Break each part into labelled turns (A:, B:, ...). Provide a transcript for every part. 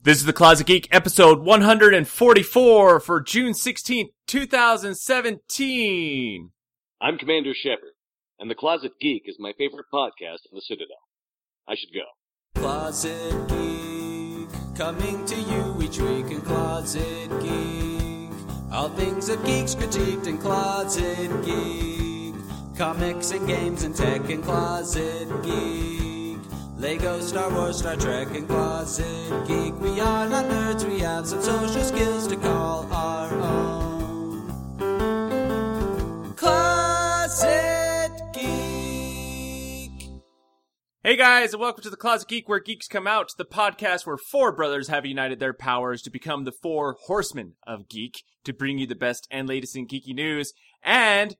A: This is the Closet Geek episode 144 for June 16th, 2017.
B: I'm Commander Shepard, and The Closet Geek is my favorite podcast from the Citadel. I should go.
C: Closet Geek, coming to you each week in Closet Geek. All things that geeks critiqued in Closet Geek. Comics and games and tech in Closet Geek. Lego, Star Wars, Star Trek, and Closet Geek. We are not nerds, we have some social skills to call our own. Closet Geek.
A: Hey guys, and welcome to the Closet Geek where geeks come out, the podcast where four brothers have united their powers to become the four horsemen of geek to bring you the best and latest in geeky news. And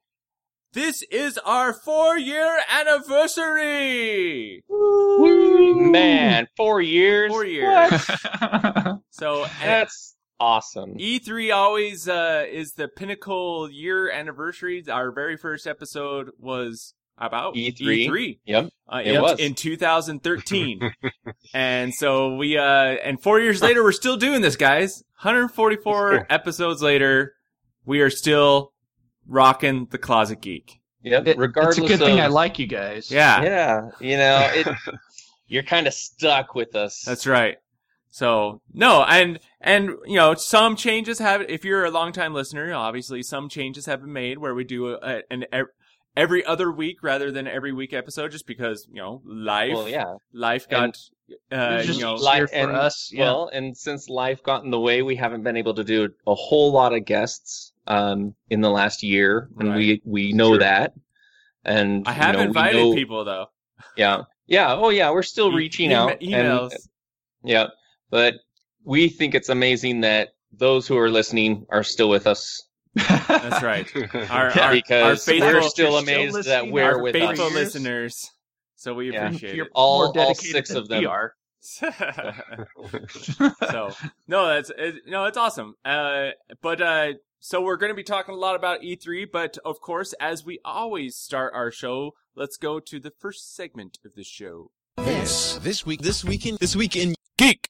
A: this is our four year anniversary!
D: Man, four years.
A: Four years. So, and
D: That's awesome.
A: E3 E always uh, is the pinnacle year anniversary. Our very first episode was about
D: E3.
A: E3.
D: Yep.
A: Uh,
D: E It
A: in,
D: was.
A: in 2013. and so we, uh, and four years later, we're still doing this, guys. 144 episodes later, we are still rocking the Closet Geek.
D: Yep.
E: It-
D: Regardless
E: it's a good
D: of,
E: thing I like you guys.
A: Yeah,
D: Yeah. You know, it, you're kind of stuck with us.
A: that's right. So no, and and you know some changes have. If you're a longtime listener, obviously some changes have been made where we do a, a, an ev- every other week rather than every week episode, just because you know life
D: Well, yeah.
A: life got uh,
E: It's just
A: you know
E: easier
D: Like-
E: for
D: and-
E: us. Yeah.
D: Well, and since life got in the way, we haven't been able to do a whole lot of guests um, in the last year, and we we know
A: Sure.
D: that. And
A: I
D: you
A: have
D: know, we
A: invited
D: know-
A: people though.
D: Yeah. Yeah. Oh, yeah. We're still
A: E-
D: reaching
A: em-
D: out. and-
A: Emails.
D: Yeah, but we think it's amazing that those who are listening are still with us.
A: That's right. Our,
E: Yeah,
A: our,
D: because
A: our faithful,
D: we're
E: You're
D: still
E: still
D: amazed that
E: listening,
D: we're
E: our
A: our
D: with
A: faithful
D: us.
E: listeners.
A: listeners. So we
D: Yeah.
A: appreciate
E: You're
A: it.
D: All-
E: more dedicated
D: all six
E: than
D: of them.
E: We are.
A: so no, that's it, no, it's awesome. Uh, but uh, so we're going to be talking a lot about E3. But of course, as we always start our show, let's go to the first segment of the show.
F: This. This week. This weekend. This weekend. Geek.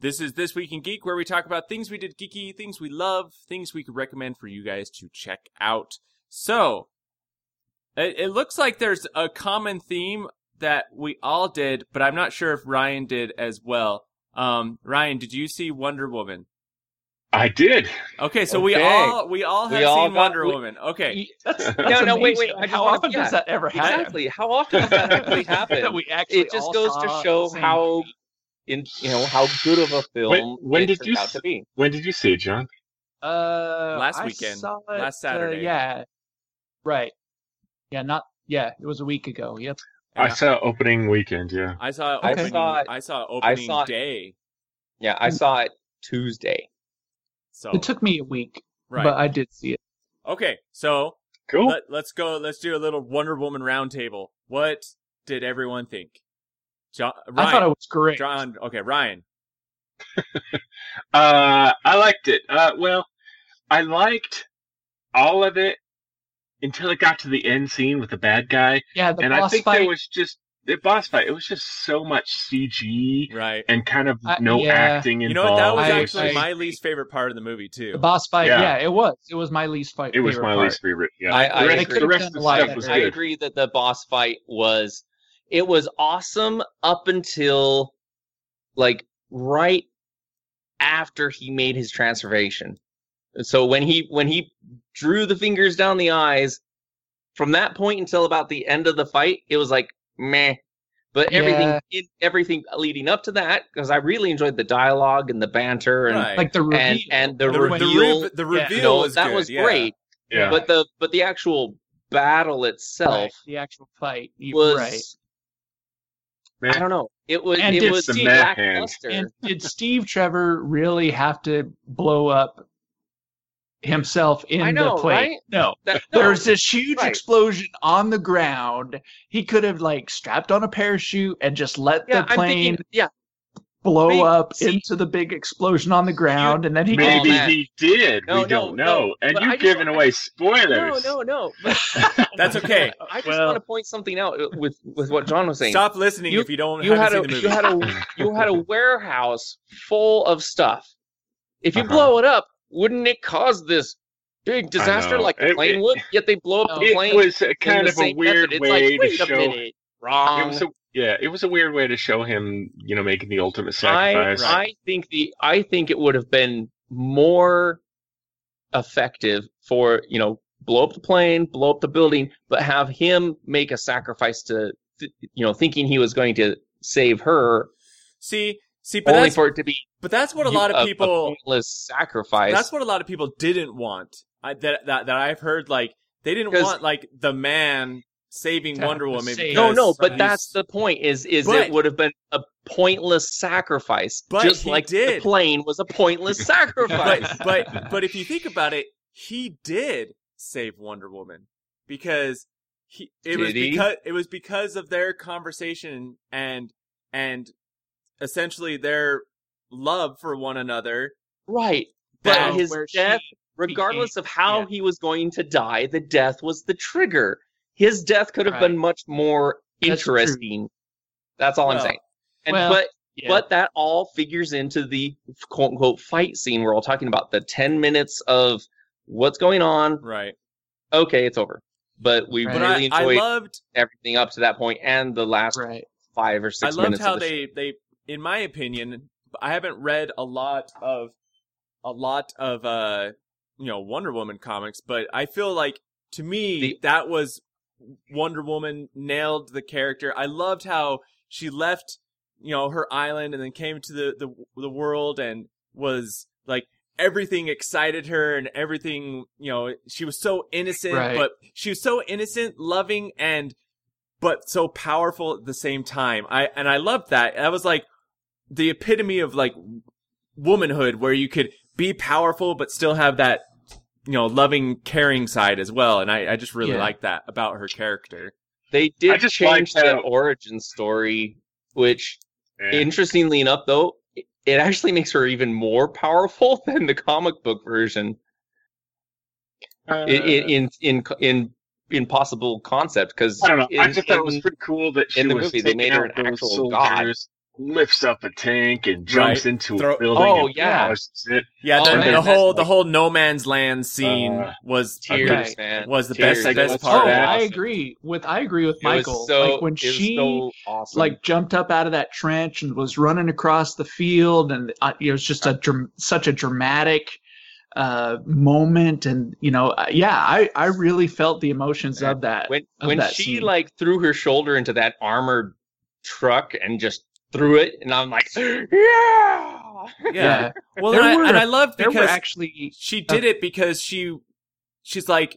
A: This is This Week in Geek, where we talk about things we did geeky, things we love, things we could recommend for you guys to check out. So, it, it looks like there's a common theme that we all did, but I'm not sure if Ryan did as well. Um, Ryan, did you see Wonder Woman?
G: I did.
A: Okay, so we
D: Okay.
A: all we all have
D: We all
A: seen
D: got-
A: Wonder
D: we-
A: Woman. Okay,
E: You- That's,
G: No,
E: that's
D: no, wait, wait,
E: amazing.
D: I just
E: How
D: wanna-
E: often
D: yeah,
E: does that ever happen?
D: Exactly. How often does that actually
E: that
D: happen?
E: we actually
D: It just
E: all
D: goes to
E: saw
D: show
E: the same
D: how
E: movie.
D: in you know how good of a film
G: when
D: it
G: did
D: turned
G: you
D: out
G: s-
D: to be.
G: When did you see it, John?
E: Uh,
A: Last
E: I
A: weekend.
E: saw it,
A: Last
E: uh,
A: Saturday.
E: yeah. Right. Yeah. Not. Yeah. It was a week ago. Yep.
G: I
A: Yeah.
G: saw opening weekend. Yeah.
A: I saw
D: I
A: opening, I
D: saw
A: saw,
D: it-
A: opening
D: saw it-
A: day.
D: Yeah, I saw it Tuesday.
A: So
E: It took me a week,
A: Oh. right,
E: but I did see it.
A: okay, so
G: Cool.
A: Let, let's go. Let's do a little Wonder Woman roundtable. What did everyone think? John, Ryan,
E: I thought it was great.
A: John. Okay, Ryan.
G: Uh, I liked it. Uh, well, I liked all of it until it got to the end scene with the bad guy,
E: yeah. The
G: and I
E: boss
G: think
E: fight.
G: there was just the boss fight. It was just so much CG
A: Right.
G: and kind of
E: I-
G: no
E: yeah.
G: acting
A: You
G: involved.
A: know what? That was
E: I-
G: It
A: actually
E: I-
G: just-
A: my least favorite part of the movie
E: the
A: too.
E: boss fight.
G: Yeah.
E: Yeah. It was. It was my least fight.
G: It was
E: favorite
G: my
E: part.
G: least favorite. Yeah.
D: I- I
G: the
D: agree.
G: rest, the rest
E: Could've
G: of the
E: done a lot
G: stuff
E: better.
G: was
D: I
G: good.
D: agree that the boss fight was it was awesome up until like right after he made his transformation. So when he when he drew the fingers down the eyes, from that point until about the end of the fight, it was like meh. But everything
E: Yeah.
D: in, everything leading up to that, because I really enjoyed the dialogue and the banter and
A: Right.
E: Like the reveal.
D: and and the,
A: the, re- the,
D: reveal.
A: re- the
E: yeah.
A: reveal
D: you know,
A: was
D: that
A: good,
D: was
A: yeah.
D: great.
G: Yeah.
D: But the but the actual battle itself
E: Right, the actual fight. You-
D: was
E: right.
D: I don't know. It was
E: And
D: it
E: did
D: was
G: The
D: too
G: mad hand.
D: lackluster.
E: And did Steve Trevor really have to blow up himself in
D: I know,
E: the plate?
D: right?
E: No.
D: That- no,
E: There was this huge
D: Right.
E: explosion on the ground. He could have like strapped on a parachute and just let
D: yeah,
E: the
D: I'm
E: plane
D: thinking, yeah,
E: blow
D: Wait,
E: up
D: see-
E: into the big explosion on the ground, and then he
G: Maybe
D: Matt.
G: he did.
D: No,
G: we don't
D: no,
G: know.
D: no,
G: and
D: but I
G: you've
D: just-
G: given away
D: No,
G: spoilers.
D: no, no. But
A: That's okay.
D: I just
E: Well-
D: want to point something out uh, with with what John was saying.
A: Stop listening
D: You-
A: if you don't
D: you
A: haven't
D: had
A: seen
D: a
A: the movie.
D: you had a you had a warehouse full of stuff. If you
G: Uh-huh.
D: blow it up, wouldn't it cause this big disaster
G: know.
D: like the
G: It-
D: plane
G: it-
D: would? Yet they blow up the plane.
G: It was a
D: in
G: kind
D: the
G: of a
D: same
G: weird
D: method. It's
G: way
D: like,
G: to
D: wait a
G: show. It
D: minute, wrong.
G: was a, yeah, it was a weird way to show him, you know, making the ultimate
D: I,
G: sacrifice.
D: I think the I think it would have been more effective for you know blow up the plane, blow up the building, but have him make a sacrifice to th- you know thinking he was going to save her,
A: see, see, but
D: only
A: that's,
D: for it to be
A: but that's what a lot of people.
D: pointless sacrifice.
A: That's what a lot of people didn't want. I, that, that that I've heard, like they didn't
D: 'Cause-
A: want like the man saving
E: To
A: Wonder
E: have to
A: Woman.
E: save-
D: no,
A: because
D: no, but
A: he's-
D: that's the point. Is is
A: But-
D: it would have been a pointless sacrifice,
A: But
D: just
A: he
D: like the
A: did.
D: plane was a pointless sacrifice.
A: but but but if you think about it, he did save Wonder Woman because he it was
D: Did he?
A: because it was because of their conversation and and essentially their love for one another.
D: right, but
A: That,
D: his
E: where she-
D: death regardless of how he was going to die, the death was the trigger. His death could have
E: Right.
D: been much more
E: That's true.
D: interesting. That's all I'm
A: Well,
D: saying. And
E: well,
D: but
E: Yeah.
D: but that all figures into the quote unquote fight scene we're all talking about. The ten minutes of what's going on.
A: Right.
D: Okay, it's over. But we
E: Right.
A: But
D: really
A: I, I
D: enjoyed
A: loved
D: everything up to that point and the last
E: right.
D: five or six
A: I loved
D: minutes.
A: how
D: of the show.
A: they they in my opinion I haven't read a lot of a lot of uh you know Wonder Woman comics, but I feel like to me
D: The-
A: that was Wonder Woman nailed the character. I loved how she left you know her island and then came to the the, the world and was like everything excited her and everything you know she was so innocent
E: Right.
A: but she was so innocent loving and but so powerful at the same time i and i loved that that was like the epitome of like womanhood where you could be powerful but still have that you know loving caring side as well and i, I just really
E: Yeah.
A: liked that about her character
D: They did
G: just
D: change
G: liked
D: the
G: how-
D: origin story, which
G: Yeah.
D: Interestingly enough, though, it- it actually makes her even more powerful than the comic book version
G: Uh,
D: in in in in, in, in possible concept. Because
G: I don't know. I just thought it was pretty cool that she
D: in the
G: was
D: movie, they
G: taking
D: made her
G: out
D: an
G: those
D: actual god.
G: soldiers, Lifts up a tank and jumps
A: Right.
G: into
A: Throw-
G: a building.
D: Oh,
G: and
D: yeah.
G: crushes it.
A: yeah
D: Oh,
A: the,
G: man,
A: the
D: that's
A: whole
D: like-
A: the whole no man's land scene
G: Uh,
A: was
D: tears,
E: Right.
D: man.
A: was the
D: Tears.
A: best best
G: That's
A: part
E: oh,
G: awesome.
E: I
D: It
E: agree with I agree with
D: was
E: Michael.
D: so-
E: like when
D: it was
E: she
D: so awesome.
E: like jumped up out of that trench and was running across the field, and uh, it was just a dram- such a dramatic uh, moment. And you know, uh, yeah, I I really felt the emotions of that.
D: when
E: of
D: when
E: that
D: she
E: scene.
D: like threw her shoulder into that armored truck and just threw it, and I'm like, yeah.
A: yeah Well,
E: There
A: and, I,
E: were-
A: and I loved
E: there were
A: because
E: actually
A: she did it because she, she's like,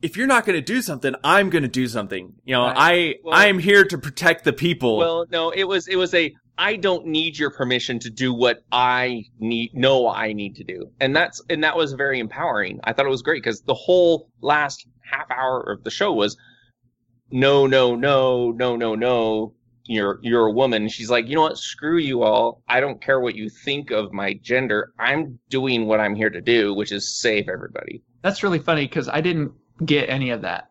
A: if you're not going to do something, I'm going to do something. You know, I,
D: Well-
A: I am here to protect the people.
D: Well, no, it was it was a I don't need your permission to do what I need know I need to do. And that's and that was very empowering. I thought it was great cuz the whole last half hour of the show was no, no, no, no, no, no. You're you're a woman. She's like, "You know what? Screw you all. I don't care what you think of my gender. I'm doing what I'm here to do, which is save everybody."
E: that's really funny because I didn't get any of that.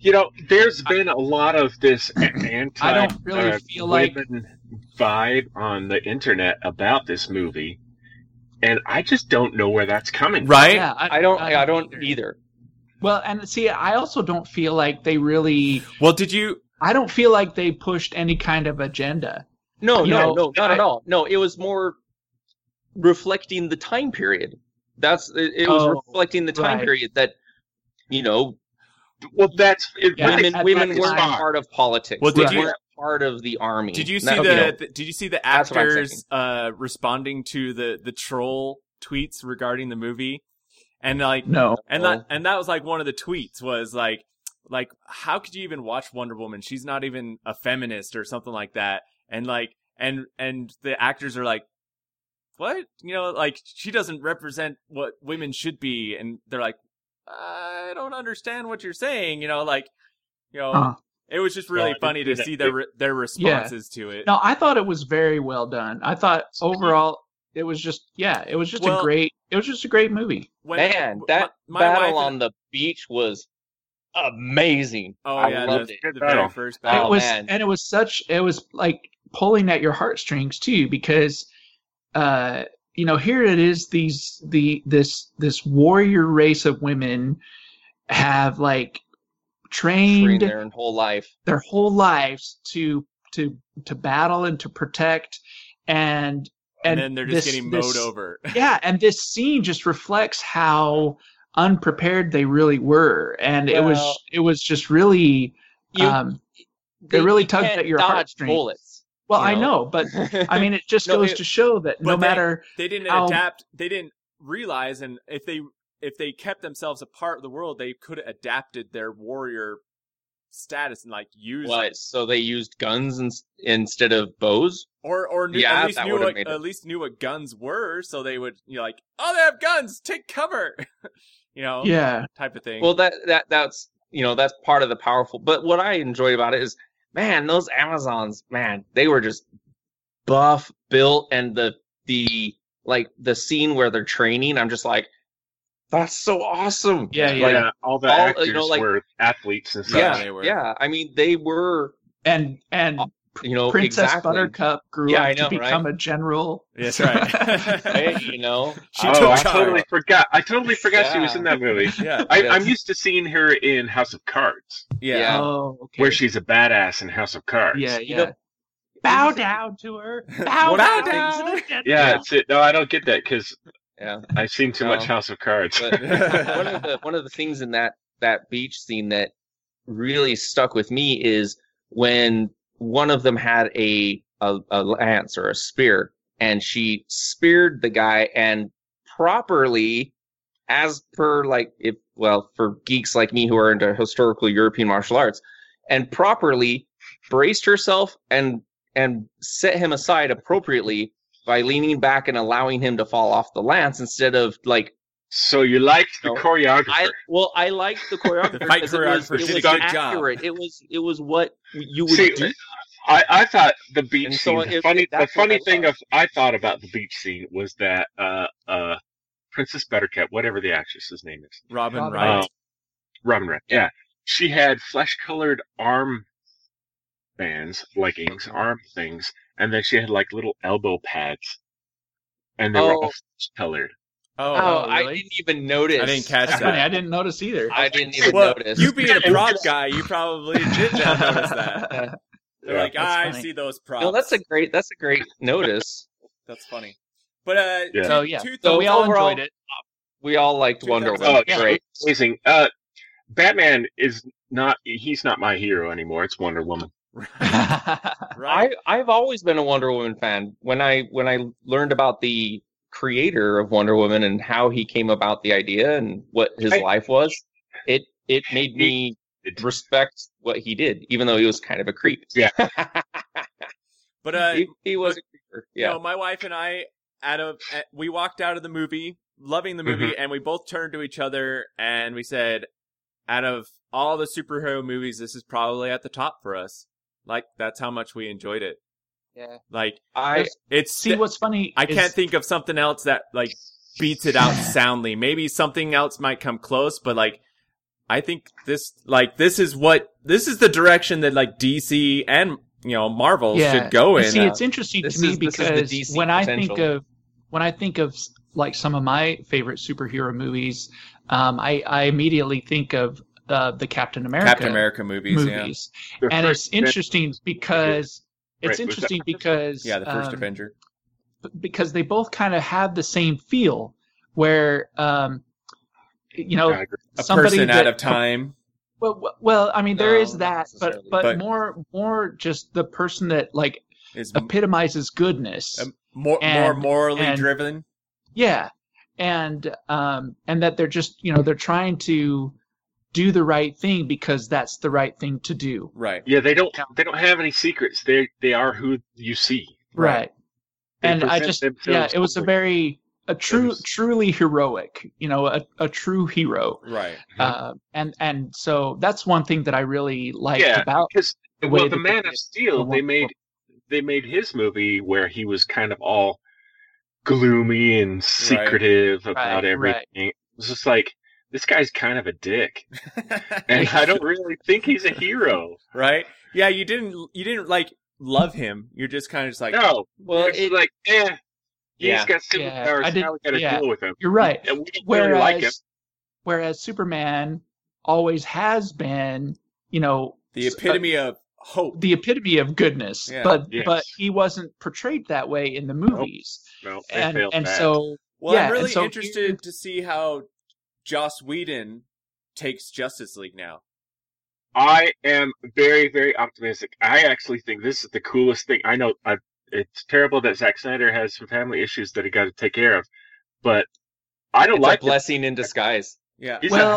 G: You know, there's been a lot of this anti
E: I don't really
G: uh,
E: feel like-
G: women vibe on the internet about this movie, and I just don't know where that's coming. from.
A: right?
E: yeah,
D: I don't I, don't either.
E: Well, and see, I also don't feel like they really.
A: Well, did you,
E: I don't feel like they pushed any kind of agenda.
D: No,
E: You
D: no,
E: know,
D: no, not
E: I-
D: at all. No, it was more reflecting the time period. That's it, it was
E: Oh,
D: reflecting the time
E: right.
D: period that you know
G: Well, that's it,
E: Yeah,
D: women
E: that's-
D: women
E: that's
D: weren't
E: fine.
D: part of politics.
A: Well,
E: did
D: They
E: you-
D: weren't part of the army?
A: did you see
D: That-
A: the,
D: you know,
A: the- did you see the
D: That's what I'm
A: actors, uh, responding to the, the troll tweets regarding the movie? And like,
E: No,
A: and
D: Well-
A: that and that was like one of the tweets was like like how could you even watch Wonder Woman? She's not even a feminist or something like that. And like and and the actors are like what? You know, like she doesn't represent what women should be and they're like I don't understand what you're saying, you know, like you know
E: Huh.
A: It was just really
G: Well, I
A: funny to
G: didn't see
A: see
G: that
A: their re- their responses to it.
E: No, I thought it was very well done. I thought overall it was just yeah, it was just
A: Well-
E: a great it was just a great movie.
A: When-
D: Man,
A: w-
D: that
A: my, my
D: battle
A: wife-
D: on the beach was amazing.
A: Oh
D: I
A: yeah,
D: loved
A: the,
D: it.
A: the
G: Good
A: very
G: battle.
A: first
D: Oh,
E: it
A: battle.
E: was
D: man.
E: and it was such it was like pulling at your heartstrings too because uh you know here it is these the this this warrior race of women have like
D: Trained
E: trained
D: there in whole life.
E: their whole lives to to to battle and to protect and
A: and, then they're just
E: this-
A: getting
E: this-
A: mowed over.
E: yeah, and this scene just reflects how unprepared they really were, and it
D: Well-
E: was it was just really
D: You,
E: um, it
D: you
E: really tugged
D: can't
E: at your
D: dodge
E: heartstrings.
D: bullets.
E: well,
D: you
E: I
D: know.
E: know, but I mean, it just
D: No,
E: goes
D: it-
E: to show that no
A: but they-
E: matter
A: They didn't
E: How-
A: adapt. They didn't realize, and if they if they kept themselves apart of the world, they could have adapted their warrior status and like used
D: What? So they used guns in, instead of bows.
A: or or knew,
D: Yeah,
A: at least
D: that
A: knew
D: would've
A: what,
D: made it.
A: at least knew what guns were, so they would you know, like oh they have guns, take cover, you know,
E: yeah,
A: type of thing.
D: Well, that that that's you know that's part of the powerful. But what I enjoyed about it is, man, those Amazons, man, they were just buff built, and the the like the scene where they're training. I'm just like, that's so awesome.
E: yeah, yeah,
D: Like,
G: yeah, all the
D: all- you
G: actors
D: know, like-
G: were athletes and stuff.
D: yeah,
A: they were.
D: yeah. I mean, they were
E: and and
D: you know
E: Princess
D: Oh, exactly.
E: Buttercup grew
D: Yeah,
E: up
D: I know,
E: to become a general.
A: that's right.
D: Hey, you know,
A: She
G: oh,
A: took
G: I
A: charge.
G: totally forgot. I totally forgot she was
D: Yeah.
G: in that movie.
A: yeah,
G: I,
D: Yes.
G: I'm used to seeing her in House of Cards,
A: yeah,
D: Yeah.
E: Oh, okay.
G: where she's a badass in House of Cards.
E: yeah,
D: You
E: yeah.
D: know-
E: Bow down to her. Bow
D: What I
E: down.
A: think-
E: To the general.
G: Yeah, it's it. No, I don't get that because
D: Yeah.
G: I've seen too
D: No.
G: much House of Cards.
D: But one of the one of the things in that that beach scene that really stuck with me is when one of them had a a, a lance or a spear, and she speared the guy and properly, as per like if well for geeks like me who are into historical European martial arts, and properly braced herself and and set him aside appropriately by leaning back and allowing him to fall off the lance instead of like
G: so you liked the
D: No.
G: choreographer?
D: I well, I like the choreographer.
A: The fight
D: 'cause it was-
A: choreographer
D: it was,
A: did a good job.
D: accurate. It was it was what you would
G: See,
D: do.
G: I, I thought the beach
D: And
G: scene.
D: so
G: the
D: if-
G: funny,
D: if
G: the
D: that's what
G: funny
D: I
G: thing
D: thought-
G: of I thought about the beach scene was that uh, uh, Princess Buttercup, whatever the actress's name is,
A: Robin,
E: Robin
A: Wright.
G: Um, Robin Wright. Yeah, she had flesh-colored arm bands, leggings, arm things, and then she had like little elbow pads, and they were
D: Oh.
G: all flesh-colored.
A: Oh,
D: Oh, I
E: really?
D: didn't even notice.
A: I didn't catch
E: That's funny.
A: that.
E: I didn't notice either.
D: I didn't even
A: well,
D: notice.
A: you being a prop guy, you probably did not notice that. They're
G: Yeah.
A: like,
E: That's
A: I
E: funny.
A: see those props.
D: no, that's a great that's a great notice.
A: that's funny. But uh,
G: Yeah.
E: So yeah,
A: two
E: so we all
D: overall-
E: enjoyed it.
D: We all liked
A: Two
D: Wonder
A: thumbs
D: Woman.
G: up. Oh, yeah.
D: Great.
G: Amazing. Uh, Batman is not. He's not my hero anymore. It's Wonder Woman.
A: right?
D: I I've always been a Wonder Woman fan. When I when I learned about the creator of Wonder Woman and how he came about the idea and what his
G: I-
D: life was, it it made me
G: It-
D: respect what he did, even though he was kind of a creep.
G: Yeah.
A: but uh,
D: he, he was a creeper.
A: you
D: Yeah.
A: know, my wife and I out of uh, we walked out of the movie loving the movie,
D: Mm-hmm.
A: and we both turned to each other and we said, out of all the superhero movies, this is probably at the top for us. Like that's how much we enjoyed it.
D: Yeah.
A: Like
D: I
A: it's
E: See what's funny?
A: I
E: is-
A: can't think of something else that like beats it out soundly. Maybe something else might come close, but like I think this like this is what this is the direction that like DC and you know Marvel
E: Yeah.
A: should go
E: You
A: in.
E: see,
D: uh,
E: it's interesting
D: this
E: to me
D: is- this is the
E: because
D: DC
E: when I
D: potential.
E: think of when I think of like some of my favorite superhero movies, um, I I immediately think of uh, the Captain America,
A: Captain America movies,
E: movies,
G: The
E: and
G: first
E: it's interesting because
G: Right, was
E: it's
G: that-
E: interesting because
A: yeah. Yeah, the first
E: um,
A: Avenger.
E: because they both kind of have the same feel where um, you know
G: Batman-
A: A
E: somebody
A: person out
E: that
A: of time.
E: Well, w- well, I mean, there
D: No,
E: is
D: not
E: that, but,
D: necessarily.
E: but
A: But-
E: more more just the person that like
A: is m-
E: epitomizes goodness.
A: um, more more
E: and-
A: morally
E: and-
A: driven.
E: yeah, and um, and that they're just you know they're trying to do the right thing because that's the right thing to do.
A: Right.
G: Yeah, they don't. They don't have any secrets. They they are who you see.
A: Right.
E: Right.
G: They
E: and I
G: present
E: just yeah,
G: themselves
E: it was a
G: completely.
E: very a true,
G: was-
E: truly heroic. You know, a, a true hero.
A: Right.
G: Uh-huh.
E: Uh, and and so that's one thing that I really liked
G: Yeah.
E: about
G: Because
E: The way
G: well, the
E: that
G: Man
E: they-
G: of Steel,
E: the
G: they
E: one-
G: made they made his movie where he was kind of all gloomy and secretive about
E: Right, right.
G: everything. It was just like this guy's kind of a dick, and I don't really think he's a hero.
A: right. Yeah, you didn't you didn't like love him. You're just kind of just like
G: No,
D: Well,
G: it's
D: it,
G: like eh,
D: Yeah.
G: he's got
E: Yeah,
G: superpowers.
E: I didn't-
G: now we got to
E: yeah.
G: deal with him.
E: You're right.
G: And we didn't
E: Whereas,
G: really like him.
E: whereas Superman always has been, you know,
A: the
E: s-
A: epitome of hope.
E: the epitome of goodness.
A: Yeah.
E: but
G: Yes.
E: but he wasn't portrayed that way in the movies,
G: No, they
E: and
G: failed
E: and
G: that.
E: so
A: Well,
E: Yeah,
A: I'm
E: and
A: really
E: so
A: interested
E: you-
A: to see how Joss Whedon takes Justice League now.
G: I am very, very optimistic. I actually think this is the coolest thing. I know I, it's terrible that Zack Snyder has some family issues that he got to take care of, but I don't
D: it's
G: like
D: a
G: him.
D: blessing in disguise.
A: Yeah.
G: He's
E: Well-
G: a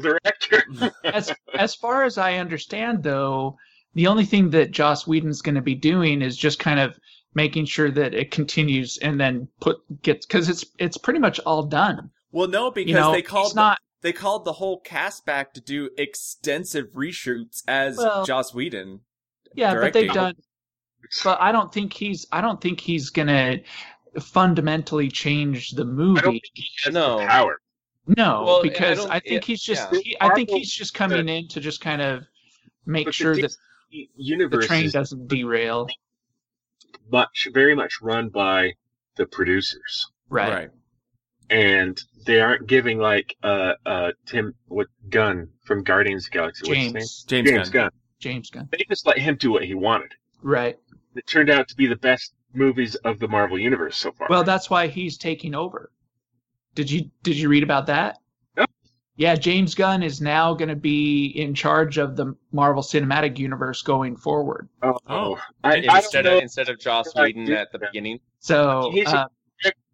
G: director.
E: as as far as I understand, though, the only thing that Joss Whedon's going to be doing is just kind of making sure that it continues and then put gets because it's it's pretty much all done.
A: Well, no, because
E: you know,
A: they called
E: it's not.
A: they called the whole cast back to do extensive reshoots as
E: Well-
A: Joss Whedon.
E: yeah but they've
A: directing.
E: done but i don't think he's i don't think he's gonna fundamentally change the
G: I don't
E: movie
G: think he has
D: No.
G: the power.
E: no
D: Well, I
E: because
D: don't-
E: i, think he's just
G: yeah.
E: he, i think
G: Marvel-
E: he's just coming in to just kind of make
G: But the
E: sure that
G: DC
E: the
G: universe
E: train
G: is
E: doesn't derail
G: much, very much run by the producers,
E: right,
G: and they aren't giving like uh uh Tim what Gunn from Guardians of the Galaxy. What's his name?
E: james
A: James,
G: James
A: Gunn.
G: Gunn.
E: james gunn
G: They just let him do what he wanted.
E: right
G: It turned out to be the best movies of the Marvel universe so far.
E: well that's why he's taking over did you did you read about that
G: No.
E: yeah, James Gunn is now going to be in charge of the Marvel Cinematic Universe going forward.
G: oh,
A: Oh.
G: I, I don't
D: Instead
G: know
D: of instead of Joss
G: if I
D: Whedon
G: do
D: at the
G: that.
D: beginning.
E: So
G: He's a-
E: uh,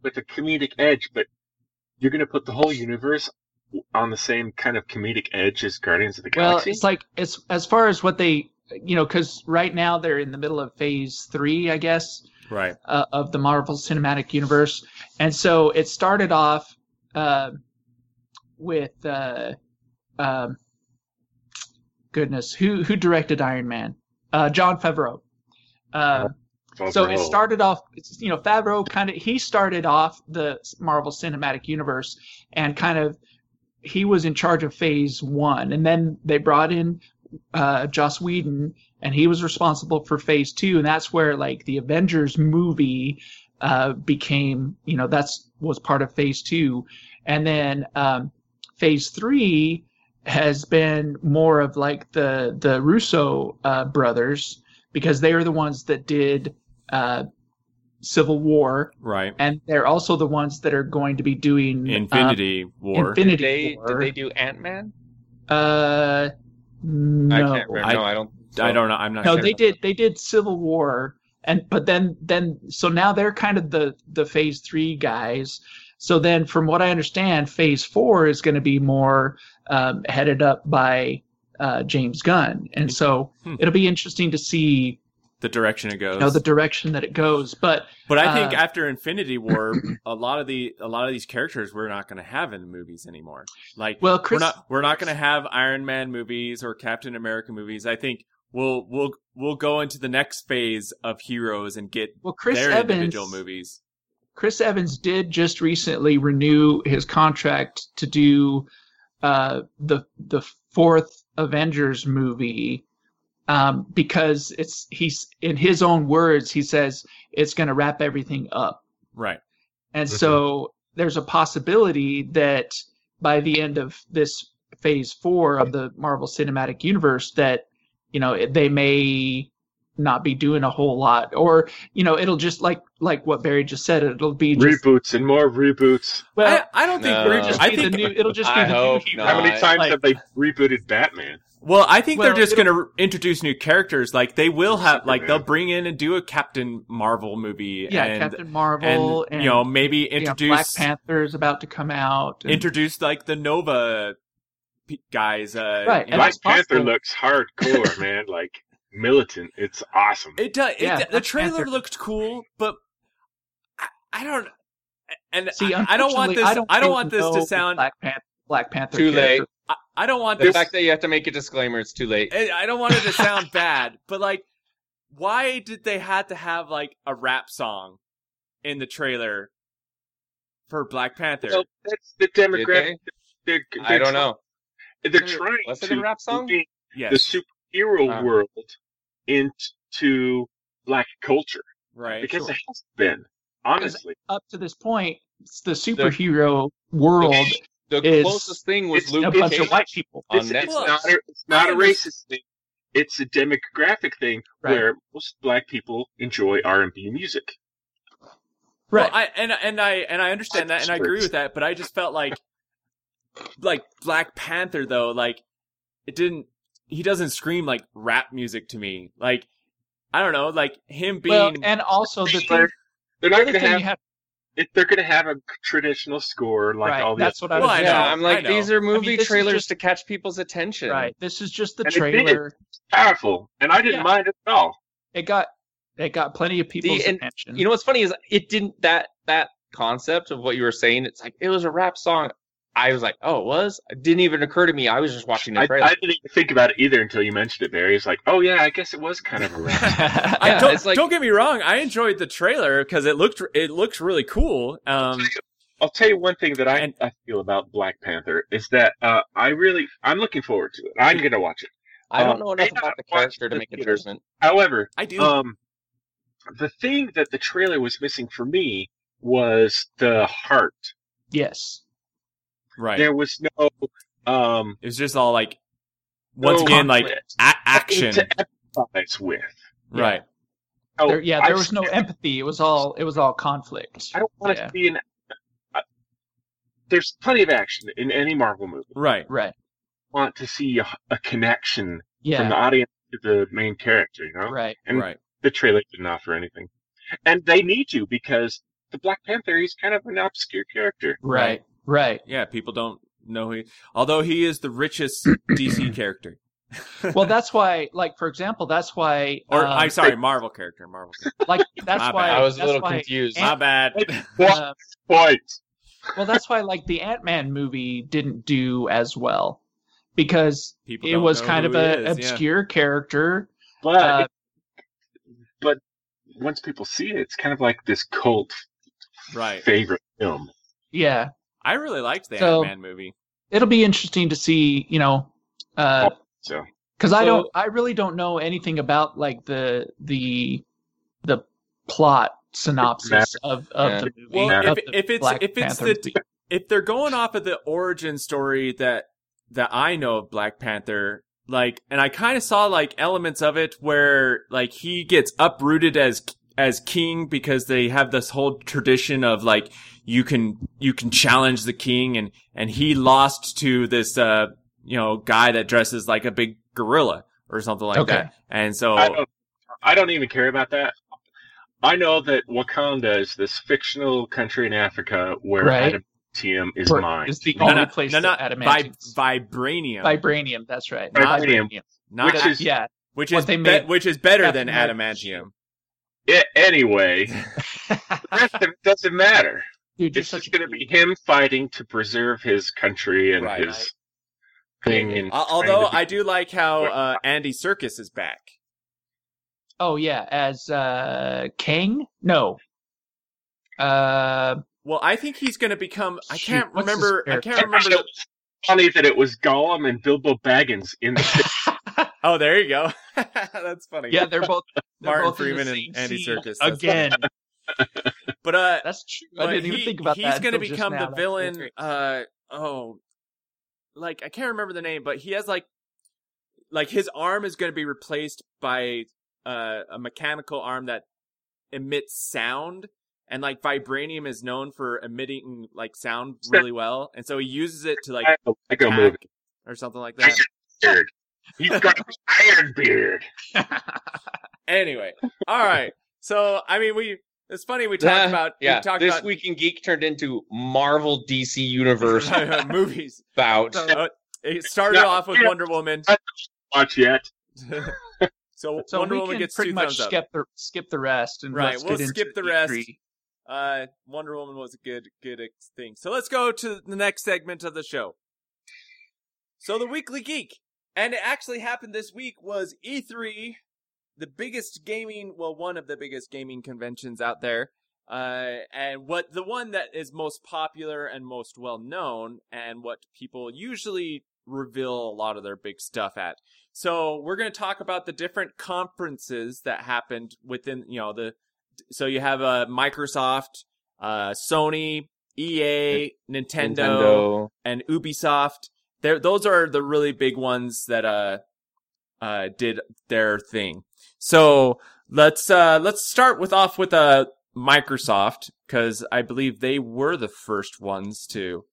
G: with a comedic edge, but you're going to put the whole universe on the same kind of comedic edge as Guardians of the
E: Well,
G: Galaxy.
E: it's like as as far as what they, you know, because right now they're in the middle of phase three, I guess,
A: Right.
E: uh, of the Marvel Cinematic Universe, and so it started off uh, with, uh, um, goodness, who who directed Iron Man? Uh, John Favreau. Um, so it started off, it's, you know, Favreau kind of he started off the Marvel Cinematic Universe and kind of he was in charge of Phase One, and then they brought in uh, Joss Whedon, and he was responsible for Phase Two, and that's where like the Avengers movie uh, became, you know, that's was part of Phase Two, and then um, Phase Three has been more of like the the Russo uh, brothers because they are the ones that did uh, Civil War,
A: Right.
E: and they're also the ones that are going to be doing uh,
A: Infinity War.
D: Did
E: Infinity
D: they
E: War.
D: did they do Ant Man?
E: uh, no,
D: I can't remember.
A: I-
D: no, I don't.
A: I don't know. I'm not
E: no,
A: sure.
E: they did they did Civil War, and but then then so now they're kind of the the Phase Three guys. So then, from what I understand, Phase Four is going to be more um, headed up by uh, James Gunn, and so
A: Hmm.
E: it'll be interesting to see
A: the direction it goes.
E: you know the direction that it goes. But
A: but I think
E: uh,
A: after Infinity War, a lot of the a lot of these characters we're not going to have in the movies anymore. Like
E: well, Chris,
A: we're not we're not going to have Iron Man movies or Captain America movies. I think we'll we'll we'll go into the next phase of heroes and get
E: well, Chris
A: their
E: Evans,
A: individual movies.
E: Chris Evans did just recently renew his contract to do uh, the the fourth Avengers movie um, because it's he's in his own words he says it's going to wrap everything up,
A: Right.
E: and
G: Mhm.
E: so there's a possibility that by the end of this phase four of the Marvel Cinematic Universe that you know it- they may not be doing a whole lot or you know it'll just like like what Barry just said it'll be just
G: reboots and more reboots.
E: well
A: I, I don't think
D: No.
A: we're
E: it'll
D: Uh,
E: just
A: I
E: be
A: think
E: the new. It'll just be
D: I
E: the
D: hope
E: new hero.
D: not.
G: How many times
E: like-
G: have they rebooted Batman?
A: Well, I think
E: Well,
A: they're just going
E: it'll-
A: to introduce new characters. Like they will have, like they'll
G: Superman.
A: bring in and do a Captain Marvel movie,
E: Yeah,
A: and
E: Captain
A: and,
E: Marvel and,
A: you know maybe
E: you know, Black
A: introduce
E: Panther is about to come out. and-
A: introduce like the Nova p- guys. Uh,
E: Right,
A: you
E: and
A: know.
G: Black
E: it's
G: Panther
E: possible.
G: looks hardcore, man. Like militant. It's awesome.
A: it does.
E: Yeah,
A: it, the
E: Black
A: trailer
E: Panther.
A: looked cool, but I, I don't. and
E: See,
A: I, I don't want this.
E: unfortunately,
A: I don't,
E: think
A: want this
E: we
A: to
E: know
A: sound.
E: Black Panther. Black Panther.
D: Too
E: character.
D: late.
A: I, I don't want
D: The
A: this.
D: fact that you have to make a disclaimer, it's too late.
A: I I don't want it to sound bad, but like, why did they had to have like a rap song in the trailer for Black Panther?
G: Well, that's the
D: Did
G: demographic.
D: they?
G: They're,
D: I
G: they're
D: don't know.
G: tr- They're trying
D: Was it
G: to
D: a rap song?
G: bring
A: yes,
G: the superhero
E: Uh-huh.
D: Ah.
G: world into black culture
A: right.
G: because
A: sure.
G: it has been honestly.
E: Up to this point, it's the superhero world
D: The
E: It's-
D: closest thing was
G: it's
D: Luke
E: a bunch
D: Cage
E: of white people.
D: on
G: it's, it's
D: Netflix.
G: not a, it's not
A: I
G: a racist thing. It's a demographic thing
E: Right.
G: where most black people enjoy R and B music.
E: Right.
A: Well, I and and I and I understand that and I agree with that, but I just felt like like Black Panther though, like it didn't he doesn't scream like rap music to me. Like I don't know, like him being
E: well, and also the thing,
G: They're
E: the
G: not
E: other
G: going to
E: thing
G: have
E: you have
G: if they're going to have a traditional score like
E: Right,
G: all the
E: that's what
G: other-
E: I was-
A: Well, I
D: yeah,
A: know,
D: I'm
A: I
D: like
A: know.
D: these are
E: I
D: movie
E: mean, this is
D: trailers
E: just-
D: to catch people's attention.
E: right. This is just the
G: And it did.
E: trailer.
G: powerful, and I didn't
E: Yeah.
G: mind it at all.
E: It got it got plenty of people's
D: and,
E: attention.
D: You know what's funny is it didn't that that concept of what you were saying. It's like it was a rap song. I was like, oh, it was. It didn't even occur to me. I was just watching the
G: I,
D: trailer.
G: I didn't even think about it either until you mentioned it, Barry. It's like, oh yeah, I guess it was kind of a rap.
A: I
D: yeah,
A: don't,
D: it's like-
A: don't get me wrong, I enjoyed the trailer because it looked it looks really cool. Um
G: I'll tell you one thing that I,
A: And-
G: I feel about Black Panther is that uh, I really I'm looking forward to it. I'm going to watch it.
D: I don't
G: Um,
D: know
G: may
D: enough about
G: not
D: the
G: watch
D: character to
G: the
D: make a
G: theaters.
D: judgment.
G: However,
A: I do
G: Um, the thing that the trailer was missing for me was the heart.
E: yes.
A: right.
G: There was no um
A: it was just all like once
G: no
A: again like
G: conflict
A: a- action.
G: to empathize with.
A: Right.
G: Oh,
E: There, yeah, there
G: I-
E: was no empathy. It was all it was all conflict.
G: I don't want
E: yeah.
G: to see an. I- there's plenty of action in any Marvel movie.
A: Right.
E: Right.
G: I want to see a, a connection from the
E: Yeah.
G: audience to the main character. You know,
E: Right.
G: And-
A: right.
G: the trailer didn't offer anything, and they need to because the Black Panther he's kind of an obscure character.
E: Right. Right.
A: Yeah, people don't know who he although he is the richest DC character.
E: Well, that's why, like for example, that's why,
A: Or
E: um,
A: I'm sorry, Marvel character, Marvel character.
E: like that's
A: My
E: why
A: bad.
D: I was a
E: that's
D: little
E: why,
D: confused.
A: My bad.
G: What
E: uh,
G: point?
E: well, that's why like the Ant Man movie didn't do as well because
A: People
E: it
A: don't
E: was
A: know
E: kind
A: who
E: of
A: he
E: an
A: is, yeah.
E: obscure character.
G: But
E: Uh,
G: but once people see it, it's kind of like this cult
A: Right.
G: favorite film.
E: Yeah,
A: I really liked the
E: So-
A: Ant Man movie.
E: it'll be interesting to see, you know, uh, because
G: So
E: I
D: So-
E: don't, I really don't know anything about like the the the plot synopsis of of
D: Yeah.
E: the movie.
A: Well,
G: Yeah.
E: of
A: if,
E: the
A: if it's
E: Black
A: if it's
E: Panther
A: the if they're going off of the origin story that that I know of Black Panther, like, and I kind of saw like elements of it where like he gets uprooted as as king because they have this whole tradition of like you can you can challenge the king and and he lost to this uh you know guy that dresses like a big gorilla or something like
E: Okay.
A: that and so
G: I don't I don't even care about that. I know that Wakanda is this fictional country in Africa where
E: Right.
G: adamantium is
E: per-
G: mine. Oh,
E: is the
A: No,
E: only
A: no,
E: place
A: no,
E: that
A: no,
E: adamantium is.
A: vib- vibranium
E: vibranium. That's right.
A: Not-
G: Vibranium.
A: not
G: Which is-
E: yeah.
A: Which
E: What
A: is
E: they
A: be-
E: made-
A: which is better
E: Yeah,
A: than
E: yeah.
A: adamantium.
G: I- anyway, the rest of it doesn't matter.
E: Dude, you're
G: It's
E: such
G: just
E: a
G: going to be him fighting to preserve his country and
A: Right.
G: his thing. And
A: Al- Although
G: trying to
A: I do like how uh, Andy Circus is back.
E: Oh yeah, as uh Kang? No. Uh
A: Well, I think he's going to become. I
E: Shoot,
A: can't
E: what's his
A: remember. I
E: character?
A: can't remember. The,
G: It's funny that it was Gollum and Bilbo Baggins in the.
A: oh, there you go. That's funny.
E: yeah, they're both they're
A: Martin
E: both in the
A: Freeman and
E: same
A: Andy
E: scene
A: Serkis, that's
E: Again.
A: but uh,
E: That's true.
A: but
E: I didn't even
A: he-
E: think about
A: he's
E: that.
A: going to
E: until just
A: become
E: now.
A: the
E: That's
A: villain.
E: great.
A: Uh oh, like I can't remember the name, but he has like, like his arm is going to be replaced by uh, a mechanical arm that emits sound, and like vibranium is known for emitting like sound really well, and so he uses it to like
G: Lego
A: attack
G: movie.
A: or something like that.
G: Iron Beard. He's got an Iron Beard.
A: Anyway, all right. So I mean, we it's funny we talked
D: Uh,
A: about
D: yeah,
A: we talked
D: this
A: about
D: week in geek turned into Marvel DC universe
A: movies.
D: bout.
E: So-
A: Uh, it started
G: Yeah.
A: off with Wonder Woman.
G: Watch yet.
A: so,
E: So
A: Wonder
E: we
A: Woman
E: can
A: gets
E: pretty
A: two
E: much
A: thumbs up.
E: skip the skip the rest and
A: Right,
E: let's
A: we'll
E: get into
A: skip the rest.
E: E3.
A: Uh, Wonder Woman was a good good ex- thing. So let's go to the next segment of the show. So the weekly geek, and it actually happened this week was E3, the biggest gaming, well, one of the biggest gaming conventions out there. Uh, and what the one that is most popular and most well known, and what people usually reveal a lot of their big stuff at. So we're going to talk about the different conferences that happened within, you know, the so you have uh, Microsoft, uh, Sony, EA, Nintendo, and Ubisoft. There, those are the really big ones that uh, uh, did their thing. So let's uh, let's start with off with uh, Microsoft because I believe they were the first ones to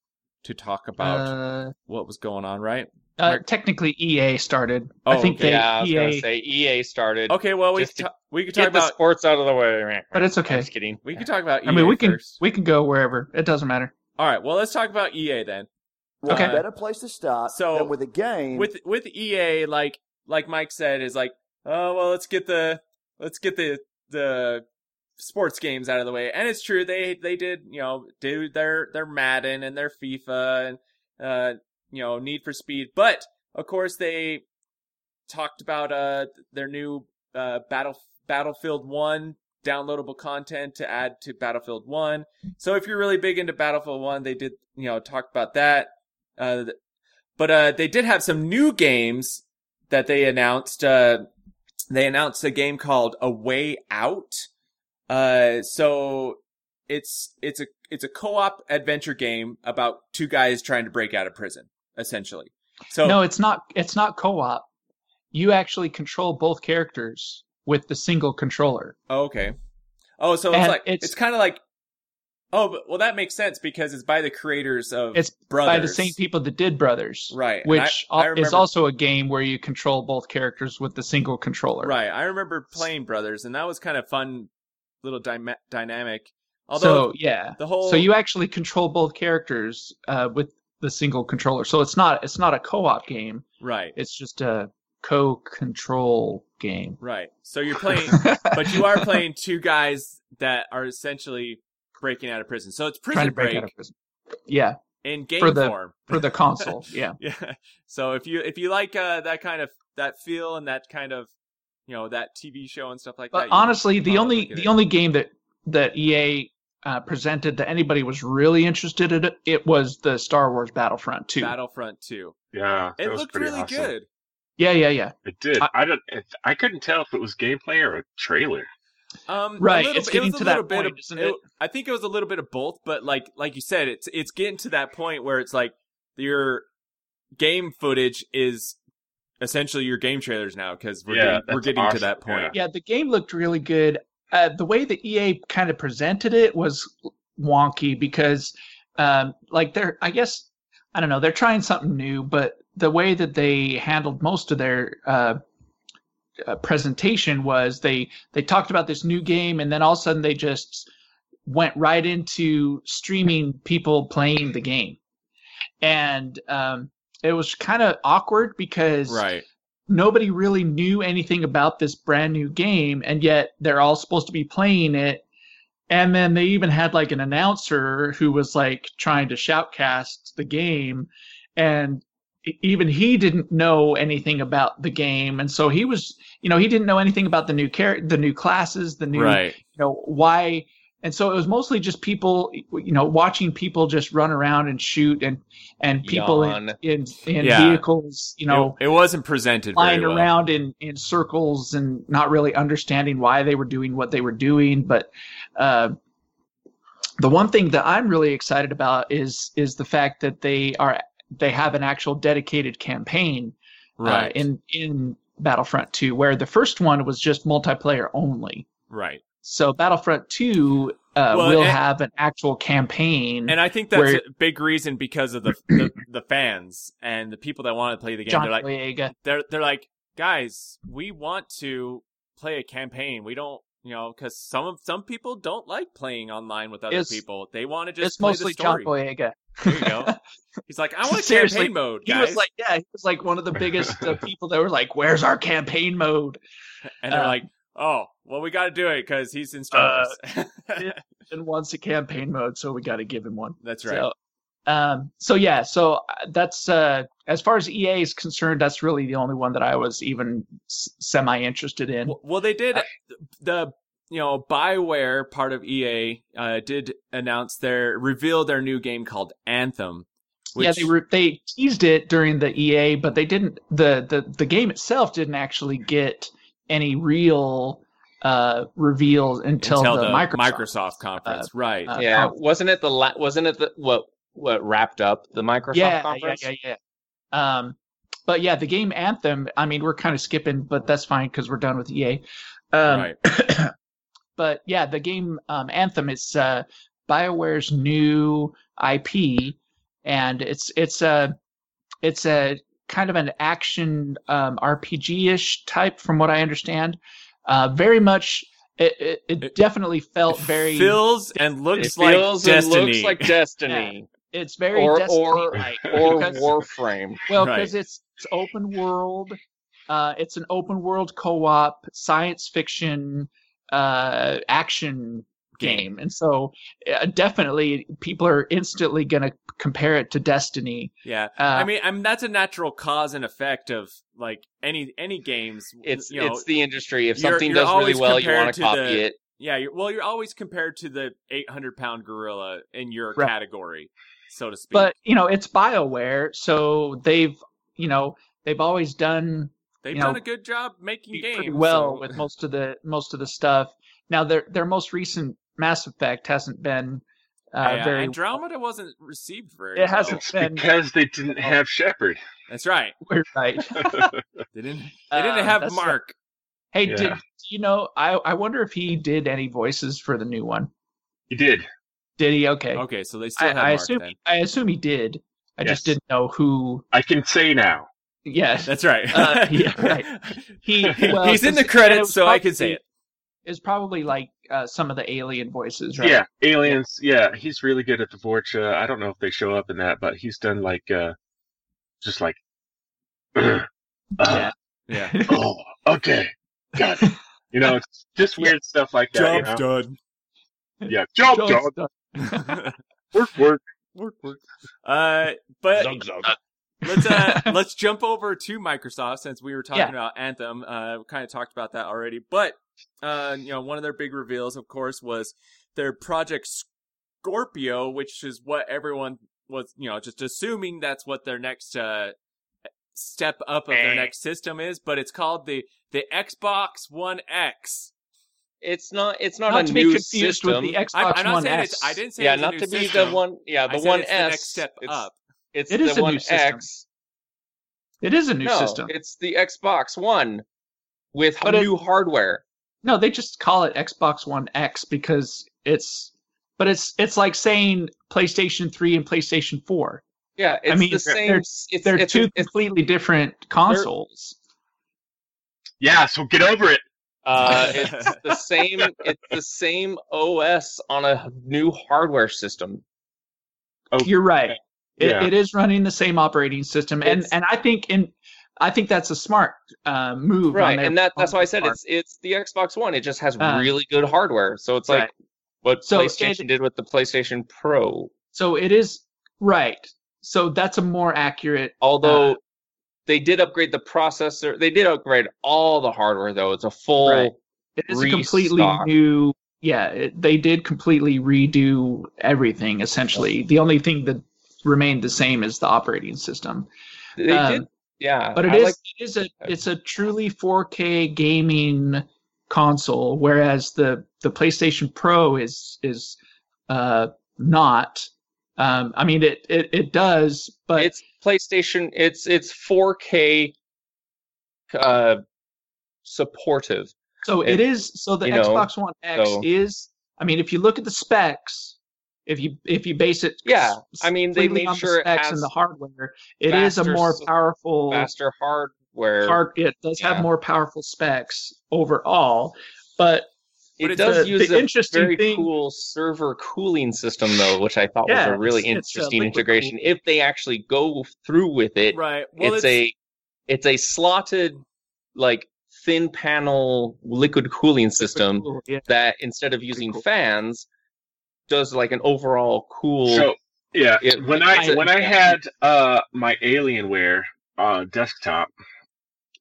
A: to talk about
E: Uh,
A: what was going on, right?
E: uh, technically, EA started.
A: Oh,
E: I think
A: okay.
E: they E
D: yeah, I was gonna
E: EA,
D: say E EA started.
A: Okay, well we
D: Just
A: could
D: to
A: ta- we could talk
D: Get the
A: about
D: sports out of the way.
E: but it's
D: I'm
E: okay.
D: just kidding.
A: we could talk about. EA
E: I mean, we can
A: E first.
E: we can go wherever. It doesn't matter.
A: All right, well let's talk about EA then.
H: Well,
E: Okay.
H: better place to start
A: So,
H: than with a game.
A: with with EA, like like Mike said, is like, oh well, let's get the let's get the the sports games out of the way. And it's true they they did you know do their their Madden and their FIFA and uh you know Need for Speed, but of course they talked about uh their new uh battle Battlefield One downloadable content to add to Battlefield One. So if you're really big into Battlefield One, they did you know talk about that. Uh, but uh, they did have some new games that they announced. Uh, they announced a game called A Way Out. Uh, so it's it's a it's a co-op adventure game about two guys trying to break out of prison, essentially. So
E: No, it's not. It's not co-op. You actually control both characters with the single controller.
A: oh, okay. Oh, so it's
E: And
A: like it's,
E: it's-
A: kind of like oh, but, well that makes sense because it's by the creators of
E: It's
A: Brothers,
E: by the same people that did Brothers,
A: right? and I-
E: which
A: I
E: al- is
A: remember-
E: also a game where you control both characters with the single controller.
A: right. I remember playing Brothers, and that was kind of fun little dyma- dynamic. Although Oh.
E: so yeah,
A: the whole
E: so you actually control both characters uh, with the single controller. So it's not it's not a co-op game.
A: right
E: It's just a co-control game.
A: Right. So you're playing, but you are playing two guys that are essentially breaking out of prison. So it's
E: trying
A: prison
E: to break,
A: break,
E: out of prison. Yeah,
A: in game
E: for the-
A: form.
E: for the console. yeah,
A: Yeah. So if you if you like uh, that kind of that feel and that kind of you know that TV show and stuff like that.
E: but
A: you can
E: honestly, the
A: probably
E: only
A: get
E: the
A: it.
E: only game that that EA uh, presented that anybody was really interested in it was the Star Wars Battlefront 2.
A: Battlefront Two.
G: Yeah, that
A: It
G: was
A: looked
G: pretty
A: really
G: awesome.
A: good.
E: Yeah, yeah, yeah.
G: It did.
E: I-
G: I, don't. It, I couldn't tell if it was gameplay or a trailer.
A: Um, a
E: Right,
A: little
E: it's
A: bit- it was
E: getting
A: a
E: to that
A: little bit
E: point,
A: of-
E: isn't it?
A: I think it was a little bit of both, but like like you said, it's it's getting to that point where it's like your game footage is essentially your game trailers now because we're
G: Yeah,
A: getting, we're
G: that's
A: getting to
G: awesome,
A: that point.
E: Yeah, the game looked really good. Uh, the way the EA kind of presented it was wonky because, um, like, they're, I guess, I don't know, they're trying something new, but the way that they handled most of their uh, uh, presentation was they they talked about this new game, and then all of a sudden they just went right into streaming people playing the game, and um, it was kind of awkward because
A: Right.
E: nobody really knew anything about this brand new game and yet they're all supposed to be playing it and then they even had like an announcer who was like trying to shoutcast the game and e- even he didn't know anything about the game and so he was you know he didn't know anything about the new character the new classes the new
A: Right.
E: you know why and so it was mostly just people you know watching people just run around and shoot and and people in
D: Yawn.
E: in, in
A: Yeah.
E: vehicles you know
A: it, it wasn't presented
E: flying
A: very well.
E: around in, in circles and not really understanding why they were doing what they were doing. But uh, the one thing that I'm really excited about is is the fact that they are they have an actual dedicated campaign uh,
A: Right.
E: in in Battlefront 2, where the first one was just multiplayer only.
A: right.
E: So Battlefront 2 uh,
A: Well,
E: will
A: and-
E: have an actual campaign.
A: And I think that's
E: Where-
A: a big reason because of the, the the fans and the people that want to play the game.
E: John
A: they're like,
E: Boyega.
A: they're they're like, guys, we want to play a campaign. We don't, you know, because some of some people don't like playing online with other
E: It's-
A: people. They want to just
E: It's
A: play
E: mostly
A: the
E: John
A: story.
E: Boyega.
A: There you go. He's like, I want a
E: Seriously,
A: campaign mode,
E: He
A: guys.
E: was like, yeah, he was like one of the biggest uh, people that were like, "Where's our campaign mode?"
A: and they're
E: uh,
A: like, Oh, well, we got to do it because he's in Star Wars.
E: and wants a campaign mode, so we got to give him one.
A: That's right.
E: So, um, so yeah, so uh, that's uh, as far as EA is concerned, that's really the only one that I was even s- semi interested in.
A: Well, well, they did the you know Bioware part of EA uh, did announce their reveal their new game called Anthem. Which,
E: yeah, they were, they teased it during the EA, but they didn't. the the The game itself didn't actually get any real uh, reveals until,
A: until
E: the, Microsoft.
A: conference, right?
E: uh,
D: yeah,
E: conference.
D: wasn't it the la- wasn't it the what what wrapped up the Microsoft
E: yeah,
D: conference?
E: yeah, yeah, yeah. Um, but yeah, the game Anthem. I mean, we're kind of skipping, but that's fine because we're done with EA. Um,
A: right.
E: but yeah, the game um, Anthem is uh, Bioware's new IP, and it's it's a it's a kind of an action um, RPG ish type, from what I understand. Uh, very much, it, it, it,
A: It-
E: definitely felt
A: It
E: very.
A: feels and
D: It
A: looks like
D: feels and
A: Destiny.
D: looks like Destiny
E: it's very
D: or or
E: Destiny-like,
D: or
E: because-
D: Warframe.
E: Well,
A: Right.
E: because it's it's open world. Uh, it's an open world co-op science fiction uh, action game, and so uh, definitely people are instantly going to compare it to Destiny.
A: yeah.
E: Uh,
A: I mean, I mean that's a natural cause and effect of like any any games.
D: It's
A: you know,
D: it's the industry. If
A: you're-
D: something
A: you're
D: does really
A: always
D: well, you
A: compared
D: want
A: to
D: to copy
A: the-
D: it.
A: Yeah, you're, well, you're always compared to the 800 pound gorilla in your
E: Right.
A: category, so to speak.
E: But you know, it's Bioware, so they've you know they've always done
A: they've
E: you
A: done
E: know,
A: a good job making games
E: pretty well
A: so-
E: with most of the most of the stuff. Now their their most recent Mass Effect hasn't been uh,
A: Yeah,
E: very.
A: Andromeda wasn't received very.
E: It hasn't
G: It's
E: been.
G: because they
E: Oh.
G: didn't have Shepard.
A: well. That's right.
E: We're right.
A: They didn't. They
E: Uh,
A: didn't have
E: that's
A: Mark.
E: Hey,
G: Yeah.
E: did you know? I I wonder if he did any voices for the new one.
G: He did.
E: Did he? Okay.
A: Okay, so they still
E: I,
A: have
E: I
A: Mark
E: assume
A: then.
E: I assume he did. I
G: Yes.
E: just didn't know who.
G: I can say now.
E: Yes,
A: That's right.
E: Uh, yeah, right. he. Well,
A: He's in the
E: 'cause- and it
A: credits,
E: was
A: so I can say
E: probably-
A: it.
E: It's probably like uh, some of the alien voices, right?
G: Yeah, aliens. Yeah, he's really good at the Vorcha. I don't know if they show up in that, but he's done like, uh just like, uh,
E: Yeah.
A: Yeah.
G: oh, okay, got it. You know, it's just weird stuff like that. you know?
A: done.
G: Yeah,
D: Oh,
G: job,
E: Jones
G: job,
E: stuff.
G: work, work.
A: work, work. Uh, but
F: Zug, zug.
A: let's uh, let's jump over to Microsoft since we were talking
E: Yeah.
A: about Anthem. Uh, we kind of talked about that already, but uh, you know, one of their big reveals, of course, was their Project Scorpio, which is what everyone was, you know, just assuming that's what their next uh, step up of their
D: Eh.
A: next system is. But it's called the the Xbox One X.
D: It's not it's not,
E: Not
D: a
E: to be
D: new
E: confused
D: system.
E: with the Xbox
A: I'm, I'm not
E: One
A: saying
E: S.
A: it's. I didn't say
D: yeah,
A: it's a
D: not
A: new
D: to be
A: system.
D: the one. Yeah, the
A: I said
D: one
A: it's
D: S.
A: the next step
D: it's,
A: up.
D: It's
E: It
D: the
E: is a new
D: one
E: system.
D: X.
E: It is a new
D: no,
E: system.
D: it's the Xbox One with
E: But it-
D: new hardware.
E: No, they just call it Xbox One X because it's. But it's it's like saying PlayStation 3 and PlayStation 4.
D: Yeah, it's the
E: mean, they're-
D: same.
E: they're-
D: s- it's,
E: They're
D: it's,
E: two
D: it's,
E: completely different consoles.
G: Yeah, so get over it.
D: uh, it's the same. It's the same OS on a new hardware system.
E: You're right. It,
G: Yeah.
E: it is running the same operating system, and
D: It's-
E: and I think in I think that's a smart uh, move. on
D: right
E: their-
D: and that that's
E: on
D: why i
E: their
D: said
E: part.
D: it's it's the xbox one it just has
E: Uh,
D: really good hardware so it's like
E: Right.
D: what
E: So it-
D: playstation did with the playstation pro
E: so it is right. So that's a more accurate. Ah.
D: although they did upgrade the processor they did upgrade all the hardware though it's a full
E: Right. It is a completely
D: Restock.
E: new. Yeah, it, they did completely redo everything essentially. The only thing that remained the same is the operating system.
D: they
E: Um,
D: did yeah
E: But it
D: I
E: is
D: like-
E: it is a it's a truly 4K gaming console, whereas the the PlayStation Pro is is uh, not. Um, I mean, it, it it does, but
D: it's playstation it's it's 4k uh supportive
E: so
D: it-
E: it is. So the
D: you know,
E: Xbox One X
D: so-
E: is. I mean, if you look at the specs, if you if you base it,
D: Yeah,
E: s-
D: I mean, they
E: completely
D: made
E: on the
D: sure it
E: specs
D: has
E: and the hardware, it is a
D: faster
E: more
D: s-
E: powerful
D: faster hardware
E: hard. It does
D: Yeah.
E: have more powerful specs overall, but
A: But
D: it
A: it's
D: does
E: the-
D: use
E: the
D: a
E: interesting
D: very
E: thing-
D: cool server cooling system though, which I thought
E: Yeah,
D: was a really
E: it's- it's, uh,
D: interesting
E: liquid
D: integration. If they actually go through with it,
A: Right. Well,
D: it's, a it's a slotted like thin panel liquid cooling system
E: Cool, Yeah.
D: that instead of using
E: Cool.
D: fans does like an overall cool
G: So yeah,
D: It-
G: when I
D: it's a-
G: when I had uh my Alienware uh desktop,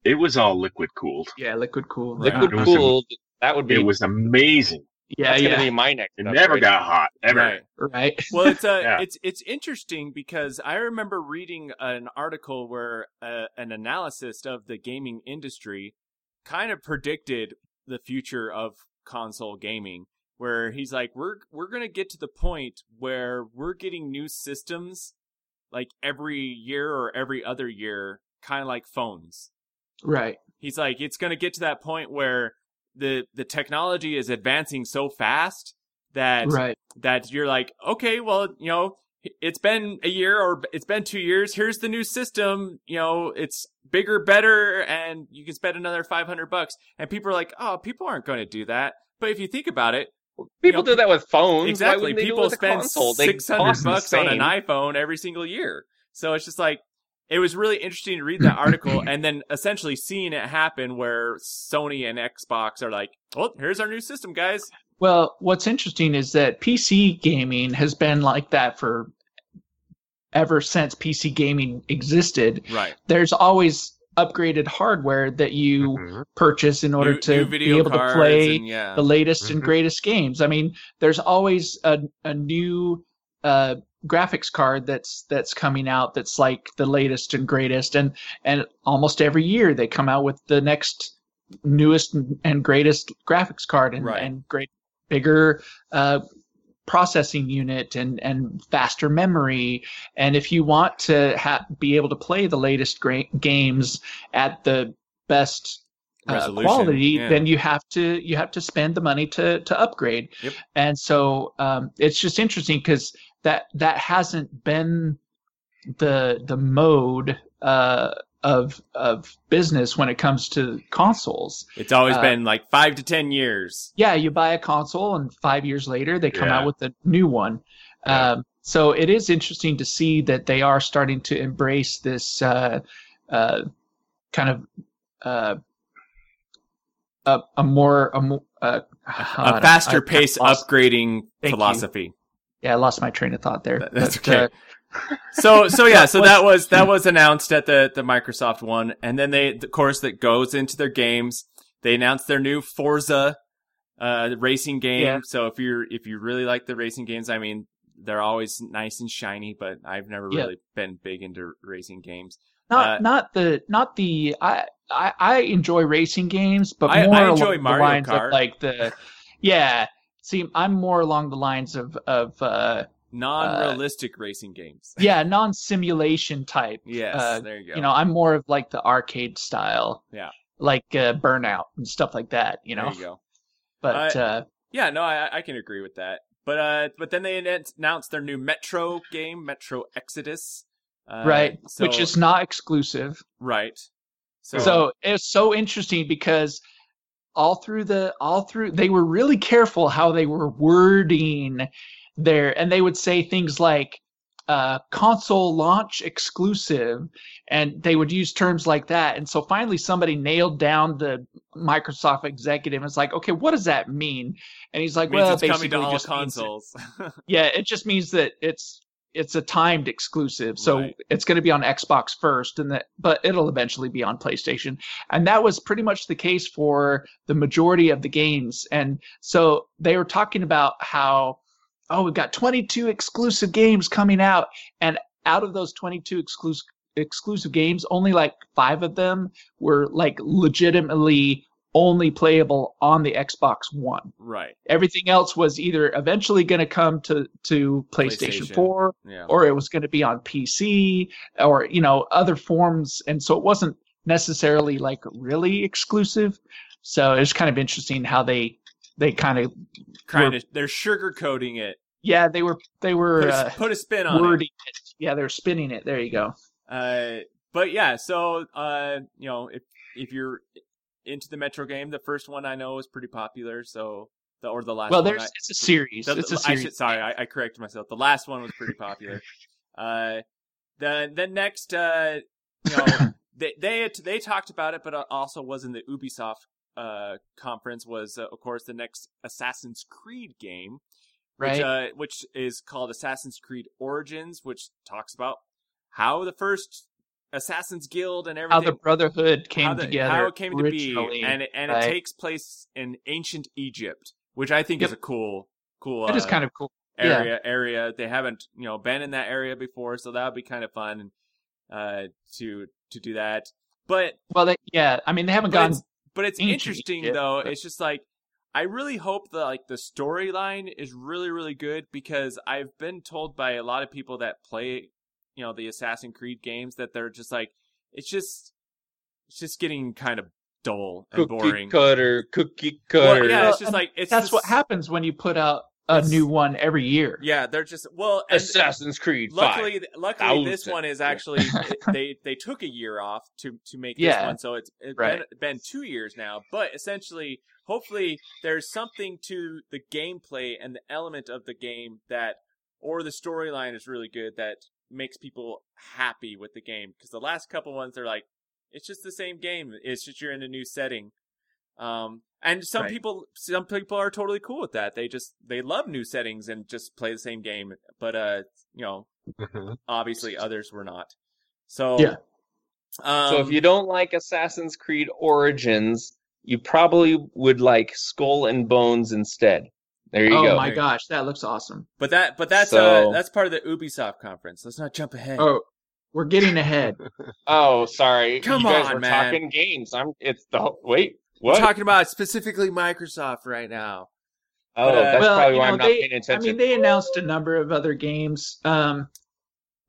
G: it was all liquid cooled.
E: Yeah, liquid cool. right.
D: liquid
G: It was a-
D: cooled that would be
G: It was amazing.
E: Yeah,
D: that's
E: yeah.
D: gonna be my next
G: It
D: upgrade.
G: never got hot ever.
A: Right.
E: right.
A: well it's uh,
G: Yeah.
A: it's it's interesting because i remember reading an article where uh, an analysis of the gaming industry kind of predicted the future of console gaming where he's like we're we're going to get to the point where we're getting new systems like every year or every other year kind of like phones
E: Right.
A: he's like it's going to get to that point where the the technology is advancing so fast that
E: Right.
A: that you're like, okay, well, you know, it's been a year or it's been two years. Here's the new system. You know, it's bigger, better, and you can spend another 500 bucks. And people are like, oh, people aren't going to do that. But if you think about it,
D: people
A: you know,
D: do that with phones Why
A: exactly,
D: wouldn't they
A: people
D: do it with a
A: spend
D: console? They
A: 600
D: cost the
A: bucks on an
D: same.
A: iPhone every single year. So it's just like, it was really interesting to read that article and then essentially seeing it happen where Sony and Xbox are like, well, here's our new system, guys.
E: Well, what's interesting is that PC gaming has been like that for ever since PC gaming existed.
A: Right.
E: There's always upgraded hardware that you
G: Mhm.
E: purchase in order
A: new,
E: to
A: new
E: be
A: video
E: able to
A: cards
E: play
A: and, yeah. Mm-hmm.
E: the latest and
G: Mhm.
E: greatest games. I mean, there's always a a new uh, graphics card that's that's coming out that's like the latest and greatest, and and almost every year they come out with the next newest and- and greatest graphics card and
A: Right.
E: and great bigger uh, processing unit and and faster memory. And if you want to ha- be able to play the latest gra- games at the best uh,
A: Resolution,
E: quality,
A: yeah.
E: then you have to you have to spend the money to to upgrade.
A: Yep.
E: And so um, it's just interesting because that that hasn't been the the mode uh, of of business when it comes to consoles.
A: It's always
E: Uh,
A: been like five to ten years.
E: Yeah, you buy a console, and five years later they come
G: Yeah.
E: out with a new one.
G: Yeah.
E: Um, so it is interesting to see that they are starting to embrace this uh, uh, kind of uh, a, a more a, mo- uh,
A: a faster pace
E: lost,
A: upgrading
E: Thank you.
A: philosophy.
E: Yeah, I lost my train of thought there.
A: That- that's
E: But, uh,
A: okay. So so yeah, so that was that was announced at the the Microsoft one, and then they of course that goes into their games. They announced their new Forza uh racing game.
E: Yeah.
A: So if you're if you really like the racing games, I mean they're always nice and shiny, but I've never
E: Yeah.
A: really been big into racing games.
E: not
A: uh,
E: not the not the I, I I enjoy racing games, but
A: I- I
E: more
A: enjoy
E: along
A: Mario
E: the lines
A: Kart.
E: of like the yeah. See, I'm more along the lines of of uh,
A: Non-realistic racing games.
E: yeah, non-simulation type.
A: Yes,
E: uh,
A: there you go.
E: You know, I'm more of like the arcade style.
A: Yeah.
E: Like uh, Burnout and stuff like that. You know,
A: there you go.
E: but
A: I-
E: uh,
A: Yeah, no, I, I can agree with that. But uh, but then they annou- announced their new Metro game, Metro Exodus. Uh,
E: right,
A: so-
E: which is not exclusive.
A: right. So,
E: So it's so interesting because all through the all through they were really careful how they were wording their and they would say things like uh, console launch exclusive and they would use terms like that and so finally somebody nailed down the microsoft executive and it's like okay what does that mean and he's like
A: it means
E: well
A: it's
E: basically
A: coming to all
E: just means that-
A: consoles.
E: yeah, it just means that it's it's a timed exclusive. So
A: Right.
E: it's going to be on Xbox first and that but it'll eventually be on PlayStation. And that was pretty much the case for the majority of the games. And so they were talking about how oh, we've got 22 exclusive games coming out and out of those 22 exclusive exclusive games, only like 5 of them were like legitimately only playable on the Xbox 1
A: right.
E: everything else was either eventually going to come to to PlayStation,
A: PlayStation.
E: 4
A: Yeah.
E: or it was going to be on PC or you know other forms and so it wasn't necessarily like really exclusive so it's kind of interesting how they they kind of
A: Trying to, they're sugarcoating it.
E: yeah they were they were
A: Put a,
E: uh,
A: put a spin on it.
E: wording it yeah they were spinning it there you go
A: Uh, but yeah, so uh, you know, if if you're into the Metro game, the first one I know was pretty popular. So the or the last.
E: well
A: one
E: there's
A: I-
E: it's a series
A: The-
E: it's a
A: I
E: series
A: should, sorry, I, I corrected myself. The last one was pretty popular. uh, the the next, uh, you know, they they they talked about it, but it also was in the Ubisoft uh, conference. Was uh, of course the next Assassin's Creed game,
E: right?
A: which, uh, which is called Assassin's Creed Origins, which talks about how the first Assassin's Guild and
E: how
A: everything
E: the Brotherhood came
A: how the-
E: together.
A: how it came to
E: originally.
A: be, and it- and
E: right?
A: it takes place in ancient Egypt, which I think is a
E: Yep.
A: cool cool.
E: that is
A: uh,
E: kind of cool. yeah.
A: area area. They haven't you know been in that area before, so that would be kind of fun uh, to to do that. But
E: Well, they, yeah, I mean they haven't
A: but
E: gone
A: it's, but it's
E: ancient
A: interesting
E: Egypt,
A: though.
E: but-
A: It's just like I really hope that like the storyline is really really good because I've been told by a lot of people that play you know the Assassin's Creed games that they're just like it's just it's just getting kind of dull and
D: Cookie
A: boring.
D: cutter, cookie cutter.
A: Well, yeah, it's
E: Well,
A: just
E: and
A: like it's
E: that's what
A: just-
E: happens when you put out a
A: It's-
E: new one every year.
A: Yeah, they're just well. and-
D: Assassin's Creed
A: luckily,
D: 5.
A: th- luckily, this
D: thousand.
A: one is
D: Yeah.
A: actually they they took a year off to to make this
E: Yeah.
A: one, so it's, it's
E: Right.
A: been been two years now. But essentially, hopefully, there's something to the gameplay and the element of the game that, or the storyline is really good that makes people happy with the game because the last couple ones they're like, it's just the same game. It's just you're in a new setting. Um, and some
E: Right.
A: people, some people are totally cool with that. They just they love new settings and just play the same game. But uh, you know,
G: mm-hmm.
A: obviously others were not. So
E: Yeah.
A: Um,
D: so if you don't like Assassin's Creed Origins, you probably would like Skull and Bones instead. There you
E: oh
D: go.
E: my gosh, that looks awesome.
A: but that but that's uh
D: So-
A: that's part of the Ubisoft conference. Let's not jump ahead.
E: Oh, we're getting ahead.
D: Oh, sorry.
A: Come
D: you guys
A: on,
D: were
A: man.
D: talking games. I'm. It's the whole- wait.
A: We're
D: What?
A: talking about specifically Microsoft right now.
D: oh,
A: uh,
D: that's
E: well,
D: probably
E: you
D: why
E: know,
D: I'm not
E: they-
D: paying
E: I
D: attention.
E: mean, they announced a number of other games. Um,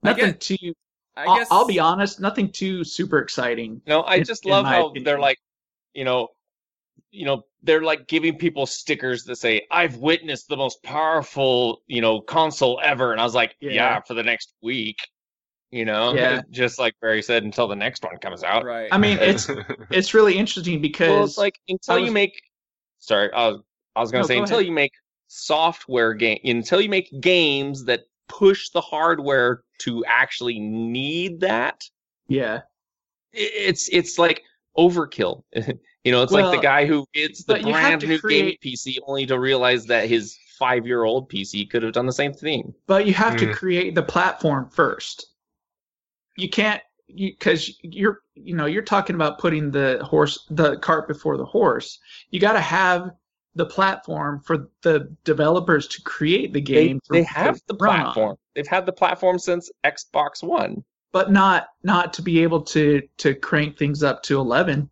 A: I
E: nothing too.
A: I
E: I'll,
A: guess
E: I'll be honest, nothing too super exciting.
D: No, I
E: in-
D: just
E: in
D: love
E: my
D: how
E: opinion.
D: they're like, you know, you know, they're like giving people stickers that say, "I've witnessed the most powerful, you know, console ever," and I was like,
E: Yeah.
D: "Yeah, for the next week," you know,
E: Yeah.
D: just like Barry said, until the next one comes out.
A: right.
E: I mean, it's it's really interesting because
D: Well, it's like until
E: I
D: you
E: was-
D: make. Sorry, I was I was gonna
E: No,
D: say
E: go
D: until
E: ahead.
D: you make software game until you make games that push the hardware to actually need that
E: yeah,
D: it's it's like overkill. you know, it's like
E: Well,
D: the guy who gets the
E: but you have
D: brand
E: to
D: new
E: create-
D: game PC only to realize that his five year old PC could have done the same thing.
E: but you have
G: Hmm.
E: to create the platform first. You can't you because you're you know you're talking about putting the horse the cart before the horse. You got to have the platform for the developers to create the game. to-
D: they, they
E: to
D: have the
E: run on.
D: platform. They've had the platform since Xbox One.
E: but not not to be able to to crank things up to 11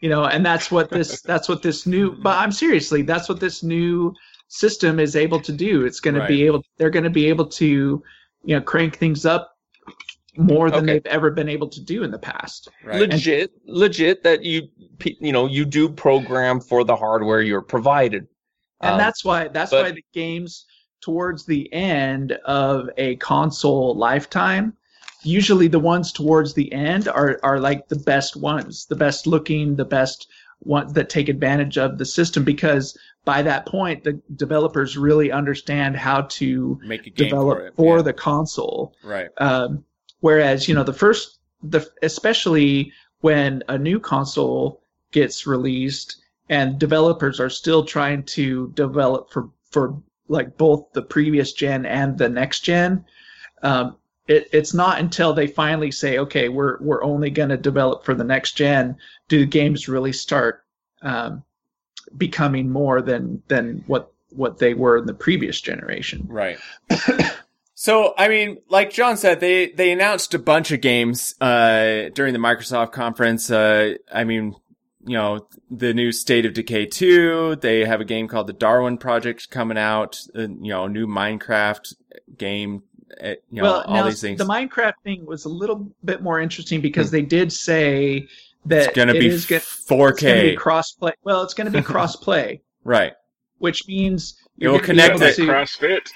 E: you know and that's what this that's what this new but i'm seriously that's what this new system is able to do it's going to be able they're going to be able to you know crank things up more than
D: Okay.
E: they've ever been able to do in the past
A: right.
D: Legit, legit that you pe- you know you do program for the hardware you're provided.
E: and
D: Um,
E: that's why that's
D: but-
E: why the games towards the end of a console lifetime usually the ones towards the end are are like the best ones the best looking the best ones that take advantage of the system because by that point the developers really understand how to
A: make a game
E: develop
A: for
E: for,
A: it. yeah.
E: the console
A: right.
E: um, whereas you know the first the especially when a new console gets released and developers are still trying to develop for for like both the previous gen and the next gen. Um, it, it's not until they finally say, okay, we're we're only going to develop for the next gen, do the games really start um, becoming more than than what what they were in the previous generation.
A: Right. so, I mean, like John said, they they announced a bunch of games uh, during the Microsoft conference. Uh, I mean, you know, the new State of Decay two. They have a game called the Darwin Project coming out. Uh, you know, new Minecraft game. Uh, you know, all
E: now,
A: these things. Hmm.
E: The Minecraft thing was a little bit more interesting because they did say that
A: it's gonna
E: it
A: be
E: is go-
A: four
E: it's gonna
A: K.
E: be crossplay. Well, it's going to be crossplay,
A: right.
E: which means
A: It will
E: gonna be
A: connect
E: able
A: it.
E: to-
G: CrossFit.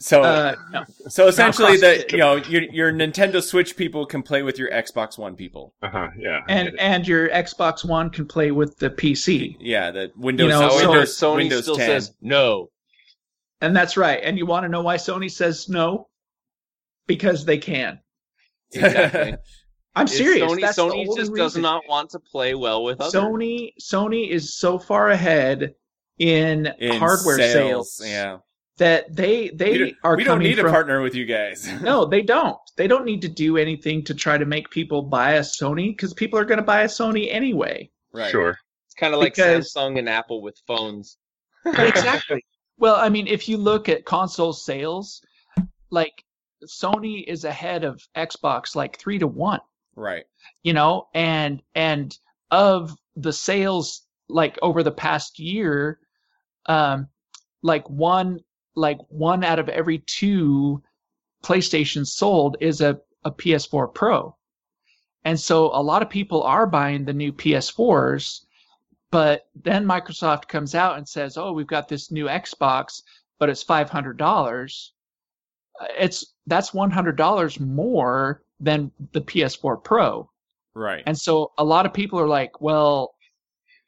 A: So,
E: uh, no,
A: so essentially, the
E: CrossFit.
A: you know your your Nintendo Switch people can play with your Xbox One people.
G: Uh huh. Yeah. I get
E: and
G: it.
E: and your Xbox One can play with the PC,
A: Yeah, the Windows.
E: know, so-
A: Windows,
D: Sony
A: Windows
D: still
A: 10.
D: says no.
E: and that's right. And you want to know why Sony says no? Because they can.
D: Exactly.
E: I'm
D: Is
E: serious.
D: Sony,
E: That's the
D: Sony
E: only
D: just does
E: reason.
D: not want to play well with others.
E: Sony Sony is so far ahead in,
A: In
E: hardware sales,
A: Yeah,
E: that they they
A: we don't,
E: are
A: we don't
E: coming
A: need
E: from
A: to partner with you guys.
E: no they don't they don't need to do anything to try to make people buy a sony because people are going to buy a sony anyway
A: right.
G: Sure.
D: It's kind of like
E: Because-
D: Samsung and Apple with phones.
E: exactly well i mean if you look at console sales like sony is ahead of xbox like three to one
A: Right.
E: you know and and of the sales like over the past year um like one like one out of every two PlayStation sold is a a PS4 Pro and so a lot of people are buying the new PS4s but then Microsoft comes out and says oh we've got this new Xbox but it's $500 Uh, it's that's $100 more than the PS4 Pro
A: Right.
E: and so a lot of people are like, well,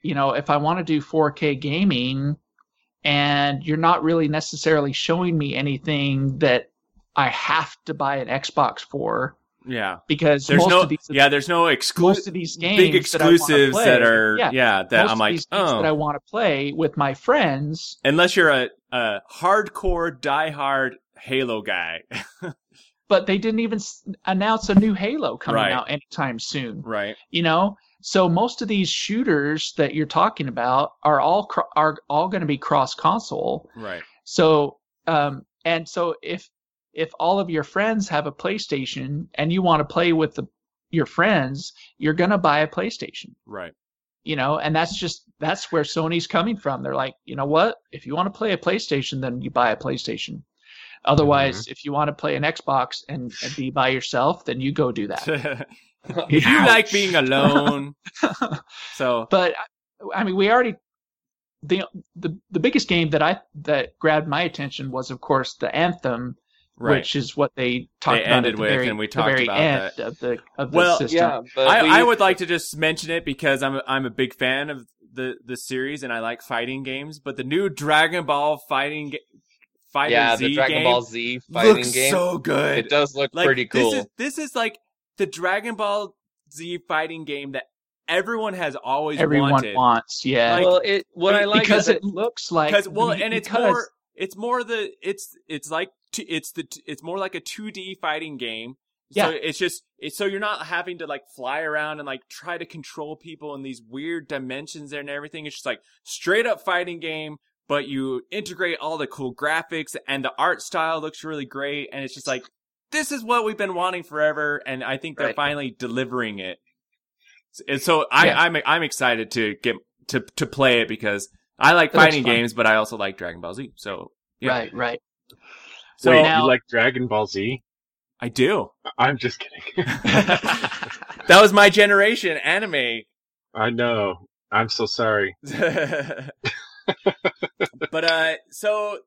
E: you know, if I want to do 4K gaming and you're not really necessarily showing me anything that I have to buy an Xbox for
A: yeah.
E: because
A: There's
E: most
A: no.
E: of these
A: yeah. There's no
E: most
A: exclusive.
E: of these games
A: Big
E: that I wanna
A: exclusives
E: play-
A: that are yeah, that
E: most
A: I'm
E: of
A: like
E: these games
A: oh
E: that I want to play with my friends
A: unless you're a, a hardcore diehard Halo guy
E: but they didn't even s- announce a new Halo coming
A: Right.
E: out anytime soon
A: right
E: you know so most of these shooters that you're talking about are all cro- are all going to be cross console
A: right
E: So, um, and so if if all of your friends have a PlayStation and you want to play with the, your friends, you're gonna buy a PlayStation,
A: right
E: you know. And that's just that's where Sony's coming from. They're like, you know what? If you want to play a PlayStation, then you buy a PlayStation. Otherwise, if you want to play an Xbox and, and be by yourself, then you go do that.
A: if you like being alone so
E: but I- I mean, we already the the the biggest game that I that grabbed my attention was, of course, the Anthem
A: right
E: which is what they talked
A: They
E: about
A: ended
E: at the
A: with,
E: very,
A: and we
E: the
A: talked
E: very
A: about
E: end
A: that.
E: of the of the
A: Well,
E: system.
D: Yeah, but
A: I,
D: Uh, we-
A: I would like to just mention it because I'm I'm a big fan of the the series and I like fighting games, but the new Dragon Ball fighting ga- fighter
D: yeah,
A: Z
D: the Dragon
A: game
D: Ball Z fighting
A: looks
D: game.
A: so good.
D: it does look
A: like,
D: pretty cool.
A: This is this is like the Dragon Ball Z fighting game that everyone has always
E: Everyone
A: wanted.
E: wants, yeah,
A: Like,
D: well, it what I like
E: because
D: is
E: it looks like
A: because well, and it's
E: because-
A: more it's more the it's it's like t- it's the t- it's more like a 2D fighting game. So
E: Yeah.
A: it's just it's so you're not having to like fly around and like try to control people in these weird dimensions there and everything. It's just like straight up fighting game, but you integrate all the cool graphics and the art style looks really great and it's just like this is what we've been wanting forever and I think they're
D: Right.
A: finally delivering it. And so I,
E: Yeah.
A: I'm I'm excited to get to to play it because I like
E: It looks
A: fighting
E: fun.
A: games, but I also like Dragon Ball Z. So yeah.
E: right, right.
A: so
G: Wait,
E: now-
G: you like Dragon Ball Z?
A: I do.
G: I'm just kidding.
A: that was my generation anime.
G: I know. I'm so sorry.
A: but uh, so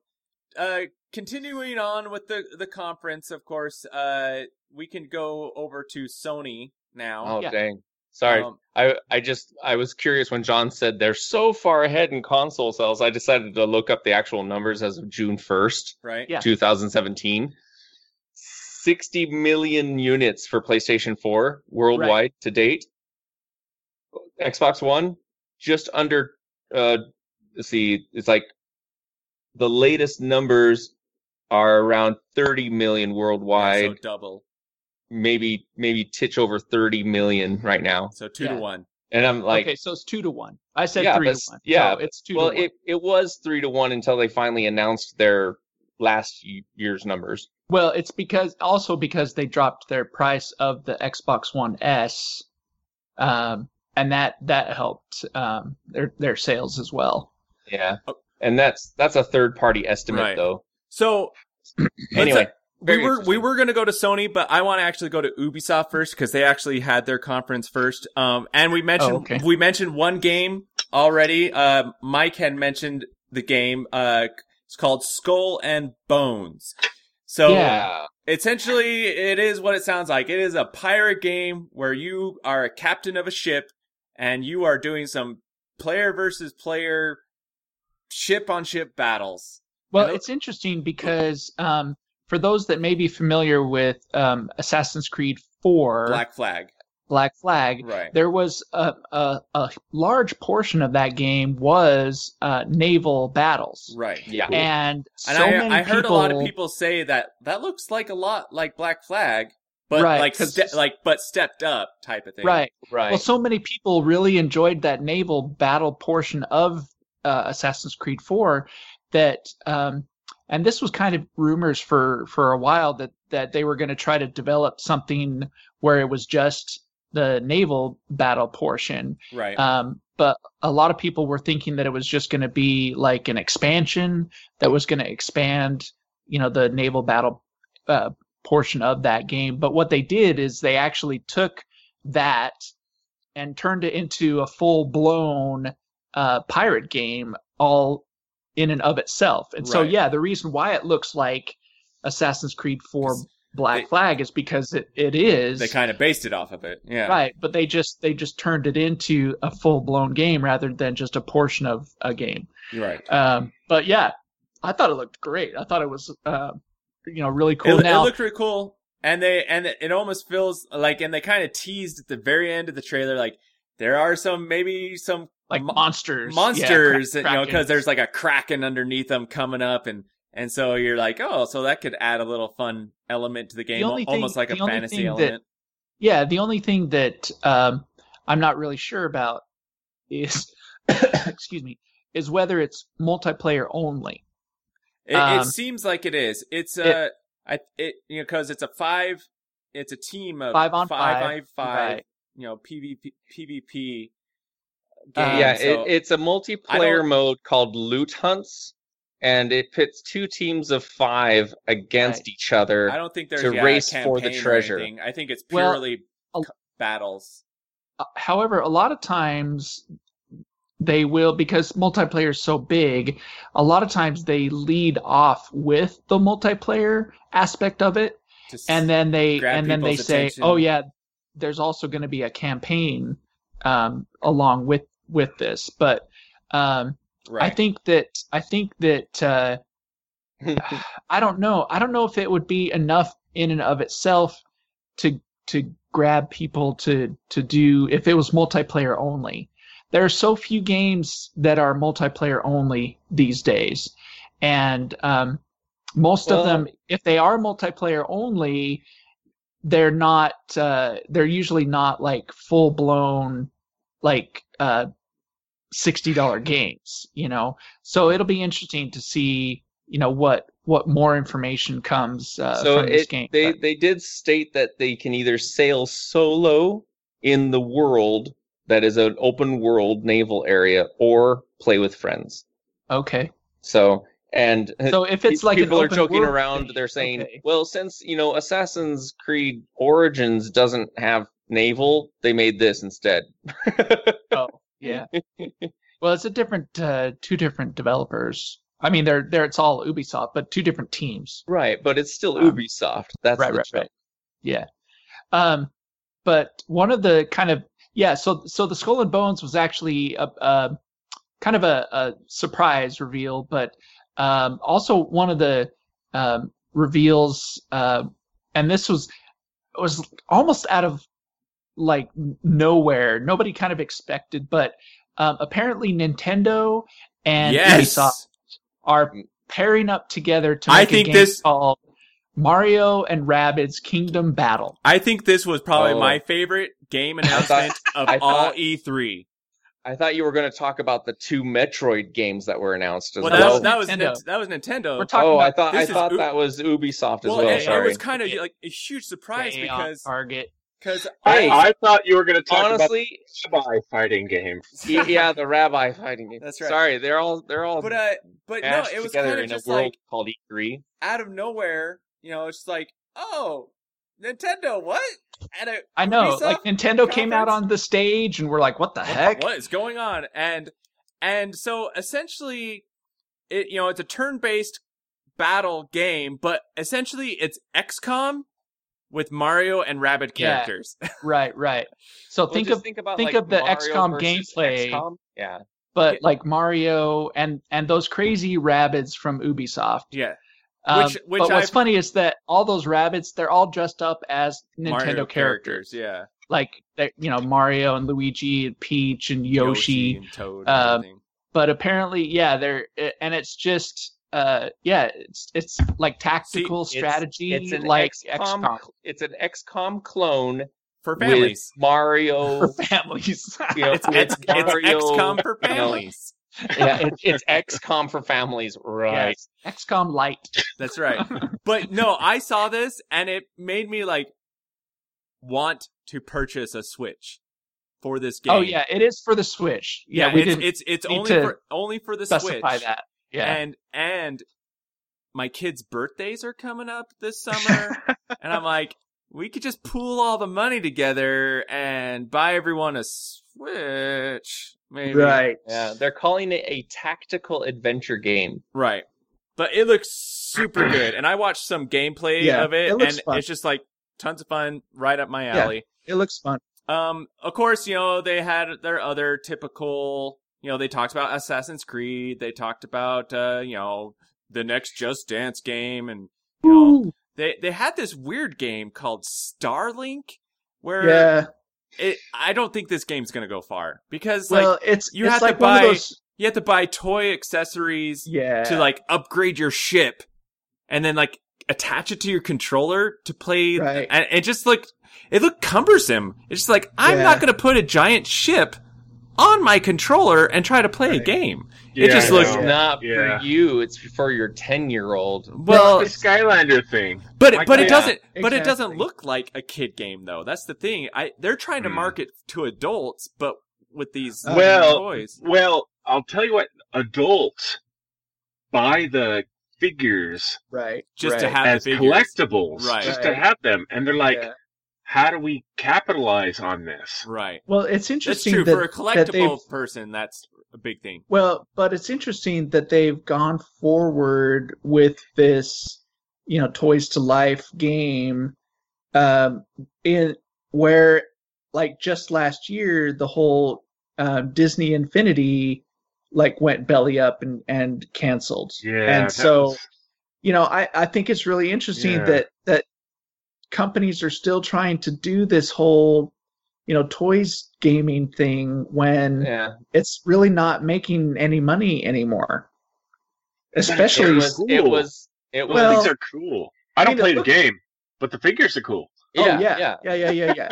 A: uh, continuing on with the the conference, of course, uh, we can go over to Sony now.
D: oh
E: yeah.
D: dang, sorry.
A: Um,
D: I I just I was curious when John said they're so far ahead in console sales. I decided to look up the actual numbers as of June first,
A: right.
E: Yeah.
D: 2017. 60 million units for PlayStation 4 worldwide to date. Xbox One, just under, uh, let's see, it's like the latest numbers are around 30 million worldwide,
A: So double.
D: maybe, maybe titch over 30 million right now.
A: So two to
E: Yeah.
A: one.
D: And I'm like,
E: okay, so it's two to one. I said
D: Yeah,
E: three to
D: that's-
E: one.
D: yeah,
E: so it's two
D: well,
E: to one.
D: it, it was three to one until they finally announced their last y- year's numbers.
E: well, it's because also because they dropped their price of the Xbox One S, um, and that that helped um, their their sales as well.
D: Yeah.
A: Oh.
D: And that's that's a third party estimate
A: Right.
D: though.
A: So
D: Anyway,
A: we
D: very
A: were we
D: interesting.
A: were gonna go to Sony, but I want to actually go to Ubisoft first because they actually had their conference first. Um, and we mentioned
E: Oh, okay.
A: we mentioned one game already. Um, Mike had mentioned the game. Uh, it's called Skull and Bones. So
E: Yeah.
D: Uh,
A: essentially, it is what it sounds like. It is a pirate game where you are a captain of a ship and you are doing some player versus player, ship on ship battles.
E: Well,
A: Hello?
E: it's interesting because um, for those that may be familiar with um, Assassin's Creed 4,
A: Black Flag.
E: Black Flag,
A: Right.
E: there was a, a, a large portion of that game was uh, naval battles.
A: Right.
D: Yeah.
E: And so
A: And I,
E: many
A: I heard
E: people,
A: a lot of people say that that looks like a lot like Black Flag, but
E: Right.
A: like ste- like but stepped up type of thing.
E: right?
D: Right.
E: Well, so many people really enjoyed that naval battle portion of uh, Assassin's Creed 4 that, um, and this was kind of rumors for for a while that that they were going to try to develop something where it was just the naval battle portion.
A: Right.
E: Um, but a lot of people were thinking that it was just going to be like an expansion that was going to expand, you know, the naval battle uh, portion of that game. But what they did is they actually took that and turned it into a full blown uh, pirate game all in and of itself. And so,
A: Right.
E: yeah, the reason why it looks like Assassin's Creed 4
A: 'Cause
E: Black
A: they-
E: Flag is because it, it is
A: they kind of based it off of it. Yeah.
E: right but they just they just turned it into a full-blown game rather than just a portion of a game
A: You're right.
E: um, but yeah i thought it looked great i thought it was uh, you know really
A: It,
E: cool
A: it
E: now
A: looked really cool, and they and it almost feels like and they kind of teased at the very end of the trailer like there are some maybe some
E: like
A: mo-
E: monsters
A: monsters
E: yeah,
A: that, you know
E: Kraken.
A: because there's like a kraken underneath them coming up and and so you're like oh so that could add a little fun element to the game
E: only thing-
A: almost like a
E: the only thing
A: fantasy
E: that-
A: element
E: yeah the only thing that um, i'm not really sure about is excuse me is whether it's multiplayer only
A: It, it
E: Um,
A: seems like it is. It's uh, I it you know because it's a five, it's a team of
E: Five on
A: five,
E: five,
A: on five
E: right.
A: you know PvP PvP.
E: Um,
D: yeah,
A: so-
D: it, it's a multiplayer mode called Loot Hunts, and it pits two teams of five against
E: Right.
D: each other.
A: I don't think there's
D: to
A: yeah, a
D: race for the
A: campaign or
D: treasure.
A: anything. I think it's
E: Well,
A: purely
E: a-
A: c- battles.
E: Uh, however, a lot of times they will because multiplayer is so big. A lot of times they lead off with the multiplayer aspect of it,
A: To s-
E: and then they
A: Grab
E: and then they
A: people's
E: say,
A: attention.
E: "Oh yeah, there's also going to be a campaign um, along with with this." But um,
A: right.
E: I think that I think that uh, I don't know. I don't know if it would be enough in and of itself to to grab people to to do if it was multiplayer only. There are so few games that are multiplayer only these days, and um, most
D: Well-
E: of them, if they are multiplayer only, they're not. Uh, they're usually not like full blown, like uh, sixty dollar games. You know, so it'll be interesting to see. You know what what more information comes uh,
D: so
E: from this
D: it,
E: game.
D: they
E: but-
D: they did state that they can either sail solo in the world that is an open world naval area, or play with friends.
E: Okay.
D: So and
E: So if it's
D: Pe-
E: like an
D: people are
E: open
D: joking
E: world
D: around,
E: thing,
D: they're saying,
E: okay.
D: "Well, since you know Assassin's Creed Origins doesn't have naval, they made this instead."
E: "Oh, yeah." well, it's a different, uh, two different developers. I mean, they're they're it's all Ubisoft, but two different teams.
D: right, but it's still
E: Um,
D: Ubisoft. That's
E: right,
D: the
E: right,
D: joke.
E: right. Yeah. Um, but one of the kind of yeah, so so the Skull and Bones was actually a, a kind of a, a surprise reveal, but um, also one of the um, reveals, uh, and this was was almost out of like nowhere. Nobody kind of expected, but um, apparently Nintendo and
A: yes,
E: Ubisoft are pairing up together to make
A: I
E: a
A: think
E: game
A: this-
E: called Mario and Rabbids Kingdom Battle.
A: I think this was probably
D: Oh.
A: my favorite game
D: thought-
A: announcement of
D: I
A: all E
D: thought-
A: E3.
D: I thought you were going to talk about the two Metroid games that were announced as
A: Well,
D: well.
A: that,
E: that
A: was, that was
E: Nintendo.
A: Nint- that was Nintendo.
E: We're talking
D: oh, I
E: about
D: thought I
A: this is
D: thought
A: Ub-
D: that was Ubisoft as well.
A: well, it, it
D: sorry.
A: was kind of like a huge surprise
E: Stay on
A: because
E: Target.
A: because
D: Hey. E
G: I, I thought you were going to talk
D: Honestly,
G: about the spy fighting game.
D: y- yeah, the Rabbi fighting. game.
A: That's right.
D: Sorry, they're all they're all
A: but uh but no,
D: mashed
A: it was
D: together
A: kind of
D: in a
A: just
D: world
A: like
D: called E E3.
A: out of nowhere, you know, it's just like, oh, Nintendo, what? And I,
E: I know,
A: Ubisoft
E: like Nintendo came out
A: conference?
E: on the stage, and we're like, "What the heck?"
A: what is going on? And and so essentially, it you know, it's a turn-based battle game, but essentially it's XCOM with Mario and Rabbit
E: Yeah.
A: characters.
E: Right, right. So think of,
D: think about
E: think of the XCOM
D: versus
E: gameplay.
D: XCOM. Yeah,
E: but like Mario and and those crazy rabbits from Ubisoft.
A: yeah,
E: Um,
A: Which- which
E: but what's
A: I've-
E: funny is that all those rabbits, they're all dressed up as Nintendo
A: Mario
E: characters.
A: Yeah,
E: like they're- you know Mario and Luigi and Peach and Yoshi.
A: and Toad. And
E: uh,
A: everything.
E: But apparently, yeah, they're and it's just uh yeah, it's it's like tactical
D: it's-
E: strategy
D: It's an
E: like
D: XCOM.
E: XCOM
D: It's an XCOM clone
A: for families.
D: with Mario.
E: for families.
D: You know,
A: It's,
D: with
A: it's, it's
D: Mario-
A: XCOM for families.
D: yeah, it's, it's XCOM for families, right?
E: Yes. XCOM light.
A: That's right. But no, I saw this and it made me like want to purchase a Switch for this game.
E: Oh yeah, it is for the Switch. Yeah, we
A: it's,
E: didn't
A: it's it's
E: need
A: only
E: to
A: for only for the
E: specify
A: Switch.
E: that. Yeah.
A: And and my kids' birthdays are coming up this summer, and I'm like, we could just pool all the money together and buy everyone a Switch, maybe.
D: Yeah, they're calling it a tactical adventure game.
A: Right. But it looks super good. And I watched some gameplay
E: Yeah,
A: of it,
E: it looks
A: and
E: fun.
A: it's just like tons of fun right up my
E: Yeah.
A: alley.
E: It looks fun.
A: Um, of course, you know, they had their other typical, you know, they talked about Assassin's Creed, they talked about, uh, you know, the next Just Dance game, and, you know, they, they had this weird game called Starlink, where
E: yeah.
A: it, I don't think this game's gonna go far, because,
E: Well,
A: like,
E: it's
A: you
E: it's
A: have to
E: like one
A: buy-
E: of those
A: you have to buy toy accessories
E: yeah.
A: to, like, upgrade your ship, and then, like, attach it to your controller to play
E: Right.
A: and it just looked it looked cumbersome. It's just like I'm
E: Yeah.
A: not going to put a giant ship on my controller and try to play a
E: Right.
A: game.
G: Yeah,
A: it just
G: I
A: looks
G: know.
D: It's not
G: Yeah.
D: for you. It's for your ten-year-old.
A: well,
G: the Skylander thing.
A: but
G: like
A: but it
G: that.
A: doesn't but it doesn't
E: Exactly.
A: look like a kid game though. That's the thing. I they're trying to
G: Hmm.
A: market to adults, but with these
E: Uh,
G: Well-
A: toys.
G: Well, I'll tell you what, adults buy the figures
E: right.
A: Just to
E: right.
A: have
G: as
A: the figures.
G: collectibles,
A: Right.
G: just to
E: Right.
G: have them, and they're like,
E: Yeah.
G: "How do we capitalize on this?"
A: Right.
E: Well, it's
A: That's
E: interesting
A: true
E: that,
A: for a
E: that they've-
A: collectible person. That's a big thing.
E: Well, but it's interesting that they've gone forward with this, you know, Toys to Life game, um, in where like just last year the whole uh, Disney Infinity like went belly up and and canceled.
G: Yeah,
E: and
G: that
E: so
G: was-
E: you know, I I think it's really interesting
G: Yeah.
E: that that companies are still trying to do this whole, you know, toys gaming thing when
D: Yeah.
E: it's really not making any money anymore.
D: It
E: Especially,
D: was. It
G: cool.
D: was. It
G: those
D: was.
E: Well-
G: things are cool. I don't
E: mean, it
G: play the
E: looks-
G: game, but the figures are cool.
E: oh
D: yeah, yeah.
E: yeah, yeah, yeah, yeah, yeah.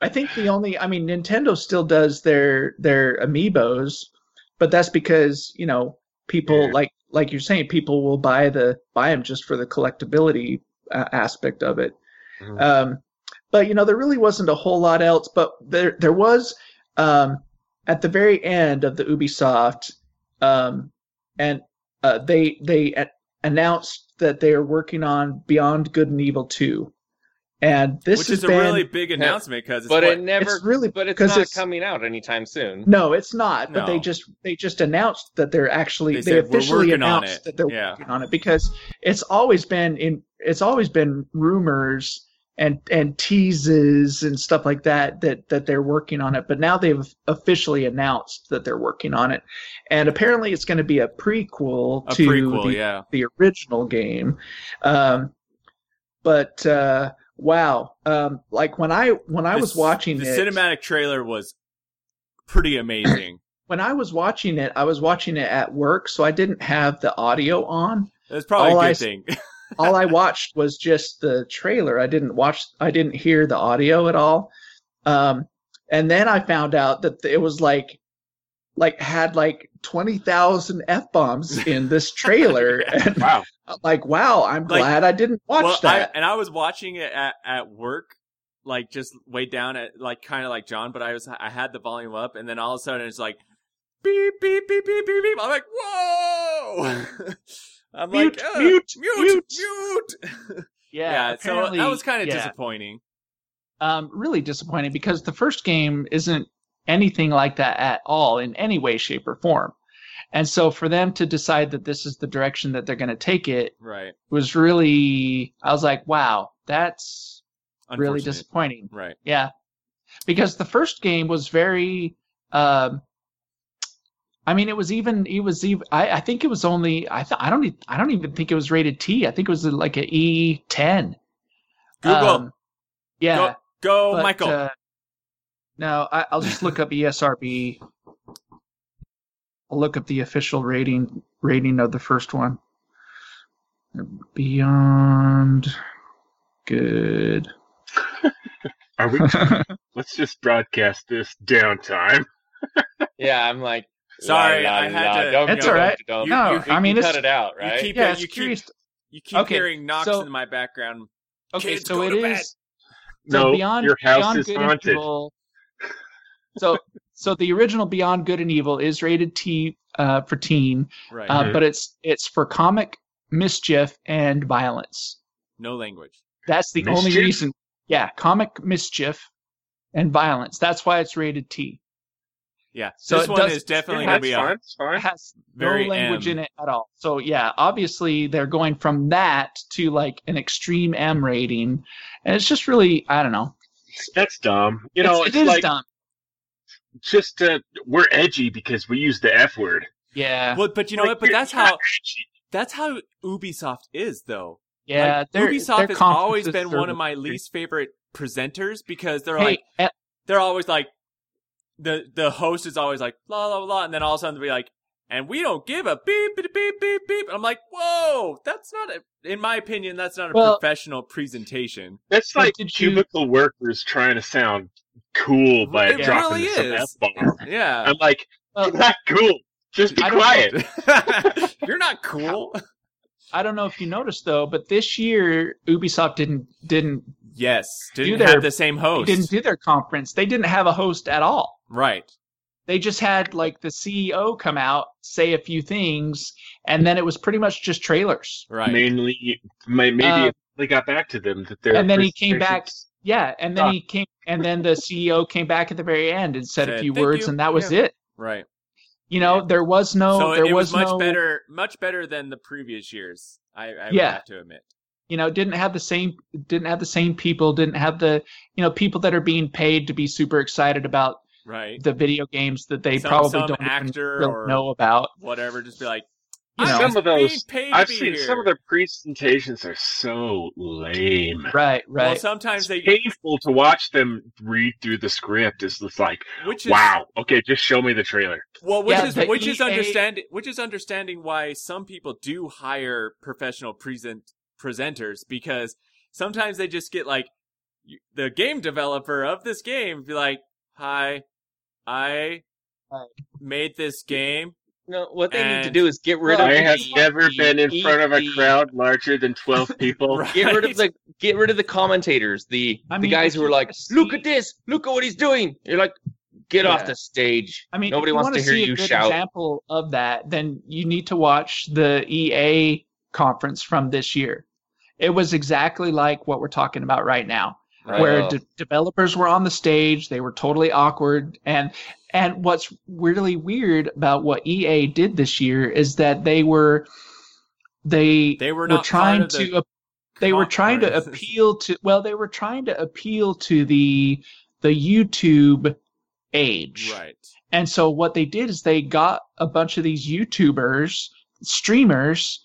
E: I think the only, I mean, Nintendo still does their their amiibos, but that's because you know people
G: Yeah.
E: like like you're saying people will buy the buy them just for the collectability uh, aspect of it.
D: Mm-hmm.
G: Mhm.
E: Um, but you know, there really wasn't a whole lot else. But there there was um, at the very end of the Ubisoft, um, and uh, they they a- announced that they are working on Beyond Good and Evil two, and this
A: Which
E: has
A: is a
E: been,
A: really big announcement because it's
D: But
A: what-
D: it never.
E: it's really
D: but it's
E: 'cause
D: not
E: it's-
D: coming out anytime soon.
E: no, it's not. But they
A: No.
E: just they just announced that they're actually
A: They
E: they,
A: said, "We're
E: officially
A: working on
E: announced
A: it."
E: that they're
A: Yeah.
E: working on it because it's always been in it's always been rumors and and teases and stuff like that that that they're working on it. But now they've officially announced that they're working on it, and apparently it's going to be a prequel
A: a
E: to
A: prequel,
E: the,
A: yeah.
E: the original game. Um, but uh, wow, um, like when I when I
A: The
E: was
A: c-
E: watching
A: the
E: it,
A: cinematic trailer was pretty amazing.
E: when I was watching it, I was watching it at work, so I didn't have the audio on.
A: That's probably
E: All
A: a
E: I
A: good
E: s-
A: thing.
E: All I watched was just the trailer. I didn't watch, I didn't hear the audio at all. Um, and then I found out that it was like, like had like twenty thousand f bombs in this trailer, and
G: Wow.
E: I'm like, wow, I'm
A: Like-
E: glad I didn't watch
A: well, I,
E: that.
A: and I was watching it at, at work, like just way down at like kind of like John, but I was I had the volume up, and then all of a sudden it's like beep beep beep beep beep beep. I'm like whoa. I'm
E: Mute,
A: like uh,
E: mute,
A: mute
E: mute.
A: mute. yeah, so that was kind of disappointing.
E: um, really disappointing because the first game isn't anything like that at all in any way, shape, or form. And so for them to decide that this is the direction that they're going to take it
A: Right.
E: was really, I was like, wow, that's really
A: Unfortunate.
E: disappointing.
A: Right.
E: Yeah. Because the first game was very, um, I mean, it was even, it was even, I, I think it was only, I, th- I don't, e- I don't even think it was rated T. I think it was like a E10.
A: Google.
E: Um, yeah.
A: Go,
E: But,
A: Oh, Michael.
E: uh, No, I, I'll just look up E ESRB. I'll look up the official rating rating of the first one. Beyond good.
G: Are we? let's just broadcast this downtime.
D: Yeah, I'm like.
A: Sorry,
D: la, la,
A: I had
D: la,
A: to-
D: Don't,
E: It's
D: don't,
E: all right.
D: don't,
E: No,
D: don't. You-
E: I
D: you
E: mean,
D: cut
E: it's-
D: it out, right?
A: keep
E: yeah,
A: it-
E: it's
A: you keep-
E: curious.
A: You keep
E: Okay,
A: hearing knocks
E: so-
A: in my background.
E: okay,
A: Kids,
E: so
A: go
E: it
A: to
E: is.
A: bed.
E: So
G: no,
E: beyond
G: your house
E: beyond
G: is
E: good
G: haunted.
E: and evil. So so the original Beyond Good and Evil is rated T uh, for teen,
A: Right.
E: uh,
G: Mhm.
E: but it's it's for comic mischief and violence.
A: no language.
E: That's the only
G: Mischief?
E: reason. Yeah, comic mischief and violence. That's why it's rated T.
A: Yeah.
E: So
A: this
E: it
A: one
E: does-
A: is definitely
G: Yeah,
A: going to
G: that's
A: be
G: fine.
A: a
G: It's
E: It
G: fine.
E: has
A: very
E: no language
A: M.
E: in it at all. So yeah, obviously they're going from that to like an extreme M rating, and it's just really I don't know.
G: That's dumb. You know,
E: It's-
G: it's,
E: it is
G: like
E: dumb.
G: just uh, we're edgy because we use the F word.
E: Yeah,
A: But but you know
G: Like,
A: what? But
G: you're
A: that's
G: not
A: how
G: edgy.
A: that's how Ubisoft is though.
E: yeah.
A: Like,
E: their-
A: Ubisoft
E: their
A: has always
E: conferences
A: been
E: are
A: one of my
E: really-
A: least favorite presenters because they're
E: Hey, eh,
A: like
E: at-
A: they're always like the the host is always like la la la, and then all of a sudden they'll be like, and we don't give a beep beep beep beep beep. And I'm like, whoa, that's not a, in my opinion, that's not a
E: Well-
A: professional presentation.
G: That's
E: But
G: like
E: did you-
G: cubicle workers trying to sound cool by
A: It
G: dropping
A: really
G: some F
A: is.
G: bomb.
A: Yeah,
G: I'm like,
E: well,
G: you're not cool. Just be
E: I don't know.
G: quiet.
A: you're not cool.
E: I don't know if you noticed though, but this year Ubisoft didn't didn't
A: Yes, didn't
E: Do
A: have
E: their-
A: the same
E: they
A: host.
E: didn't do their conference. They didn't have a host at all.
A: right.
E: They just had like the CEO come out, say a few things, and then it was pretty much just trailers.
A: Right.
G: Mainly, may- maybe
E: Uh,
G: it really got back to them that they're.
E: and then he came back. Yeah, and
A: Ah.
E: then he came, and then the CEO came back at the very end and said
A: Said,
E: a few
A: "Thank
E: words,
A: you."
E: and that was
A: Yeah.
E: it.
A: right.
E: You know, there was no,
A: so it-
E: there
A: it was, much
E: no,
A: better, much better than the previous years. I, I would
E: Yeah.
A: have to admit.
E: you know, didn't have the same, didn't have the same people, didn't have the, you know, people that are being paid to be super excited about
A: Right.
E: the video games that they
A: Some-
E: probably
A: some
E: don't even
A: actor
E: really
A: or-
E: know about.
A: Whatever. Just be like.
E: You
A: I'm
E: know.
A: just
G: Some of those-
A: being paid to
G: I've
A: be
G: seen
A: here.
G: some of their presentations are so lame.
E: Right,
A: Well,
E: right.
A: sometimes they,
G: It's painful to watch them read through the script. It's just like,
A: which is
G: wow, okay, just show me the trailer.
A: well, which
E: Yeah,
A: is
E: the
A: which is
E: EA
A: understand which is understanding why some people do hire professional present presenters because sometimes they just get like you- the game developer of this game be like, "Hi, I
E: Hi.
A: made this game."
D: No, what they need to
A: And-
D: do is get rid of.
G: I have
D: the-
G: never been in
D: the-
G: front of a
D: the-
G: crowd larger than 12 people.
A: Right.
D: Get rid of the get rid of the commentators, the
E: I
D: the
E: mean,
D: guys
E: if
D: who
E: you
D: are like,
E: wanna see-
D: look at this, look at what he's doing. You're like, get off
E: Yeah.
D: the stage.
E: I mean,
D: nobody
E: if you
D: wants
E: wanna
D: to hear
E: see a
D: you
E: good
D: shout.
E: example of that, then you need to watch the EA conference from this year. It was exactly like what we're talking about right now,
D: Right.
E: where
D: Uh,
E: de- developers were on the stage, they were totally awkward, and and what's really weird about what EA did this year is that they were they
A: They were
E: were
A: not part
E: trying
A: of the
E: to they were trying to
A: Conferences.
E: appeal to well they were trying to appeal to the the YouTube age.
A: Right.
E: And so what they did is they got a bunch of these YouTubers, streamers,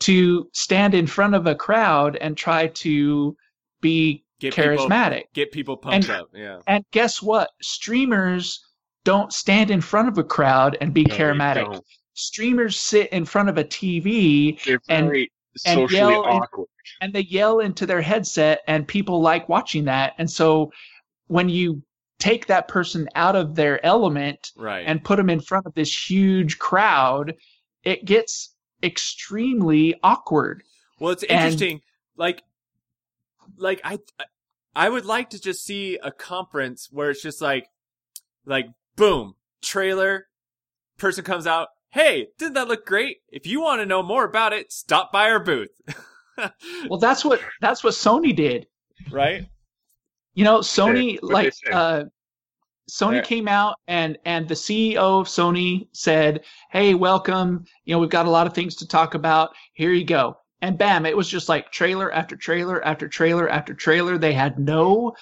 E: to stand in front of a crowd and try to be
A: Get people
E: charismatic.
A: get people pumped
E: And-
A: up. Yeah.
E: And guess what? Streamers don't stand in front of a crowd and be
G: No, they
E: charismatic.
G: don't.
E: Streamers sit in front of a TV
G: They're
E: And-
G: very
E: and
G: socially
E: yell and-
G: awkward.
E: and they yell into their headset and people like watching that. And so when you take that person out of their element
A: Right.
E: and put them in front of this huge crowd, it gets extremely awkward.
A: Well, it's
E: And-
A: interesting. like, like I, I would like to just see a conference where it's just like, like boom, trailer, person comes out. Hey, didn't that look great? If you want to know more about it, stop by our booth.
E: Well, that's what that's what Sony did.
A: right?
E: You know, Sony
G: What'd they
E: like
G: say?
E: uh Sony
D: There.
E: came out and and the CEO of Sony said, "Hey, welcome. You know, we've got a lot of things to talk about. Here you go." And bam, it was just like trailer after trailer after trailer after trailer. They had no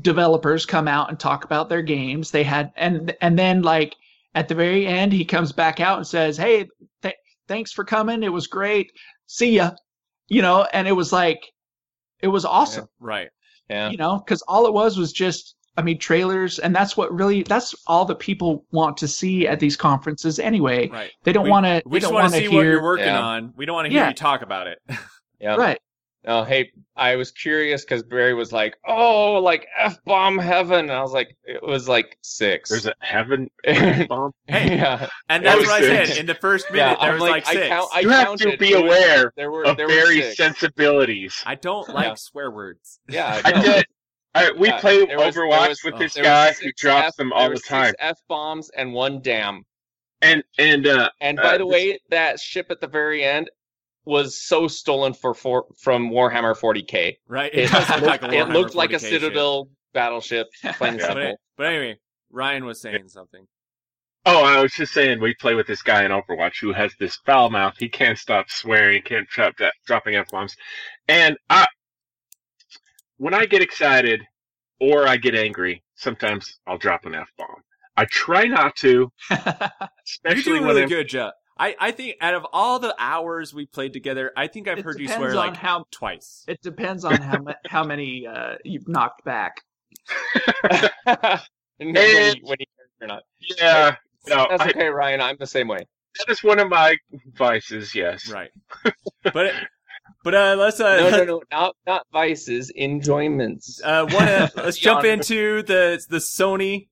E: developers come out and talk about their games. They had and and then like at the very end, he comes back out and says, "Hey, th- thanks for coming. It was great. See ya." You know, and it was like, it was awesome
A: Right.
D: yeah.
E: you know, because all it was was just I mean, trailers, and that's what really that's all that people want to see at these conferences anyway.
A: Right.
E: They don't
A: We-
E: want to.
A: We
E: don't
A: just want to see what you're
E: hear.
A: working
D: Yeah.
A: on. We don't want to hear
E: Yeah.
A: you talk about it.
D: Yeah.
E: Right.
D: Oh, hey, I was curious because Barry was like, "Oh, like f bomb heaven," and I was like, "It was like six.
G: There's a heaven bomb.
A: Hey.
D: yeah,
A: And
G: That
A: that's
G: was
A: what I
G: good.
A: said. In the first minute,
D: yeah.
A: there
D: I'm
A: was
D: like,
A: like,
D: I
A: six.
D: count. I
G: You have to
D: counted,
G: be
D: there were-
G: aware
D: There were
G: Of
D: there
G: very
D: were six.
G: sensibilities.
A: I don't like
D: Yeah.
A: swear words.
D: Yeah,
G: I
D: no.
G: did. I, we
D: Yeah,
G: play
D: there was- there
G: Overwatch
D: was-
G: with
A: oh.
G: this
D: There
G: guy
D: was
G: who
D: six
G: drops
D: F-
G: them
D: there
G: all
D: were
G: the
D: six
G: time,
D: F bombs and one damn.
G: and and uh,
D: And
G: Uh,
D: by the
G: this-
D: way, that ship at the very end was so stolen for, for from Warhammer 40k.
A: Right?
D: It,
A: does
D: looked,
A: look like a
D: it
A: Warhammer
D: looked like a
A: 40K ship.
D: Citadel battleship, plain and
A: But,
G: Yeah.
D: simple.
A: it- but anyway, Ryan was saying something.
G: oh, I was just saying we play with this guy in Overwatch who has this foul mouth. He can't stop swearing, can't stop dro- dropping f bombs, and I when I get excited or I get angry, sometimes I'll drop an f bomb. I try not to,
A: You
G: especially
A: do
G: when
A: really
G: I'm
A: good, job. I, I think out of all the hours we played together, I think I've
E: It
A: heard you
E: depends
A: swear
E: on
A: like
E: how-
A: twice.
E: it depends on how ma- how many uh, you've knocked back.
D: And when you-
G: And-
D: when you- you're not.
G: yeah.
A: Oh,
G: No,
D: That's
G: I-
D: okay, Ryan. I'm the same way.
G: That is one of my vices. Yes.
A: Right. But but uh, let's uh,
D: No,
A: let's-
D: no, no, not not vices, enjoyments.
A: uh, wanna, let's
D: Beyond.
A: jump into the the Sony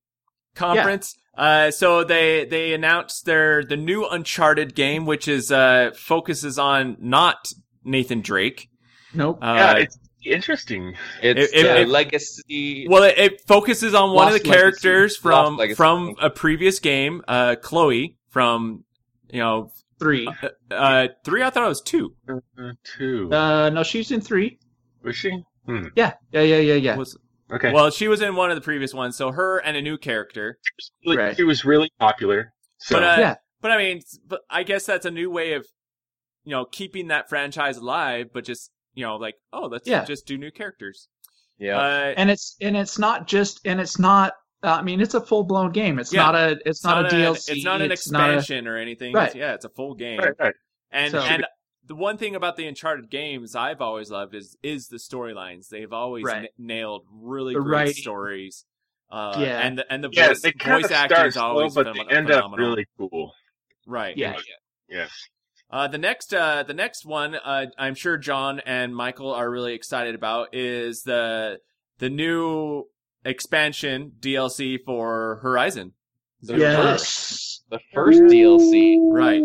A: conference. Uh, so they they announced their the new Uncharted game, which is uh focuses on not Nathan Drake.
E: Nope.
G: Yeah,
A: Uh,
G: it's interesting.
D: It's
A: if-
D: uh,
A: if-
D: legacy.
A: well, it, it focuses on one of
D: Lost
A: the characters
D: Legacy.
A: from
D: Lost Legacy.
A: from a previous game, uh, Chloe from you know
E: three.
A: uh three. I thought it was two.
G: Uh, Two.
E: Uh, no, she's in three.
G: Was she? Hmm.
E: Yeah, yeah, yeah, yeah, yeah.
A: Was-
G: Okay.
A: Well, she was in one of the previous ones, so her and a new character.
G: Like,
E: right.
G: She was really popular. So
A: But uh,
E: Yeah.
A: but I mean, but I guess that's a new way of, you know, keeping that franchise alive, but just you know, like, oh, let's
E: Yeah.
A: just do new characters.
D: yeah.
A: Uh,
E: And it's and it's not just and it's not. Uh, I mean, it's a full blown game. It's
A: Yeah.
E: not a. It's, not, a
A: an-
E: DLC.
A: It's not an
E: not a-
A: expansion or anything.
E: Right.
A: It's, yeah, it's a full game.
G: right, right.
A: And
E: So-
A: and the one thing about the Uncharted games I've always loved is is the storylines. They've always
E: Right.
A: na- nailed really
E: The
A: great
E: writing.
A: stories. Uh,
E: Yeah.
A: and the, and the
G: yeah,
A: voice,
G: they kind
A: voice
G: of
A: acting
G: start
A: is
G: slow,
A: always
G: but
A: phenom-
G: they end
A: phenomenal.
G: up really cool.
A: right.
E: Yeah.
G: Yeah.
A: Uh, the next, uh, the next one, uh, I'm sure John and Michael are really excited about is the the new expansion DLC for Horizon. Zero Dawn.
E: Yes.
D: the first DLC.
A: Right.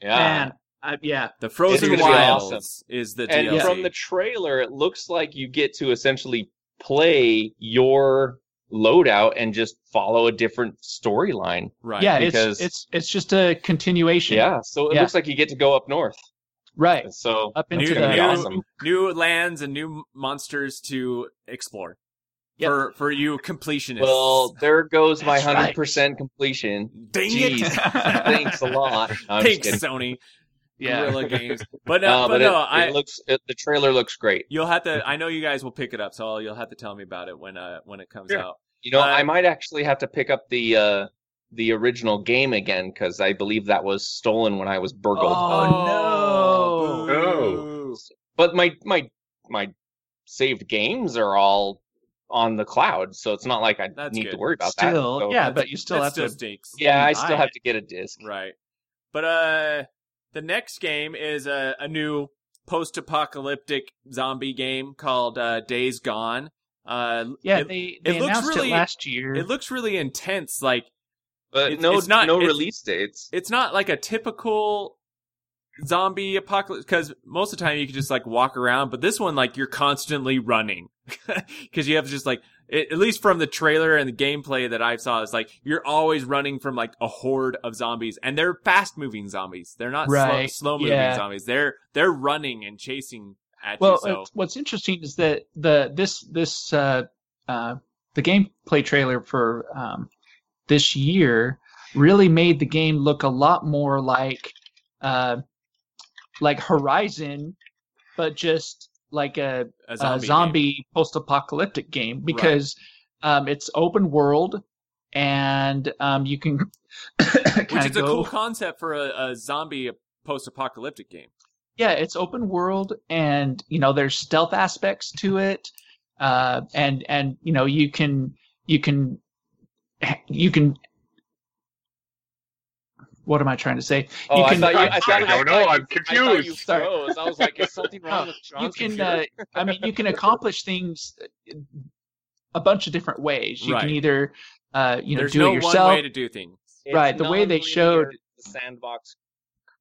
D: Yeah.
E: Man, I, yeah.
A: The
D: It's
A: Frozen
D: gonna be
A: Wilds
D: awesome.
A: is the
D: and
A: DLC.
D: from the trailer, it looks like you get to essentially play your loadout and just follow a different storyline.
A: right.
E: yeah,
D: because-
E: it's it's it's just a continuation.
D: Yeah, so it
E: Yeah.
D: looks like you get to go up north.
E: Right.
D: So
E: Up
A: New,
E: into
D: gonna be
E: the
A: new-
D: awesome.
A: new lands and new monsters to explore
E: Yep.
A: for for you completionists.
D: well, there goes my
E: That's right.
D: hundred percent completion.
A: dang
D: Jeez.
A: it!
D: Thanks a lot. No, I'm just
A: Thanks,
D: kidding.
A: Sony.
E: yeah.
A: Guerrilla Games. But no,
D: Uh,
A: but, no,
D: it,
A: I,
D: it looks it, the trailer looks great.
A: You'll have to. I know you guys will pick it up, so you'll have to tell me about it when uh when it comes
G: Yeah.
A: out.
D: You know,
A: Uh,
D: I might actually have to pick up the uh, the original game again because I believe that was stolen when I was burgled.
E: Oh,
A: boo.
E: no.
G: Oh.
D: but my my my saved games are all on the cloud, so it's not like I
A: That's
D: need to
A: good.
D: worry about that.
E: Still,
D: So-
E: yeah, but you still
A: That
E: have
A: still
E: to.
A: stinks.
D: yeah, I
E: buy
D: still have to get a disc.
A: Right, but uh, the next game is a a new post-apocalyptic zombie game called uh, Days Gone. Uh,
E: Yeah,
A: it,
E: they, they
A: looks
E: announced
A: really-
E: it last year.
A: it looks really intense. Like
D: But
A: It's-
D: no,
A: it's not-
D: no
A: it's-
D: release dates.
A: it's not like a typical zombie apocalypse because most of the time you can just like walk around but this one like you're constantly running because you have to just like it, at least from the trailer and the gameplay that i saw is like you're always running from like a horde of zombies and they're fast moving zombies they're not
E: Right,
A: slow moving
E: yeah.
A: zombies they're they're running and chasing at
E: well,
A: you so
E: it's- what's interesting is that the this this uh, uh, the gameplay trailer for um, this year really made the game look a lot more like uh, like Horizon, but just like a
A: a
E: uh,
A: zombie,
E: zombie,
A: game.
E: post-apocalyptic game because um, it's open world and um, you can
A: which
E: kind
A: is
E: of
A: a
E: go.
A: cool concept for a, a zombie post-apocalyptic game
E: yeah, it's open world and you know there's stealth aspects to it, uh, and and you know you can you can you can what am I trying to say?
D: Oh,
E: you
D: I
E: can
D: thought you. I, thought,
G: I don't know. I'm
D: I thought you
G: confused.
E: Sorry.
D: froze. I was like, is something wrong with
E: you
D: John's
E: can
D: computer?
E: uh, i mean you can accomplish things uh, a bunch of different ways you
A: Right.
E: can either uh, you know
A: There's
E: do
A: no
E: it yourself
A: one way to do things.
D: It's
E: right, the way they
D: nonlinear
E: showed-
D: sandbox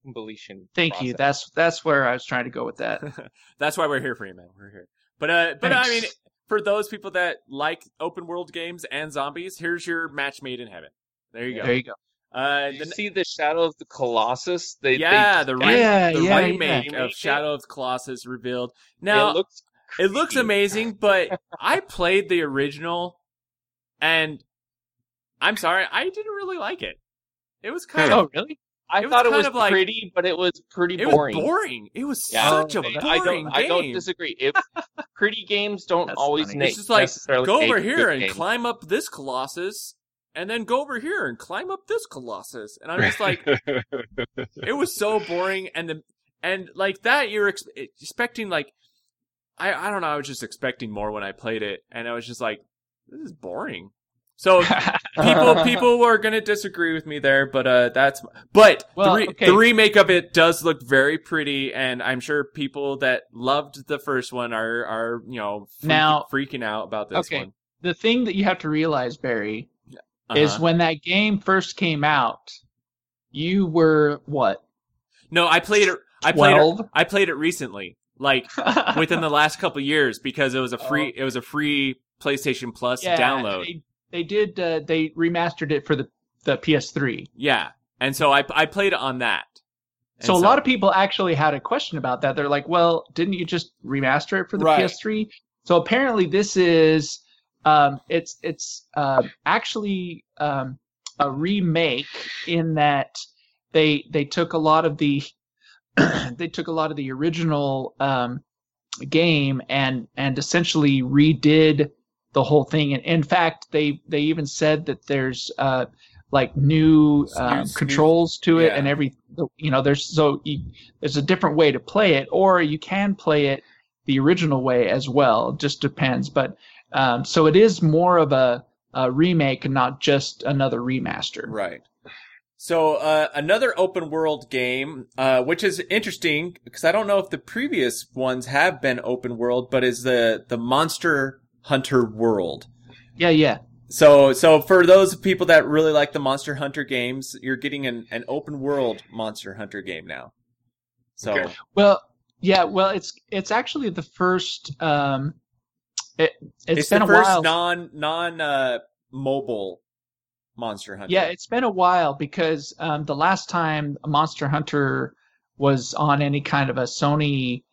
D: completion.
E: thank you
D: process.
E: that's that's where i was trying to go with that
A: That's why we're here for you, man. We're here. But uh, but I mean,
E: Thanks.
A: for those people that like open world games and zombies, here's your match made in heaven. There you go.
E: there you go
A: Uh,
D: Did you
A: the,
D: see the Shadow of the Colossus? They, they
A: yeah,
D: just
A: the,
D: got-
A: re-
E: Yeah,
A: the
E: yeah,
A: remake
D: yeah.
A: of Shadow of the Colossus revealed.
D: it
A: Now
D: looks
A: it looks
D: creepy.
A: amazing, but I played the original, and I'm sorry, I didn't really like it. It was kind of
E: oh really
D: I
A: It was
D: thought it
A: kind
D: was
A: of like-
D: pretty, but it was pretty
A: it
D: boring.
A: was boring. It was
D: Yeah.
A: such a
E: Oh,
A: boring
D: I don't.
A: game.
D: I don't disagree. If pretty games don't
E: That's
D: always
E: funny.
D: make
A: It's just like,
D: necessarily
A: go
D: make
A: over
D: a
A: here
D: good
A: and
D: game.
A: climb up this colossus and then go over here and climb up this colossus and i'm just like it was so boring and the and like that you're ex- expecting like i i don't know i was just expecting more when i played it and i was just like this is boring so people people were gonna disagree with me there but uh that's but
E: Well,
A: the, re-
E: okay.
A: the remake of it does look very pretty and i'm sure people that loved the first one are are you know freak-
E: Now-
A: freaking out about this
E: Okay.
A: one
E: the thing that you have to realize barry is
A: Uh-huh.
E: when that game first came out you were what
A: no i played it i played it,
E: 12
A: i played it recently like within the last couple years because it was a free it was a free playstation plus download
E: Oh. they, they did uh, they remastered it for the the ps3
A: yeah and so i i played it on that And
E: So a lot of people actually had a question about that. They're like, "Well, didn't you just remaster it for the
A: Right.
E: PS3?" So apparently, this is um, it's it's uh, actually um, a remake in that they they took a lot of the they took a lot of the original um, game and and essentially redid the whole thing. And in fact, they they even said that there's uh, like new
A: Snooze,
E: um,
A: snooze.
E: controls to it
A: Yeah.
E: and every the- you know there's so you, there's a different way to play it or you can play it the original way as well. It just depends. But um, so it is more of a, a remake and not just another remaster.
A: Right. So uh, another open world game, uh, which is interesting because I don't know if the previous ones have been open world, but is the the Monster Hunter World.
E: Yeah, yeah.
A: So so for those people that really like the Monster Hunter games, you're getting an, an open world Monster Hunter game now. So
G: Okay.
E: Well, yeah. Well, it's it's actually the first. Um, it,
A: it's, the
E: been a
A: first
E: while.
A: non non uh, mobile Monster Hunter.
E: Yeah, it's been a while because um, the last time Monster Hunter was on any kind of a Sony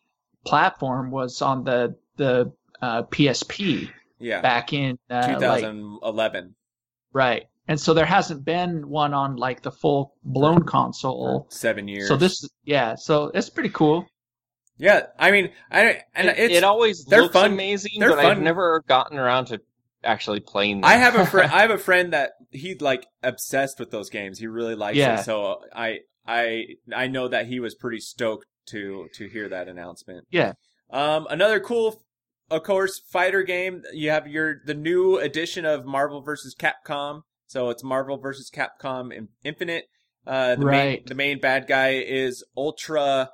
E: platform was on the the uh, PSP
A: yeah.
E: back in uh, like
A: 2011.
E: Right. And so there hasn't been one on like the full blown
A: for
E: console.
A: seven years.
E: So this, yeah, so it's pretty cool.
A: yeah, I mean, I and
D: it,
A: it's
D: it always
A: they're
D: looks
A: fun-
D: amazing,
A: they're
D: but I've
A: fun.
D: never gotten around to actually playing. Them.
A: I have a friend. I have a friend that he's like obsessed with those games. He really likes
E: Yeah.
A: it. So I I I know that he was pretty stoked to to hear that announcement.
E: Yeah.
A: Um, another cool, of course, fighter game. You have your the new edition of Marvel vs. Capcom. So it's Marvel vs. Capcom in- Infinite. Uh, the main
E: Right.
A: the main bad guy is Ultra.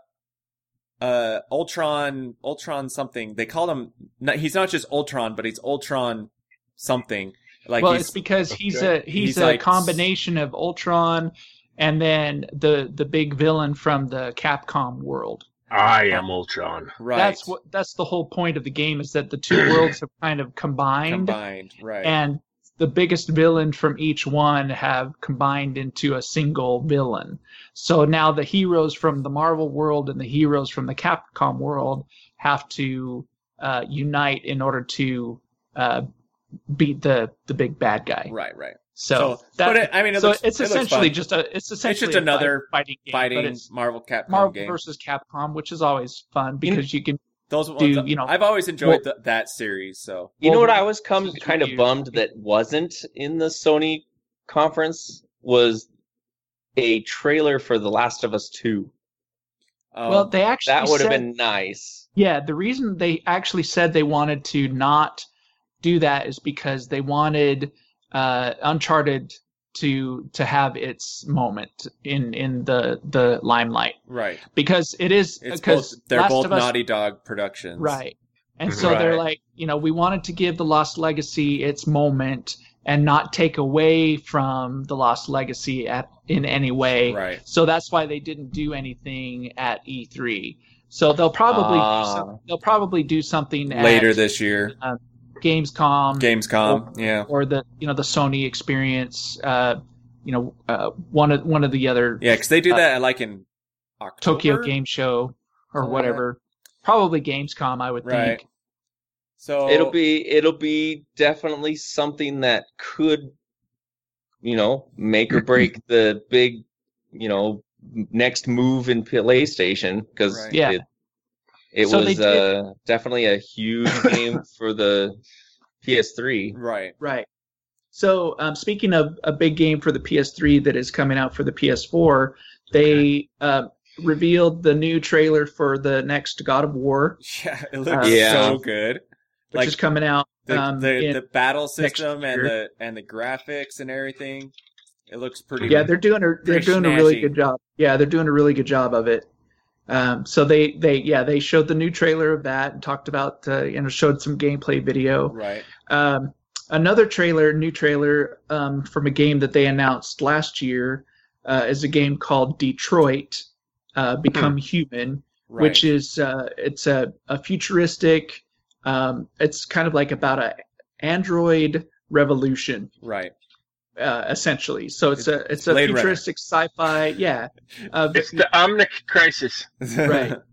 A: Uh, Ultron, Ultron something. They call him. no, He's not just Ultron, but he's Ultron something. Like
E: well,
A: he's,
E: it's because he's a he's,
A: He's
E: a
A: like-
E: combination of Ultron and then the the big villain from the Capcom world.
G: I am Ultron.
A: right.
E: That's what that's the whole point of the game is that the two worlds have kind of combined,
A: combined, right?
E: and the biggest villain from each one have combined into a single villain. So now the heroes from the Marvel world and the heroes from the Capcom world have to uh, unite in order to uh, beat the the big bad guy.
A: right, right.
E: So,
A: So-
E: that,
A: but it- I mean, it
E: so
A: looks-
E: it's
A: it looks
E: essentially
A: fun.
E: just a it's essentially
A: just
E: a
A: another
E: fighting game, but
A: Fighting
E: it's
A: Marvel Capcom
E: Marvel
A: game.
E: versus Capcom, which is always fun because you can.
A: Those ones,
E: you know-
A: I've always enjoyed th- that series. So
D: You know
E: Well,
D: what I was come,
E: since
D: kind of
E: you-
D: bummed that wasn't in the Sony conference was a trailer for The Last of Us Two.
A: um,
E: well,
D: Oh,
E: they actually
D: That would have
E: said-
D: been nice.
E: Yeah, the reason they actually said they wanted to not do that is because they wanted uh, Uncharted to to have its moment in in the the limelight
A: Right.
E: because it is
A: It's
E: because
A: both, they're
E: Last
A: both
E: of Us-
A: Naughty Dog productions.
E: Right. And so
A: Right.
E: they're like, you know, we wanted to give The Lost Legacy its moment and not take away from The Lost Legacy at, in any way.
A: Right.
E: So that's why they didn't do anything at E3. So they'll probably do
D: Ah.
E: some, they'll probably do something at
A: Later this year.
E: Gamescom
A: Gamescom. Yeah.
E: or the you know the Sony experience uh you know uh, one of one of the other
A: Yeah, because they do that like in October.
E: uh, Tokyo Game Show or
A: Something like that.
E: whatever. Probably Gamescom I would
A: Right.
E: think.
A: So
D: It'll be it'll be definitely something that could, you know, make or break the big, you know, next move in PlayStation because
A: Right.
E: Yeah.
D: it, it
E: So they
D: was
E: did-
D: uh, definitely a huge game for the PS3.
A: right.
E: Right. So, um, speaking of a big game for the PS3 that is coming out for the PS4, they uh, revealed the new trailer for the next God of War,
A: Yeah,
E: Uh,
A: it looks
D: Yeah.
A: so good.
E: which
A: Like-
E: is coming out.
A: The
E: um,
A: the,
E: in-
A: the battle system and
E: year.
A: the and the graphics and everything. It looks pretty.
E: yeah, they're doing a they're
A: pretty
E: doing a really
A: snazzy.
E: good job. Yeah, they're doing a really good job of it. Um, so they they yeah they showed the new trailer of that and talked about uh, you know showed some gameplay video.
A: right.
E: Um, another trailer, new trailer um, from a game that they announced last year, uh, is a game called Detroit: uh, Become Human,
A: Right.
E: which is uh, it's a, a futuristic. Um, it's kind of like about a android revolution,
A: right.
E: uh, essentially. So it's a it's a
A: Blade Runner.
E: futuristic sci-fi. Yeah, uh,
G: It's the Omnic Crisis.
E: Right.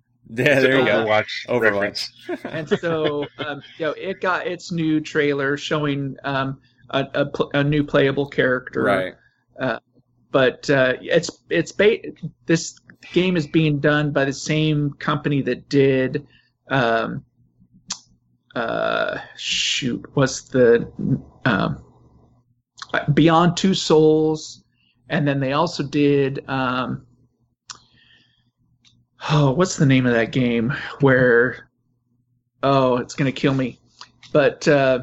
A: yeah.
G: It's
A: There
G: an
A: you go.
G: Overwatch,
A: Overwatch.
G: reference.
E: and so um, you know, it got its new trailer showing um, a, a, pl- a new playable character.
A: Right.
E: but uh, it's it's ba- this game is being done by the same company that did um, uh, shoot what's the um, Beyond Two Souls, and then they also did um, oh what's the name of that game where oh it's gonna kill me, but uh,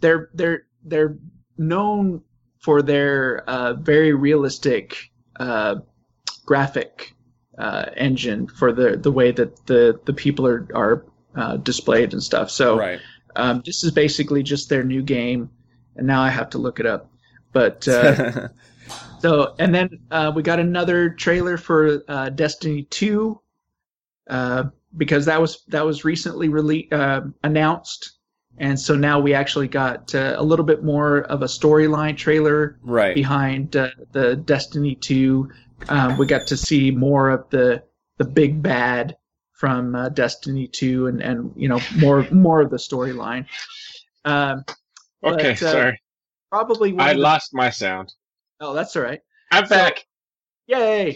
E: they're they're they're known for their uh, very realistic uh, graphic uh, engine for the, the way that the, the people are, are uh, displayed and stuff. So
A: Right.
E: um, this is basically just their new game, and now I have to look it up. But uh, so, and then uh, we got another trailer for uh, Destiny Two uh, because that was that was recently rele- uh, announced, and so now we actually got uh, a little bit more of a storyline trailer
A: right.
E: behind uh, the Destiny 2. Um, we got to see more of the the big bad from uh, Destiny 2, and and you know more more of the storyline. Um,
G: Okay,
E: But, uh,
G: sorry.
E: probably one.
G: I
E: of the-
G: lost my sound.
E: oh, that's all right.
G: I'm
E: So-
G: back.
E: Yay!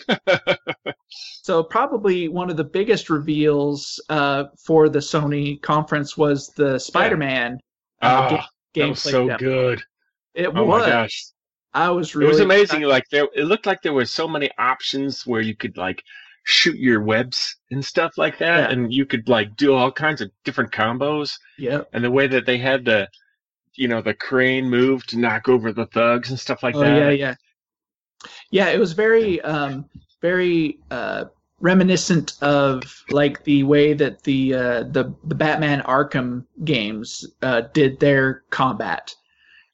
E: so probably one of the biggest reveals uh, for the Sony conference was the Spider-Man uh,
D: uh,
G: Ah,
E: ga-
G: that was
E: gameplay
G: so
E: demo.
G: good.
E: It
G: Oh
E: was.
G: my gosh.
E: I was really.
G: it was amazing.
E: excited.
G: Like there, it looked like there were so many options where you could like shoot your webs and stuff like that,
E: Yeah.
G: and you could like do all kinds of different combos.
E: Yep.
G: And the way that they had the, you know, the crane move to knock over the thugs and stuff like
E: oh
G: that.
E: yeah, yeah, yeah. It was very, um, very uh, reminiscent of like the way that the uh, the the Batman Arkham games uh, did their combat.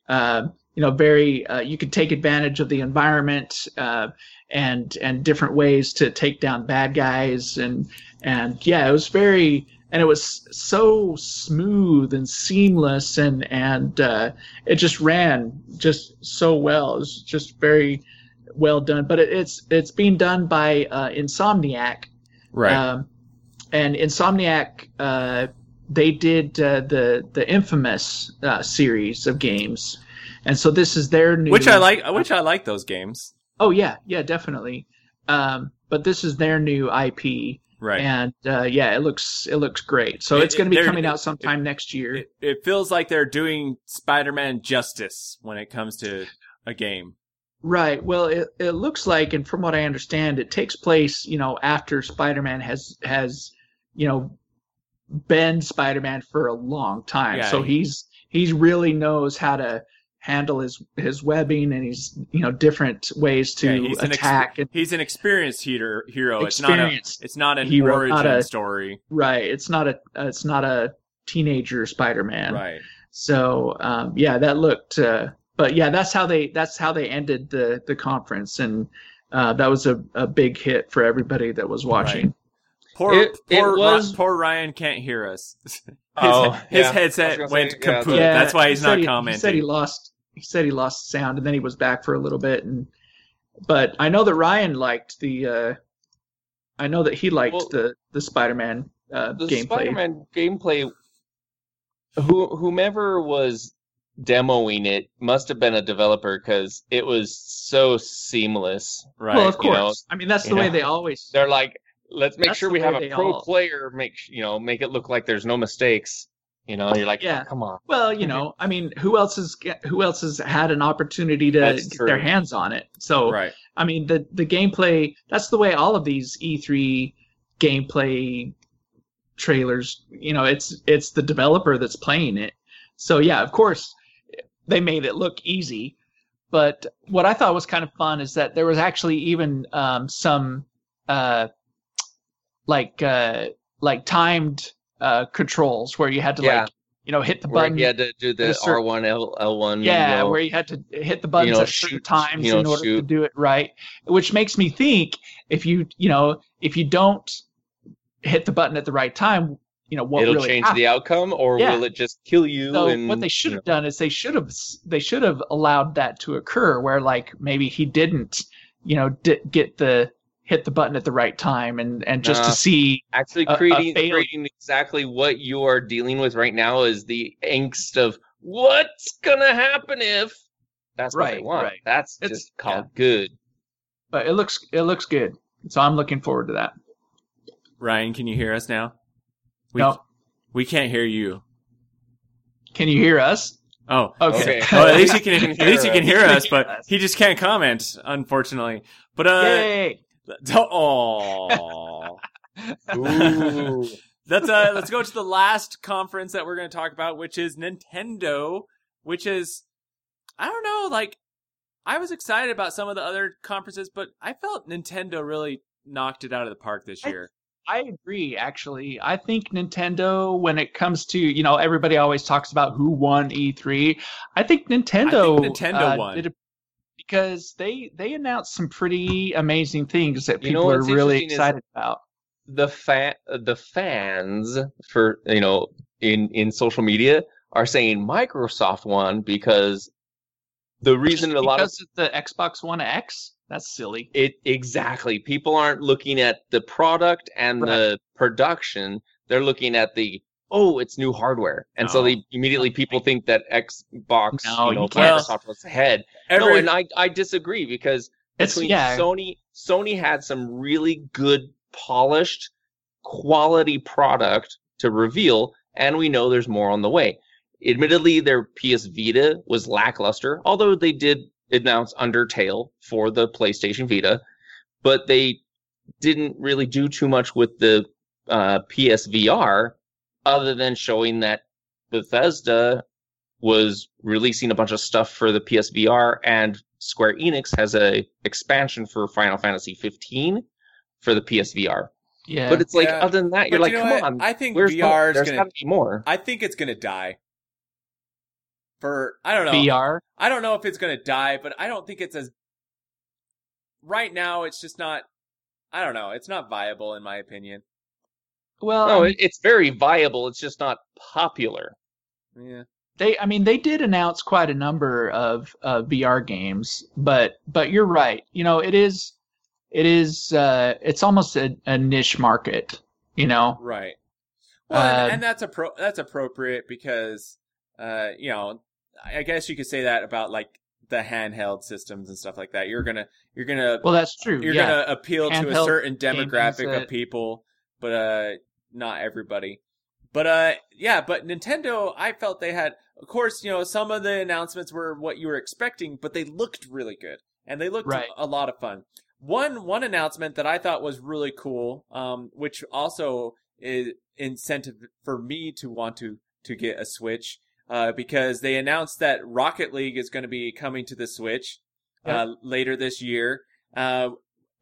E: Uh, you know, very uh, you could take advantage of the environment uh, and and different ways to take down bad guys and and yeah, it was very. And it was so smooth and seamless, and and uh, it just ran just so well. It's just very well done. But it, it's it's being done by uh, Insomniac,
A: Right.
E: um, and Insomniac uh, they did uh, the the infamous uh, series of games, and so this is their new
A: which I like. Which I like those games.
E: Oh yeah, yeah, definitely. Um, but this is their new IP,
A: Right.
E: and uh, yeah, it looks it looks great. So
A: It-
E: it's going to be
A: they're-
E: coming
A: it-
E: out sometime next year.
A: it, it feels like they're doing Spider-Man justice when it comes to a game.
E: Right. Well, it, it looks like, and from what I understand, it takes place, you know, after Spider-Man has has, you know, been Spider-Man for a long time.
A: Yeah,
E: so
A: he-
E: he's he really knows how to handle his his webbing and he's you know different ways to
A: Yeah, he's an ex-
E: attack and
A: He's an experienced heater, hero.
E: Experienced
A: It's not a, it's not an
E: hero,
A: origin
E: not a-
A: story,
E: right it's not a uh, it's not a teenager spider-man
A: right?
E: so um, yeah that looked uh, but yeah that's how they that's how they ended the the conference and uh, that was a, a big hit for everybody that was watching
A: Poor,
D: It- it
A: poor, Ri-
D: was-
A: poor Ryan can't hear us. His,
D: Oh,
A: his
D: yeah. I
A: headset
D: was gonna
A: went
D: say, yeah,
A: kaput.
E: Yeah,
A: That's why he's
E: he said
A: not
E: he-
A: commenting.
E: He said he lost. He said he lost sound, and then he was back for a little bit. And but I know that Ryan liked the. Uh, I know that he liked
D: Well,
E: the the Spider-Man uh,
D: the
E: gameplay.
D: Spider-Man gameplay. Who whomever was demoing it must have been a developer because it was so seamless.
A: right.
E: well, of
D: you
E: course.
D: know,
E: I mean, that's the
D: you
E: way
D: know.
E: they always.
D: They're like, let's make
E: That's
D: sure
E: the
D: we have
E: way
D: a
E: they
D: pro
E: all-
D: player. Make sh- you know, make it look like there's no mistakes. You know, you're like, "Oh,
E: Yeah.
D: come on.
E: Well, you know, I mean, who else has who else has had an opportunity to
D: That's
E: get their
D: true.
E: hands on it? So
A: right.
E: I mean, the the gameplay. That's the way all of these E3 gameplay trailers. You know, it's it's the developer that's playing it. So yeah, of course, they made it look easy. But what I thought was kind of fun is that there was actually even um, some uh, like uh, like timed uh, controls where you had to
D: Yeah.
E: like you know hit the
D: Where
E: button.
D: he had to do
E: with
D: the
E: a certain-
D: R1 L L1.
E: Yeah,
D: you know,
E: where you had to hit the buttons
D: you know,
E: at certain
D: shoot,
E: times
D: you know,
E: in order to
D: shoot.
E: do it right, which makes me think if you you know if you don't hit the button at the right time, you know what
D: it'll
E: really
D: change
E: happened.
D: the outcome, or
E: Yeah.
D: will it just kill you?
E: So
D: and
E: what they should
D: you
E: have done is they should have s- they should have allowed that to occur where like maybe he didn't you know di- get the hit the button at the right time and and just to
D: Nah.
E: see
D: actually
E: a- a
D: creating
E: failure.
D: creating exactly what you are dealing with right now is the angst of what's gonna happen if that's what they
E: Right,
D: want.
E: right.
D: That's
E: It's-
D: just called good.
E: but it looks it looks good. So I'm looking forward to that.
A: Ryan, can you hear us now? We,
E: No,
A: we can't hear you.
E: can you hear us?
A: Oh,
E: Okay.
D: Okay.
A: Oh, at least he can. At least he can hear us,
E: Hear
A: but
E: us.
A: he just can't comment, unfortunately. But uh,
E: Yay.
A: oh,
D: Ooh.
A: let's uh, let's go to the last conference that we're going to talk about, which is Nintendo, which is I don't know, like I was excited about some of the other conferences, but I felt Nintendo really knocked it out of the park this
E: I-
A: year.
E: I agree, actually. I think Nintendo, when it comes to, you know, everybody always talks about who won E3. I think Nintendo,
A: Nintendo
E: uh,
A: won.
E: did it because they they announced some pretty amazing things that
D: You know
E: people are
D: what's
E: really
D: interesting is-
E: excited about.
D: the fan the fans for you know in in social media are saying Microsoft won because the reason a
E: Just
D: lot of
E: because of the Xbox One X, that's silly.
D: It exactly. People aren't looking at the product and the production. They're looking at the oh, it's new hardware, and so
A: No.
D: they immediately people think that Xbox,
E: No,
D: you know,
E: you can't.
D: Microsoft was ahead. no,
A: Every,
D: and I I disagree because
E: It's
D: between
E: yeah,
D: Sony Sony had some really good polished quality product to reveal and we know there's more on the way. Admittedly their PS Vita was lackluster although they did announce Undertale for the PlayStation Vita but they didn't really do too much with the uh, PSVR other than showing that Bethesda was releasing a bunch of stuff for the PSVR, and Square Enix has a expansion for Final Fantasy 15 for the PSVR.
E: yeah.
D: But it's like,
A: Yeah.
D: other than that, you're
A: But
D: like,
A: you know
D: come
A: what?
D: on,
A: I think
D: where's
A: VR
D: VR
A: is
D: there's
A: gonna.
D: got to be more.
A: I think it's gonna die. For I don't know.
E: VR.
A: I don't know if it's gonna die, but I don't think it's as right now. It's just not. I don't know. It's not viable in my opinion. Um,
E: Well,
D: No,
E: I
D: it, it's very viable. It's just not popular.
A: Yeah.
E: they i mean they did announce quite a number of uh, vr games but but you're right you know it is it is uh it's almost a, a niche market you know
A: Right. Well, and,
E: Uh,
A: and that's appro- that's appropriate because, uh, you know, I I guess you could say that about like the handheld systems and stuff like that. You're gonna you're gonna
E: well that's true
A: you're
E: yeah
A: gonna appeal to a
E: Handheld
A: certain
E: gaming is
A: demographic
E: a-
A: of people, but uh, not everybody. But uh, yeah, but Nintendo, I felt they had, of course, you know, some of the announcements were what you were expecting, but they looked really good and they looked
E: Right.
A: a lot of fun. One one announcement that I thought was really cool, um, which also is incentive for me to want to to get a Switch, uh, because they announced that Rocket League is going to be coming to the Switch uh, later this year. Uh,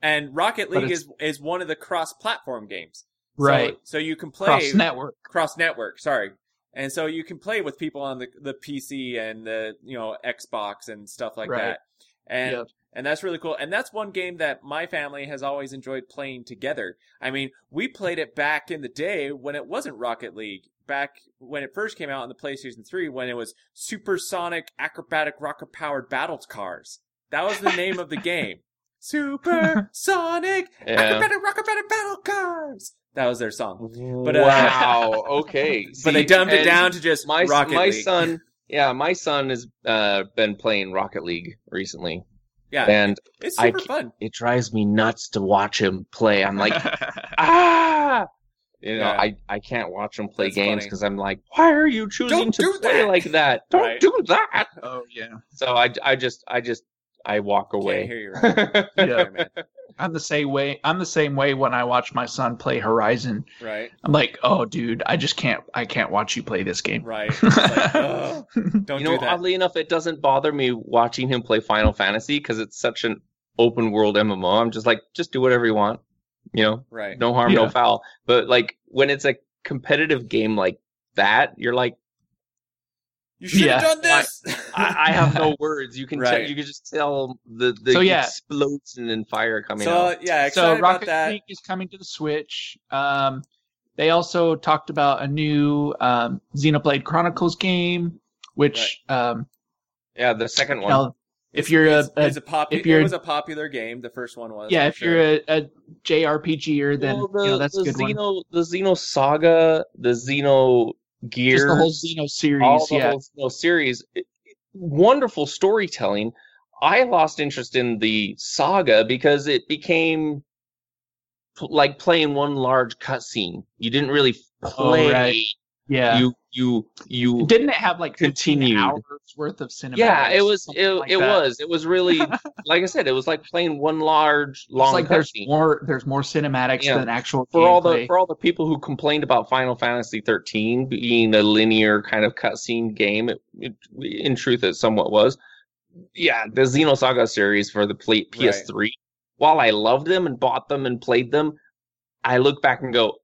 A: and Rocket
E: But
A: League
E: it's-
A: is is one of the cross-platform games. So-
E: Right.
A: So, you can play
E: Cross network.
A: cross network. Sorry, and so you can play with people on the the PC and the you know Xbox and stuff like
E: Right.
A: that. And
E: Yep.
A: and that's really cool. And that's one game that my family has always enjoyed playing together. I mean, we played it back in the day when it wasn't Rocket League. Back when it first came out on the PlayStation 3, when it was supersonic acrobatic rocket powered battle cars. That was the name of the game. Supersonic
D: Yeah.
A: acrobatic rocket powered battle cars. That was their song.
D: But,
A: uh,
D: wow. Okay.
A: but they dumbed it
D: and
A: down to just
D: My
A: Rocket
D: my
A: League.
D: son. Yeah, my son has uh, been playing Rocket League recently,
A: yeah,
D: and
A: it's
D: I
A: super
D: ca-
A: fun.
D: it drives me nuts to watch him play. I'm like, ah, you know,
A: Yeah.
D: I, I can't watch him play
A: That's
D: games
A: funny.
D: because I'm like, why are you choosing
A: Don't
D: to
A: do
D: play
A: that."
D: like that? Don't
A: Right.
D: do that.
E: oh yeah.
D: So I, I just I just I walk
A: Can't
D: away.
A: hear you right.
E: Yeah.
A: Sorry, man.
E: I'm the same way. I'm the same way when I watch my son play Horizon.
A: Right,
E: I'm like, oh, dude, I just can't. I can't watch you play this game.
A: right. It's like, ugh, don't
D: you know,
A: do that.
D: oddly enough, it doesn't bother me watching him play Final Fantasy because it's such an open world MMO. I'm just like, just do whatever you want. You know,
A: right.
D: no harm,
E: Yeah.
D: no foul. But like when it's a competitive game like that, you're like,
A: You should have
E: Yeah.
A: done this.
D: I, I have no words. You can tell,
A: Right.
D: you can just tell the the
E: So, yeah.
D: explosion and fire coming
A: so
D: out.
A: yeah, excited
E: so
A: about
E: Rocket
A: that.
E: League is coming to the Switch. Um, they also talked about a new um, Xenoblade Chronicles game, which um,
D: Yeah, the second one.
E: now, if you're a,
A: it's,
E: a-
A: it's a popu-
E: if you're-
A: it was a popular game. The first one was.
E: yeah,
A: I'm
E: if
A: sure.
E: you're a, a JRPGer, then
D: Well, the,
E: you know, that's a
D: the
E: good one.
D: Xeno, the Xeno Saga, the Xeno Gears,
E: Just the whole Xeno series,
D: all the
E: yeah.
D: whole Xeno series. It- it- Wonderful storytelling. I lost interest in the saga because it became p- like playing one large cutscene. You didn't really play.
E: Oh, right. yeah.
D: You you you
E: Didn't it have like 15
D: Continued.
E: hours worth of cinematic?
D: yeah it was it,
E: something like
D: it
E: that?
D: was it was really like i said it was like playing one large
E: It's
D: long
E: like there's
D: cutscene.
E: more there's more cinematics
D: Yeah.
E: than actual
D: for all the
E: gameplay.
D: for all the people who complained about final fantasy 13 being a linear kind of cutscene game it, it, in truth it somewhat was yeah the xenosaga series for the pl- ps3 while i loved them and bought them and played them i look back and go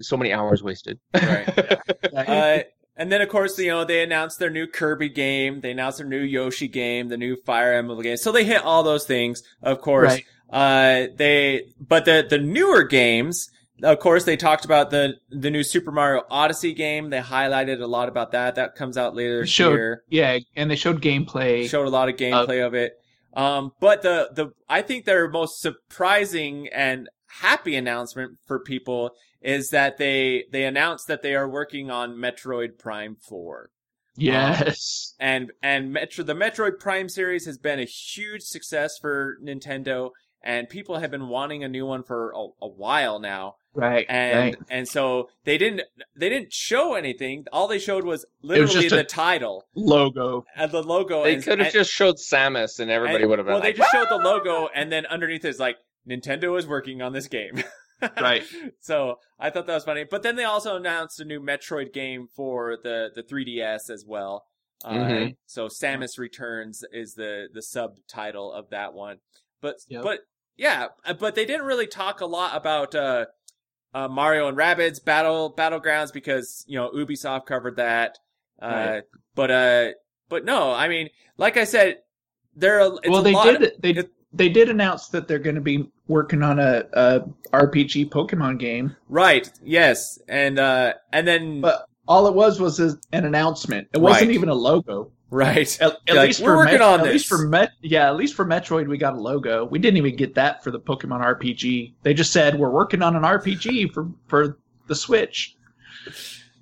D: so many hours wasted
A: Right.
E: Like,
A: Uh, and then, of course, you know they announced their new Kirby game. They announced their new Yoshi game, the new Fire Emblem game. So they hit all those things, of course.
E: right.
A: Uh, they, but the, the newer games, of course, they talked about the, the new Super Mario Odyssey game. They highlighted a lot about that. That comes out later this
E: Showed
A: year.
E: Yeah, and they showed gameplay.
A: Showed a lot of gameplay of it. Um, but the, the, I think their most surprising and happy announcement for people is that they, they announced that they are working on Metroid Prime 4
E: yes.
A: and and Metro the Metroid Prime series has been a huge success for Nintendo, and people have been wanting a new one for a, a while now.
E: right.
A: And
E: right.
A: and so they didn't they didn't show anything. All they showed was literally
E: just
A: the
E: a-
A: title
E: Logo.
A: and the logo.
D: they
A: and-
D: could have
A: and-
D: just showed samus and everybody
A: and-
D: would have been
A: Well,
D: like
A: they just showed the logo, and then underneath is like Nintendo is working on this game.
E: Right.
A: So I thought that was funny. But then they also announced a new Metroid game for the the 3DS as well. Uh,
D: Mhm.
A: so Samus Returns is the the subtitle of that one. But
E: Yep.
A: but yeah, uh, but they didn't really talk a lot about uh, uh, Mario and Rabbids Battle Battlegrounds because you know Ubisoft covered that. Uh,
E: Right.
A: But uh, but no, I mean, like I said, there. Are, it's
E: well,
A: a
E: they
A: lot
E: did.
A: of-
E: they
A: it-
E: they did announce that they're going to be working on a, a RPG Pokemon game,
A: right. Yes, and uh, and then
E: but all it was was a- an announcement. It wasn't
A: Right.
E: even a logo.
A: right.
E: At, at
A: Like,
E: least
A: we're
E: for
A: working
E: Met-
A: on
E: at
A: this.
E: least for Met- yeah, at least for Metroid, we got a logo. We didn't even get that for the Pokemon RPG. They just said we're working on an RPG for for the Switch.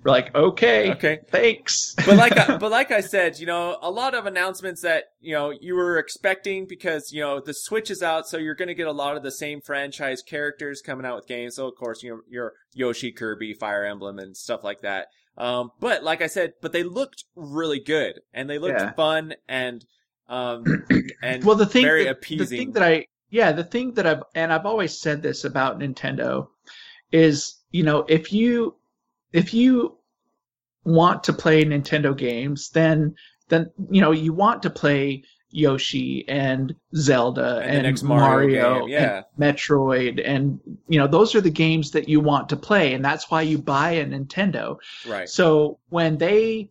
E: We're like, okay,
A: Okay.
E: thanks.
A: but like I, but like I said, you know, a lot of announcements that you know you were expecting because you know the Switch is out, so you're going to get a lot of the same franchise characters coming out with games. So of course, you know, your Yoshi, Kirby, Fire Emblem, and stuff like that. Um, but like I said, but they looked really good and they looked
E: Yeah.
A: fun and um and
E: well, the thing,
A: very
E: that,
A: appeasing.
E: the thing that I yeah, the thing that I've and I've always said this about Nintendo is, you know, if you if you want to play Nintendo games, then then you know you want to play Yoshi and Zelda
A: And the
E: and,
A: next Mario
E: Mario,
A: game, yeah.
E: and Metroid and you know those are the games that you want to play and that's why you buy a Nintendo.
A: Right.
E: So when they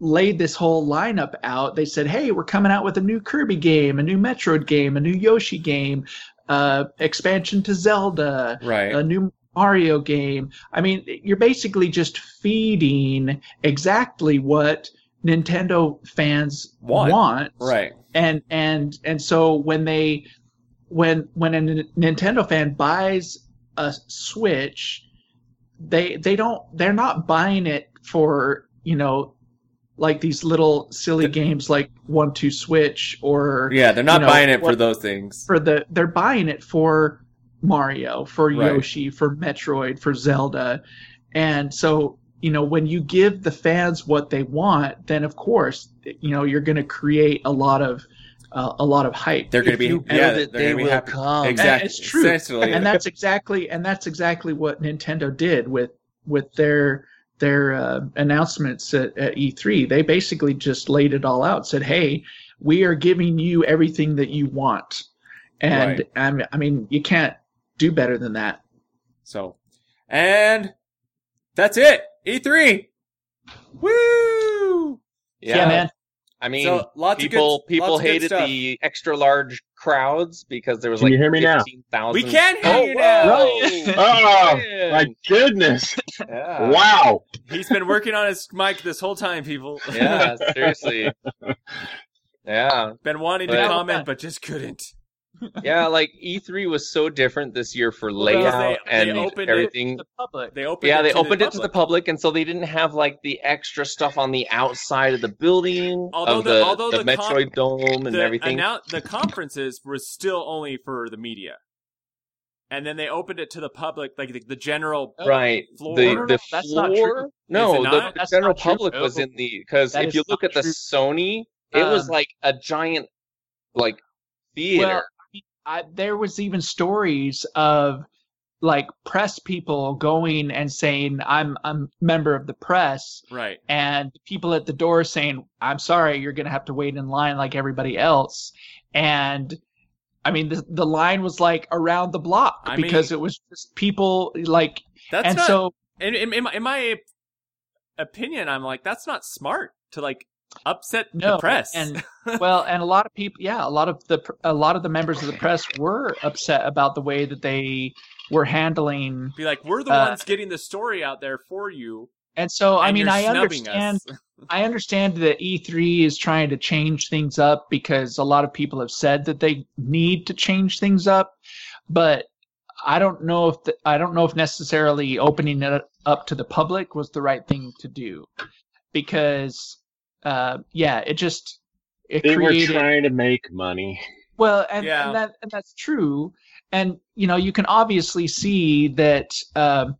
E: laid this whole lineup out, they said, "Hey, we're coming out with a new Kirby game, a new Metroid game, a new Yoshi game, uh, expansion to Zelda,
A: Right.
E: a new Mario game. I mean, you're basically just feeding exactly what Nintendo fans
A: Want.
E: want.
A: right.
E: And and and so when they when when a N- Nintendo fan buys a Switch, they they don't they're not buying it for, you know, like these little silly games like one two switch or
A: Yeah, they're not
E: you know,
A: buying it for
E: what-
A: those things.
E: for the they're buying it for Mario, for
A: Right.
E: Yoshi, for Metroid, for Zelda. And so, you know, when you give the fans what they want, then of course, you know, you're going to create a lot of uh, a lot of hype.
A: They're going to be
D: If you
A: yeah,
D: build
A: they're
D: it, they
A: going to be
D: will
A: happy.
D: come.
A: Exactly.
E: It's true.
A: Essentially.
E: and that's exactly and that's exactly what Nintendo did with with their their uh, announcements at, at E3. They basically just laid it all out. Said, "Hey, we are giving you everything that you want," and
A: Right.
E: I'm- I mean, you can't do better than that.
A: So, and that's it. E3. Woo!
E: Yeah, man.
D: I mean,
A: so lots
D: people
A: of good,
D: people
A: lots of good
D: hated
A: stuff.
D: the extra large crowds because there was
G: Can
D: like
G: you hear me now?
D: 15,000
A: We can hear
D: Oh,
A: you now.
G: Oh
D: Man.
G: my goodness!
D: yeah.
G: Wow.
A: He's been working on his mic this whole time, people.
D: yeah, seriously. Yeah,
A: been wanting to
D: But-
A: comment, but just couldn't.
D: yeah. Like E3 was so different this year for
A: Well, because
D: layout
A: they- they
D: and
A: opened it
D: everything.
E: The public.
A: They opened.
D: yeah,
A: it
D: they
A: to
D: opened
A: the
D: it to the
A: public.
D: public, and so they didn't have like the extra stuff on the outside of the building,
A: Although
D: of
A: the-
D: the,
A: although
D: the,
A: the con-
D: Metroid Dome and
A: the,
D: everything.
A: annou- the conferences were still only for the media, and then they opened it to the public, like the, the general.
D: right.
A: floor.
D: The
A: No, no,
E: no,
D: the
E: that's not
D: floor.
A: Is
E: true.
A: it
D: No,
A: not?
D: the
E: That's
D: general
E: not true,
D: public was
E: Bill.
D: in the because
E: That
D: if
E: is
D: you look
E: not
D: at the
E: true.
D: Sony, it was
E: Um,
D: like a giant like theater.
E: Well, I, there was even stories of like press people going and saying, "I'm I'm a member of the press."
A: Right.
E: and people at the door saying, "I'm sorry, you're going to have to wait in line like everybody else." And I mean, the, the line was like around the block
A: I mean-
E: because it was just people like,
A: That's
E: and
A: not.
E: so
A: in, in, in my, in my opinion, I'm like that's not smart to like upset
E: no
A: the press.
E: and well, and a lot of people, yeah, a lot of the pr- a lot of the members of the press were upset about the way that they were handling,
A: be like, we're the
E: uh,
A: ones getting the story out there for you.
E: and so I
A: and
E: mean,
A: you're
E: I
A: snubbing
E: understand
A: Us.
E: I understand that E3 is trying to change things up because a lot of people have said that they need to change things up, but I don't know if the, I don't know if necessarily opening it up to the public was the right thing to do because uh yeah, it just it
G: They were
E: created
G: trying to make money.
E: well, and,
A: Yeah.
E: and that and that's true. And you know, you can obviously see that. Um,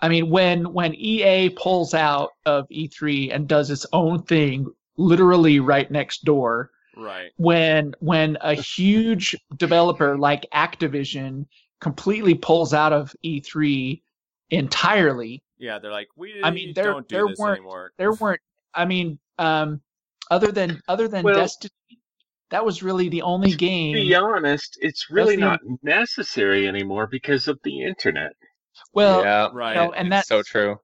E: I mean, when when EA pulls out of E3 and does its own thing, literally right next door,
A: Right.
E: when when a huge developer like Activision completely pulls out of E3 entirely,
A: Yeah, they're like, we
E: I mean, there-
A: don't do
E: there
A: this
E: weren't-
A: anymore.
E: there weren't i mean um other than other than
G: Well-
E: destiny that was really the only
G: To
E: game
G: be honest, it's really not
E: That's
G: necessary anymore because of the internet.
E: well
D: yeah,
A: Right.
E: no, and
D: that's
E: that's
D: so true.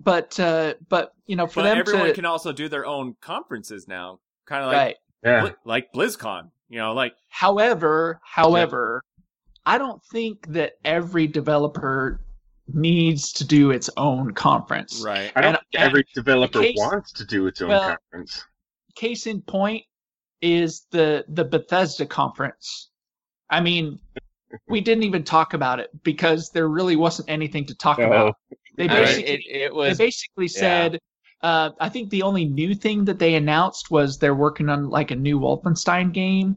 E: but uh but you know for
A: but
E: them
A: everyone
E: to
A: can also do their own conferences now, kind of like
E: right
G: Yeah.
A: Bli- like BlizzCon. You know, like
E: however however i don't think that every developer needs to do its own conference
A: right.
G: I don't
E: And-
G: think
E: and
G: every developer
E: case-
G: wants to do its own
E: well,
G: conference.
E: case in point is the the Bethesda conference. I mean, we didn't even talk about it because there really wasn't anything to talk
G: No.
E: about. They
D: I mean,
E: basically
D: it, it was
E: they basically said uh, I think the only new thing that they announced was they're working on like a new Wolfenstein game.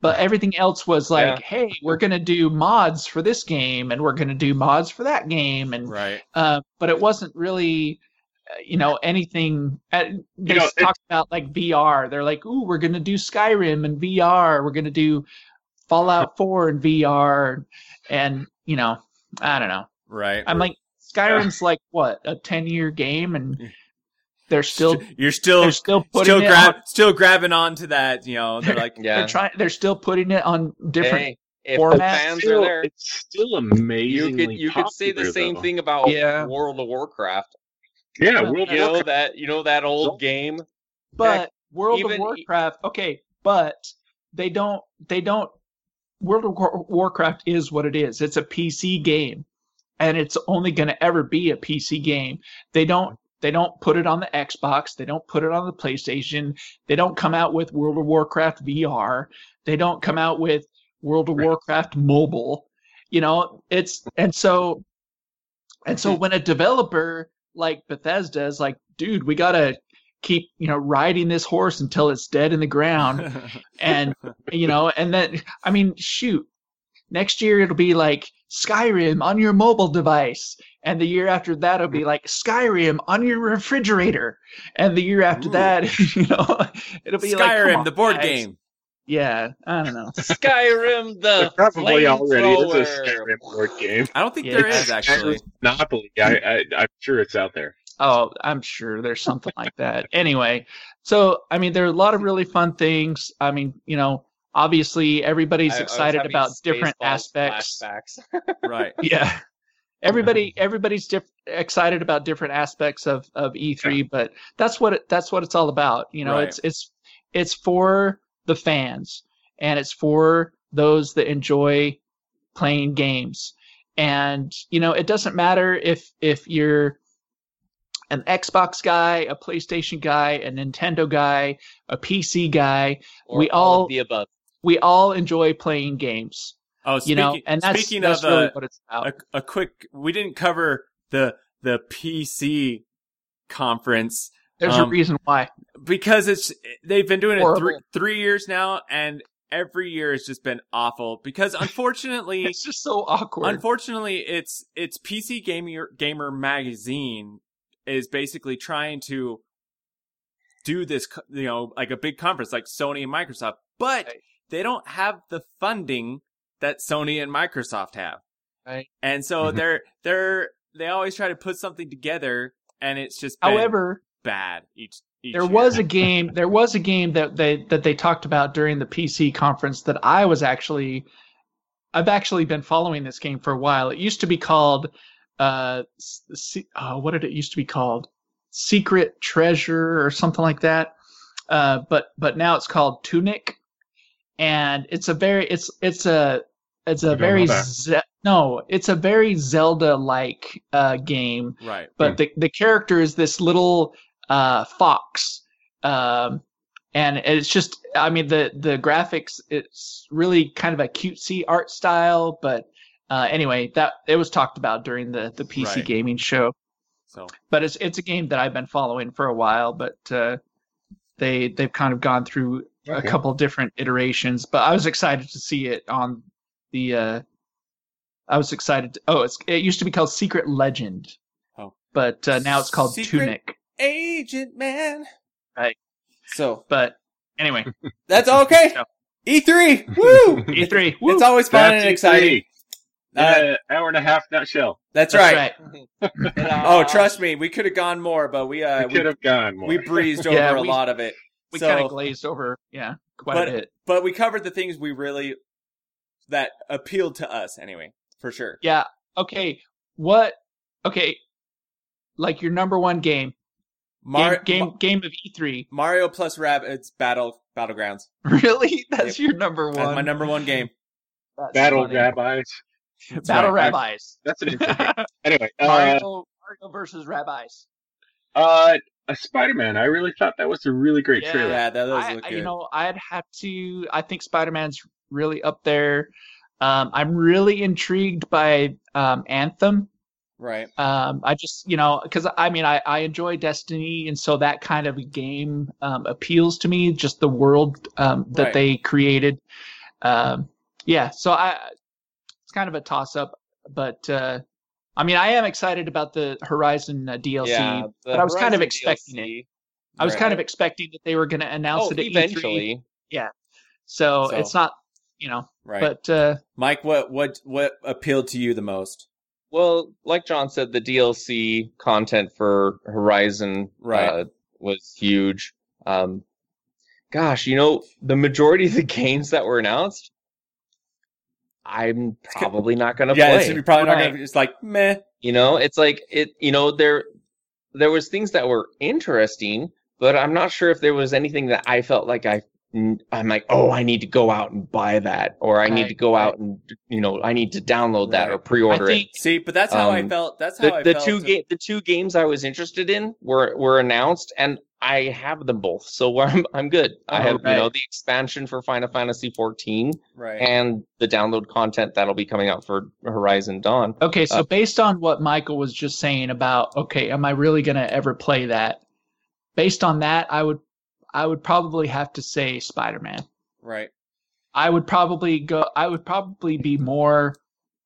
E: But everything else was like, hey, we're gonna do mods for this game, and we're gonna do mods for that game, and
A: Right.
E: uh, but it wasn't really, uh, you know, anything. Uh, they
G: know,
E: s- talked about like VR. They're like, "Ooh, we're gonna do Skyrim in VR. We're gonna do Fallout 4 in VR," and you know, I don't know.
A: Right.
E: I'm like, Skyrim's like what a ten year game, and they're still
A: you're still
E: they're still putting
A: still
E: it
A: grab
E: on,
A: still grabbing onto that. You know, they're like,
D: Yeah.
E: they're trying they're still putting it on different.
D: Hey, if the
E: formats.
D: fans are
G: Still,
D: there,
G: it's still amazing.
D: you could you could say the same thing about
E: Yeah.
D: World of Warcraft.
G: Yeah,
E: Yeah.
G: World
D: You
G: of
D: know
G: Warcraft.
D: that you know that old game.
E: But World of
D: even-
E: Warcraft, okay, but they don't they don't. World of War- Warcraft is what it is. It's a PC game, and it's only going to ever be a PC game. They don't they don't put it on the Xbox. They don't put it on the PlayStation. They don't come out with World of Warcraft VR. They don't come out with World of Warcraft mobile. You know, it's and so and so when a developer like Bethesda is like, dude, we gotta keep you know riding this horse until it's dead in the ground, and you know, and then I mean, shoot, next year it'll be like Skyrim on your mobile device, and the year after that it'll
D: Mm.
E: be like Skyrim on your refrigerator, and the year after
A: Ooh.
E: that, you know, it'll be like
A: Skyrim,
E: come on,
A: the board
E: guys.
A: game.
E: Yeah, I don't know.
D: Skyrim the
G: There probably already is a
D: flamethrower.
G: Skyrim board game.
A: I don't think
E: Yeah.
A: there is actually.
G: Skyrim's Monopoly. I, I, I'm sure it's out there.
E: Oh, I'm sure there's something like that. Anyway, so I mean, there are a lot of really fun things. I mean, you know, obviously everybody's
D: I- I was
E: excited
D: having
E: about different
D: Spaceballs
E: aspects.
D: flashbacks.
A: Right.
E: Yeah, everybody, everybody's diff- excited about different aspects of of E3, but that's what it, that's what it's all about. You know,
A: Right.
E: it's it's it's for the fans and it's for those that enjoy playing games. And you know, it doesn't matter if if you're an Xbox guy, a PlayStation guy, a Nintendo guy, a PC guy.
D: Or
E: We
D: all
E: all-
D: of the above.
E: We all enjoy playing games,
A: Oh,
E: you
A: speaking,
E: know, and that's
A: speaking
E: that's
A: of
E: really
A: uh,
E: what it's about.
A: a, a quick, we didn't cover the the PC conference
E: There's a
A: um,
E: reason why.
A: because it's they've been doing it
E: Horrible.
A: three three years now, and every year has just been awful because unfortunately,
E: It's just so awkward.
A: Unfortunately, it's it's PC Gamer Gamer Magazine is basically trying to do this, co- you know, like a big conference like Sony and Microsoft, but
E: Right.
A: they don't have the funding that Sony and Microsoft have.
E: Right.
A: And so
G: Mhm.
A: they're they're they always try to put something together and it's just been
E: However,
A: bad each, each
E: there
A: year.
E: was a game. There was a game that they that they talked about during the PC conference that I was actually, I've actually been following this game for a while. It used to be called, uh, se- oh, what did it used to be called? Secret Treasure or something like that. Uh, but but now it's called Tunic, and it's a very it's it's a it's a
G: don't know
E: very
G: that.
E: Ze- no it's a very Zelda like uh, game
A: right.
E: but the, the character is this little uh, fox um, and it's just i mean the, the graphics it's really kind of a cutesy art style but uh, anyway that it was talked about during the, the pc
A: Right.
E: gaming show
A: So
E: but it's it's a game that i've been following for a while but uh, they they've kind of gone through a
G: Okay.
E: couple different iterations but i was excited to see it on the uh i was excited to, oh it's it used to be called secret legend
A: Oh.
E: but uh, now it's called
A: Secret-
E: tunic
A: Agent Man.
E: Right.
A: So
E: but anyway
A: that's okay.
E: So-
A: E3. Woo!
G: E
E: e3 E woo,
A: It's always fun
G: That's
A: and
G: E3.
A: exciting.
G: In
A: Uh,
G: an hour and a half nutshell.
A: that's,
E: that's
A: right.
E: right,
A: Oh, trust me, we could have gone more, but we
G: We
A: uh we,
G: could have gone more.
A: we breezed over
E: Yeah,
A: a
E: we-
A: lot of it.
E: we
A: So-
E: kind of glazed over yeah quite
A: But-
E: a bit
A: but we covered the things we really that appealed to us anyway, for sure.
E: yeah okay what okay like your number one game
A: Mar-
E: game
A: Ma-
E: game, game of E e3
A: Mario plus rabbits battle battlegrounds.
E: really that's your number one
A: That's my number one game.
E: That's
G: Battle
E: funny.
G: rabbis.
E: battle
A: right.
E: rabbis
G: That's an interesting. anyway, uh,
E: Mario, Mario versus rabbis.
G: uh, Spider Man. I really thought that was a really great
E: Yeah.
G: trailer.
A: Yeah, that does
E: I,
A: look
E: I-
A: good.
E: you know, I'd have to. I think Spider Man's really up there. Um, I'm really intrigued by um, Anthem.
A: right.
E: Um, I just, you know, because I mean, I, I enjoy Destiny, and so that kind of game um, appeals to me. Just the world um, that
A: Right.
E: they created. Um, yeah, so I it's kind of a toss up, but uh, I mean, I am excited about the Horizon uh, DLC.
D: Yeah, the
E: but I was kind of
D: Horizon
E: expecting
D: DLC.
E: I was
A: Right.
E: kind of expecting that they were going to announce
D: Oh,
E: it E at E3,
D: eventually.
E: so,
A: So.
E: it's not, you know.
A: Right.
E: But uh,
A: Mike, what what what appealed to you the most?
D: Well, like John said, the DLC content for Horizon
A: Right.
D: uh, was huge. Um, gosh, you know, the majority of the games that were announced, I'm
A: good.
D: probably not going to
A: yeah,
D: play.
A: it's probably not
D: Right.
A: gonna. It's like meh.
D: You know, it's like it. You know, there there was things that were interesting, but I'm not sure if there was anything that I felt like I. I'm like, oh, I need to go out and buy that, or I need
E: Right,
D: to go
E: right.
D: out and you know, I need to download that
A: Right.
D: or pre-order
E: I
D: it
E: think
A: See, but that's how I
D: Um,
A: felt. That's how
D: the,
A: I
D: the
A: felt.
D: two ga- the two games I was interested in were were announced, and I have them both, so I'm I'm good. I
E: Oh,
D: have you know
E: right.
D: the expansion for Final Fantasy 14
A: Right.
D: and the download content that'll be coming out for Horizon Dawn.
E: Okay, so
D: Uh,
E: based on what Michael was just saying about, okay, am I really going to ever play that? Based on that, I would I would probably have to say Spider-Man.
A: right.
E: I would probably go I would probably be more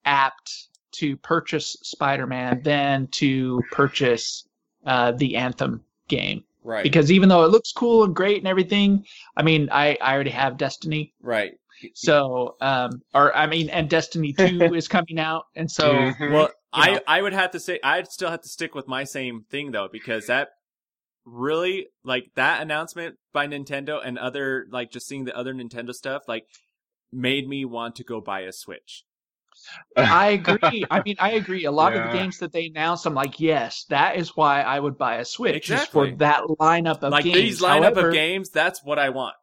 E: apt to purchase Spider-Man than to purchase uh, the Anthem game
A: Right.
E: because even though it looks cool and great and everything, I mean, I I already have Destiny.
A: right.
E: So, um or I mean, and Destiny 2 is coming out and so
G: Mhm.
A: Well,
E: You
A: I
E: know.
A: I would have to say I'd still have to stick with my same thing though because that really like that announcement by Nintendo and other like just seeing the other Nintendo stuff like made me want to go buy a Switch.
E: I agree. I mean, I agree. A lot of the
G: Yeah.
E: games that they announced, I'm like, yes, that is why I would buy a Switch just
A: Exactly.
E: for that lineup of
A: like
E: games.
A: these lineup
E: however,
A: of games, that's what I want.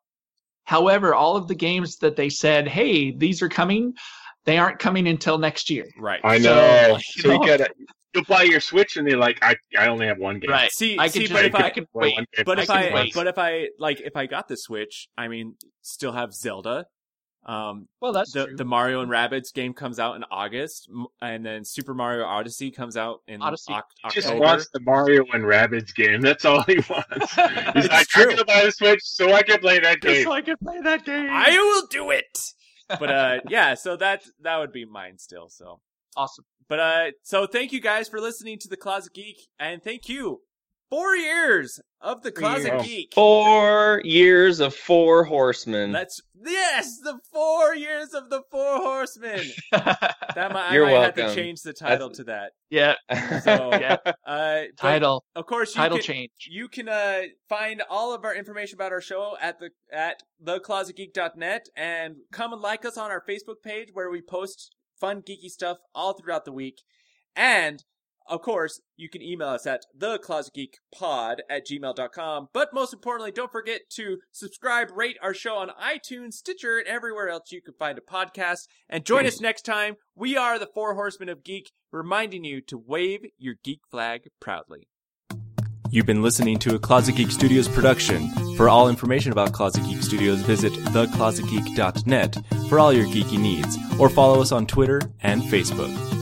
E: However, all of the games that they said, hey, these are coming, they aren't coming until next year.
A: Right.
G: I
E: So,
G: know.
E: you
G: So you
E: know.
G: gotta you'll buy your Switch and they're like, I I only have one game.
E: Right.
A: See,
E: I can
A: see,
E: just,
A: but if I,
E: I can
G: Play
E: wait.
G: one game.
A: but
E: I
A: if
E: can
A: I,
E: wait.
A: but if I like if I got the Switch, I mean, still have Zelda. Um,
E: Well, that's
A: the
E: true.
A: the Mario and Rabbids game comes out in August, m- and then Super Mario Odyssey comes out in
E: Odyssey.
A: Oc-
G: He just
A: October.
G: wants the Mario and Rabbids game. That's all he wants. He's
A: It's
G: like,
A: true.
G: I'm gonna buy the Switch so I can play that
E: Just
G: game.
E: so I can play that game.
A: I will do it. But uh, yeah, so that that would be mine still. So,
E: awesome.
A: but uh, so thank you guys for listening to the Closet Geek, and thank you four years of the Closet
G: years.
A: Geek.
D: Four years of Four Horsemen.
A: That's yes, the four years of the Four Horsemen. That might,
D: You're
A: I might have to
D: welcome.
A: change the title to that.
E: yeah.
A: So,
E: Yeah.
A: uh, but
E: Title.
A: Of course, you
E: Title
A: can,
E: change.
A: You can uh, find all of our information about our show at the at theclosetgeek.net and come and like us on our Facebook page where we post fun geeky stuff all throughout the week. And of course, you can email us at theclosetgeekpod at gmail.com. But most importantly, don't forget to subscribe, rate our show on iTunes, Stitcher, and everywhere else you can find a podcast. And join us next time. We are the Four Horsemen of Geek, reminding you to wave your geek flag proudly. You've been listening to a Closet Geek Studios production. For all information about Closet Geek Studios, visit theclosetgeek.net for all your geeky needs, or follow us on Twitter and Facebook.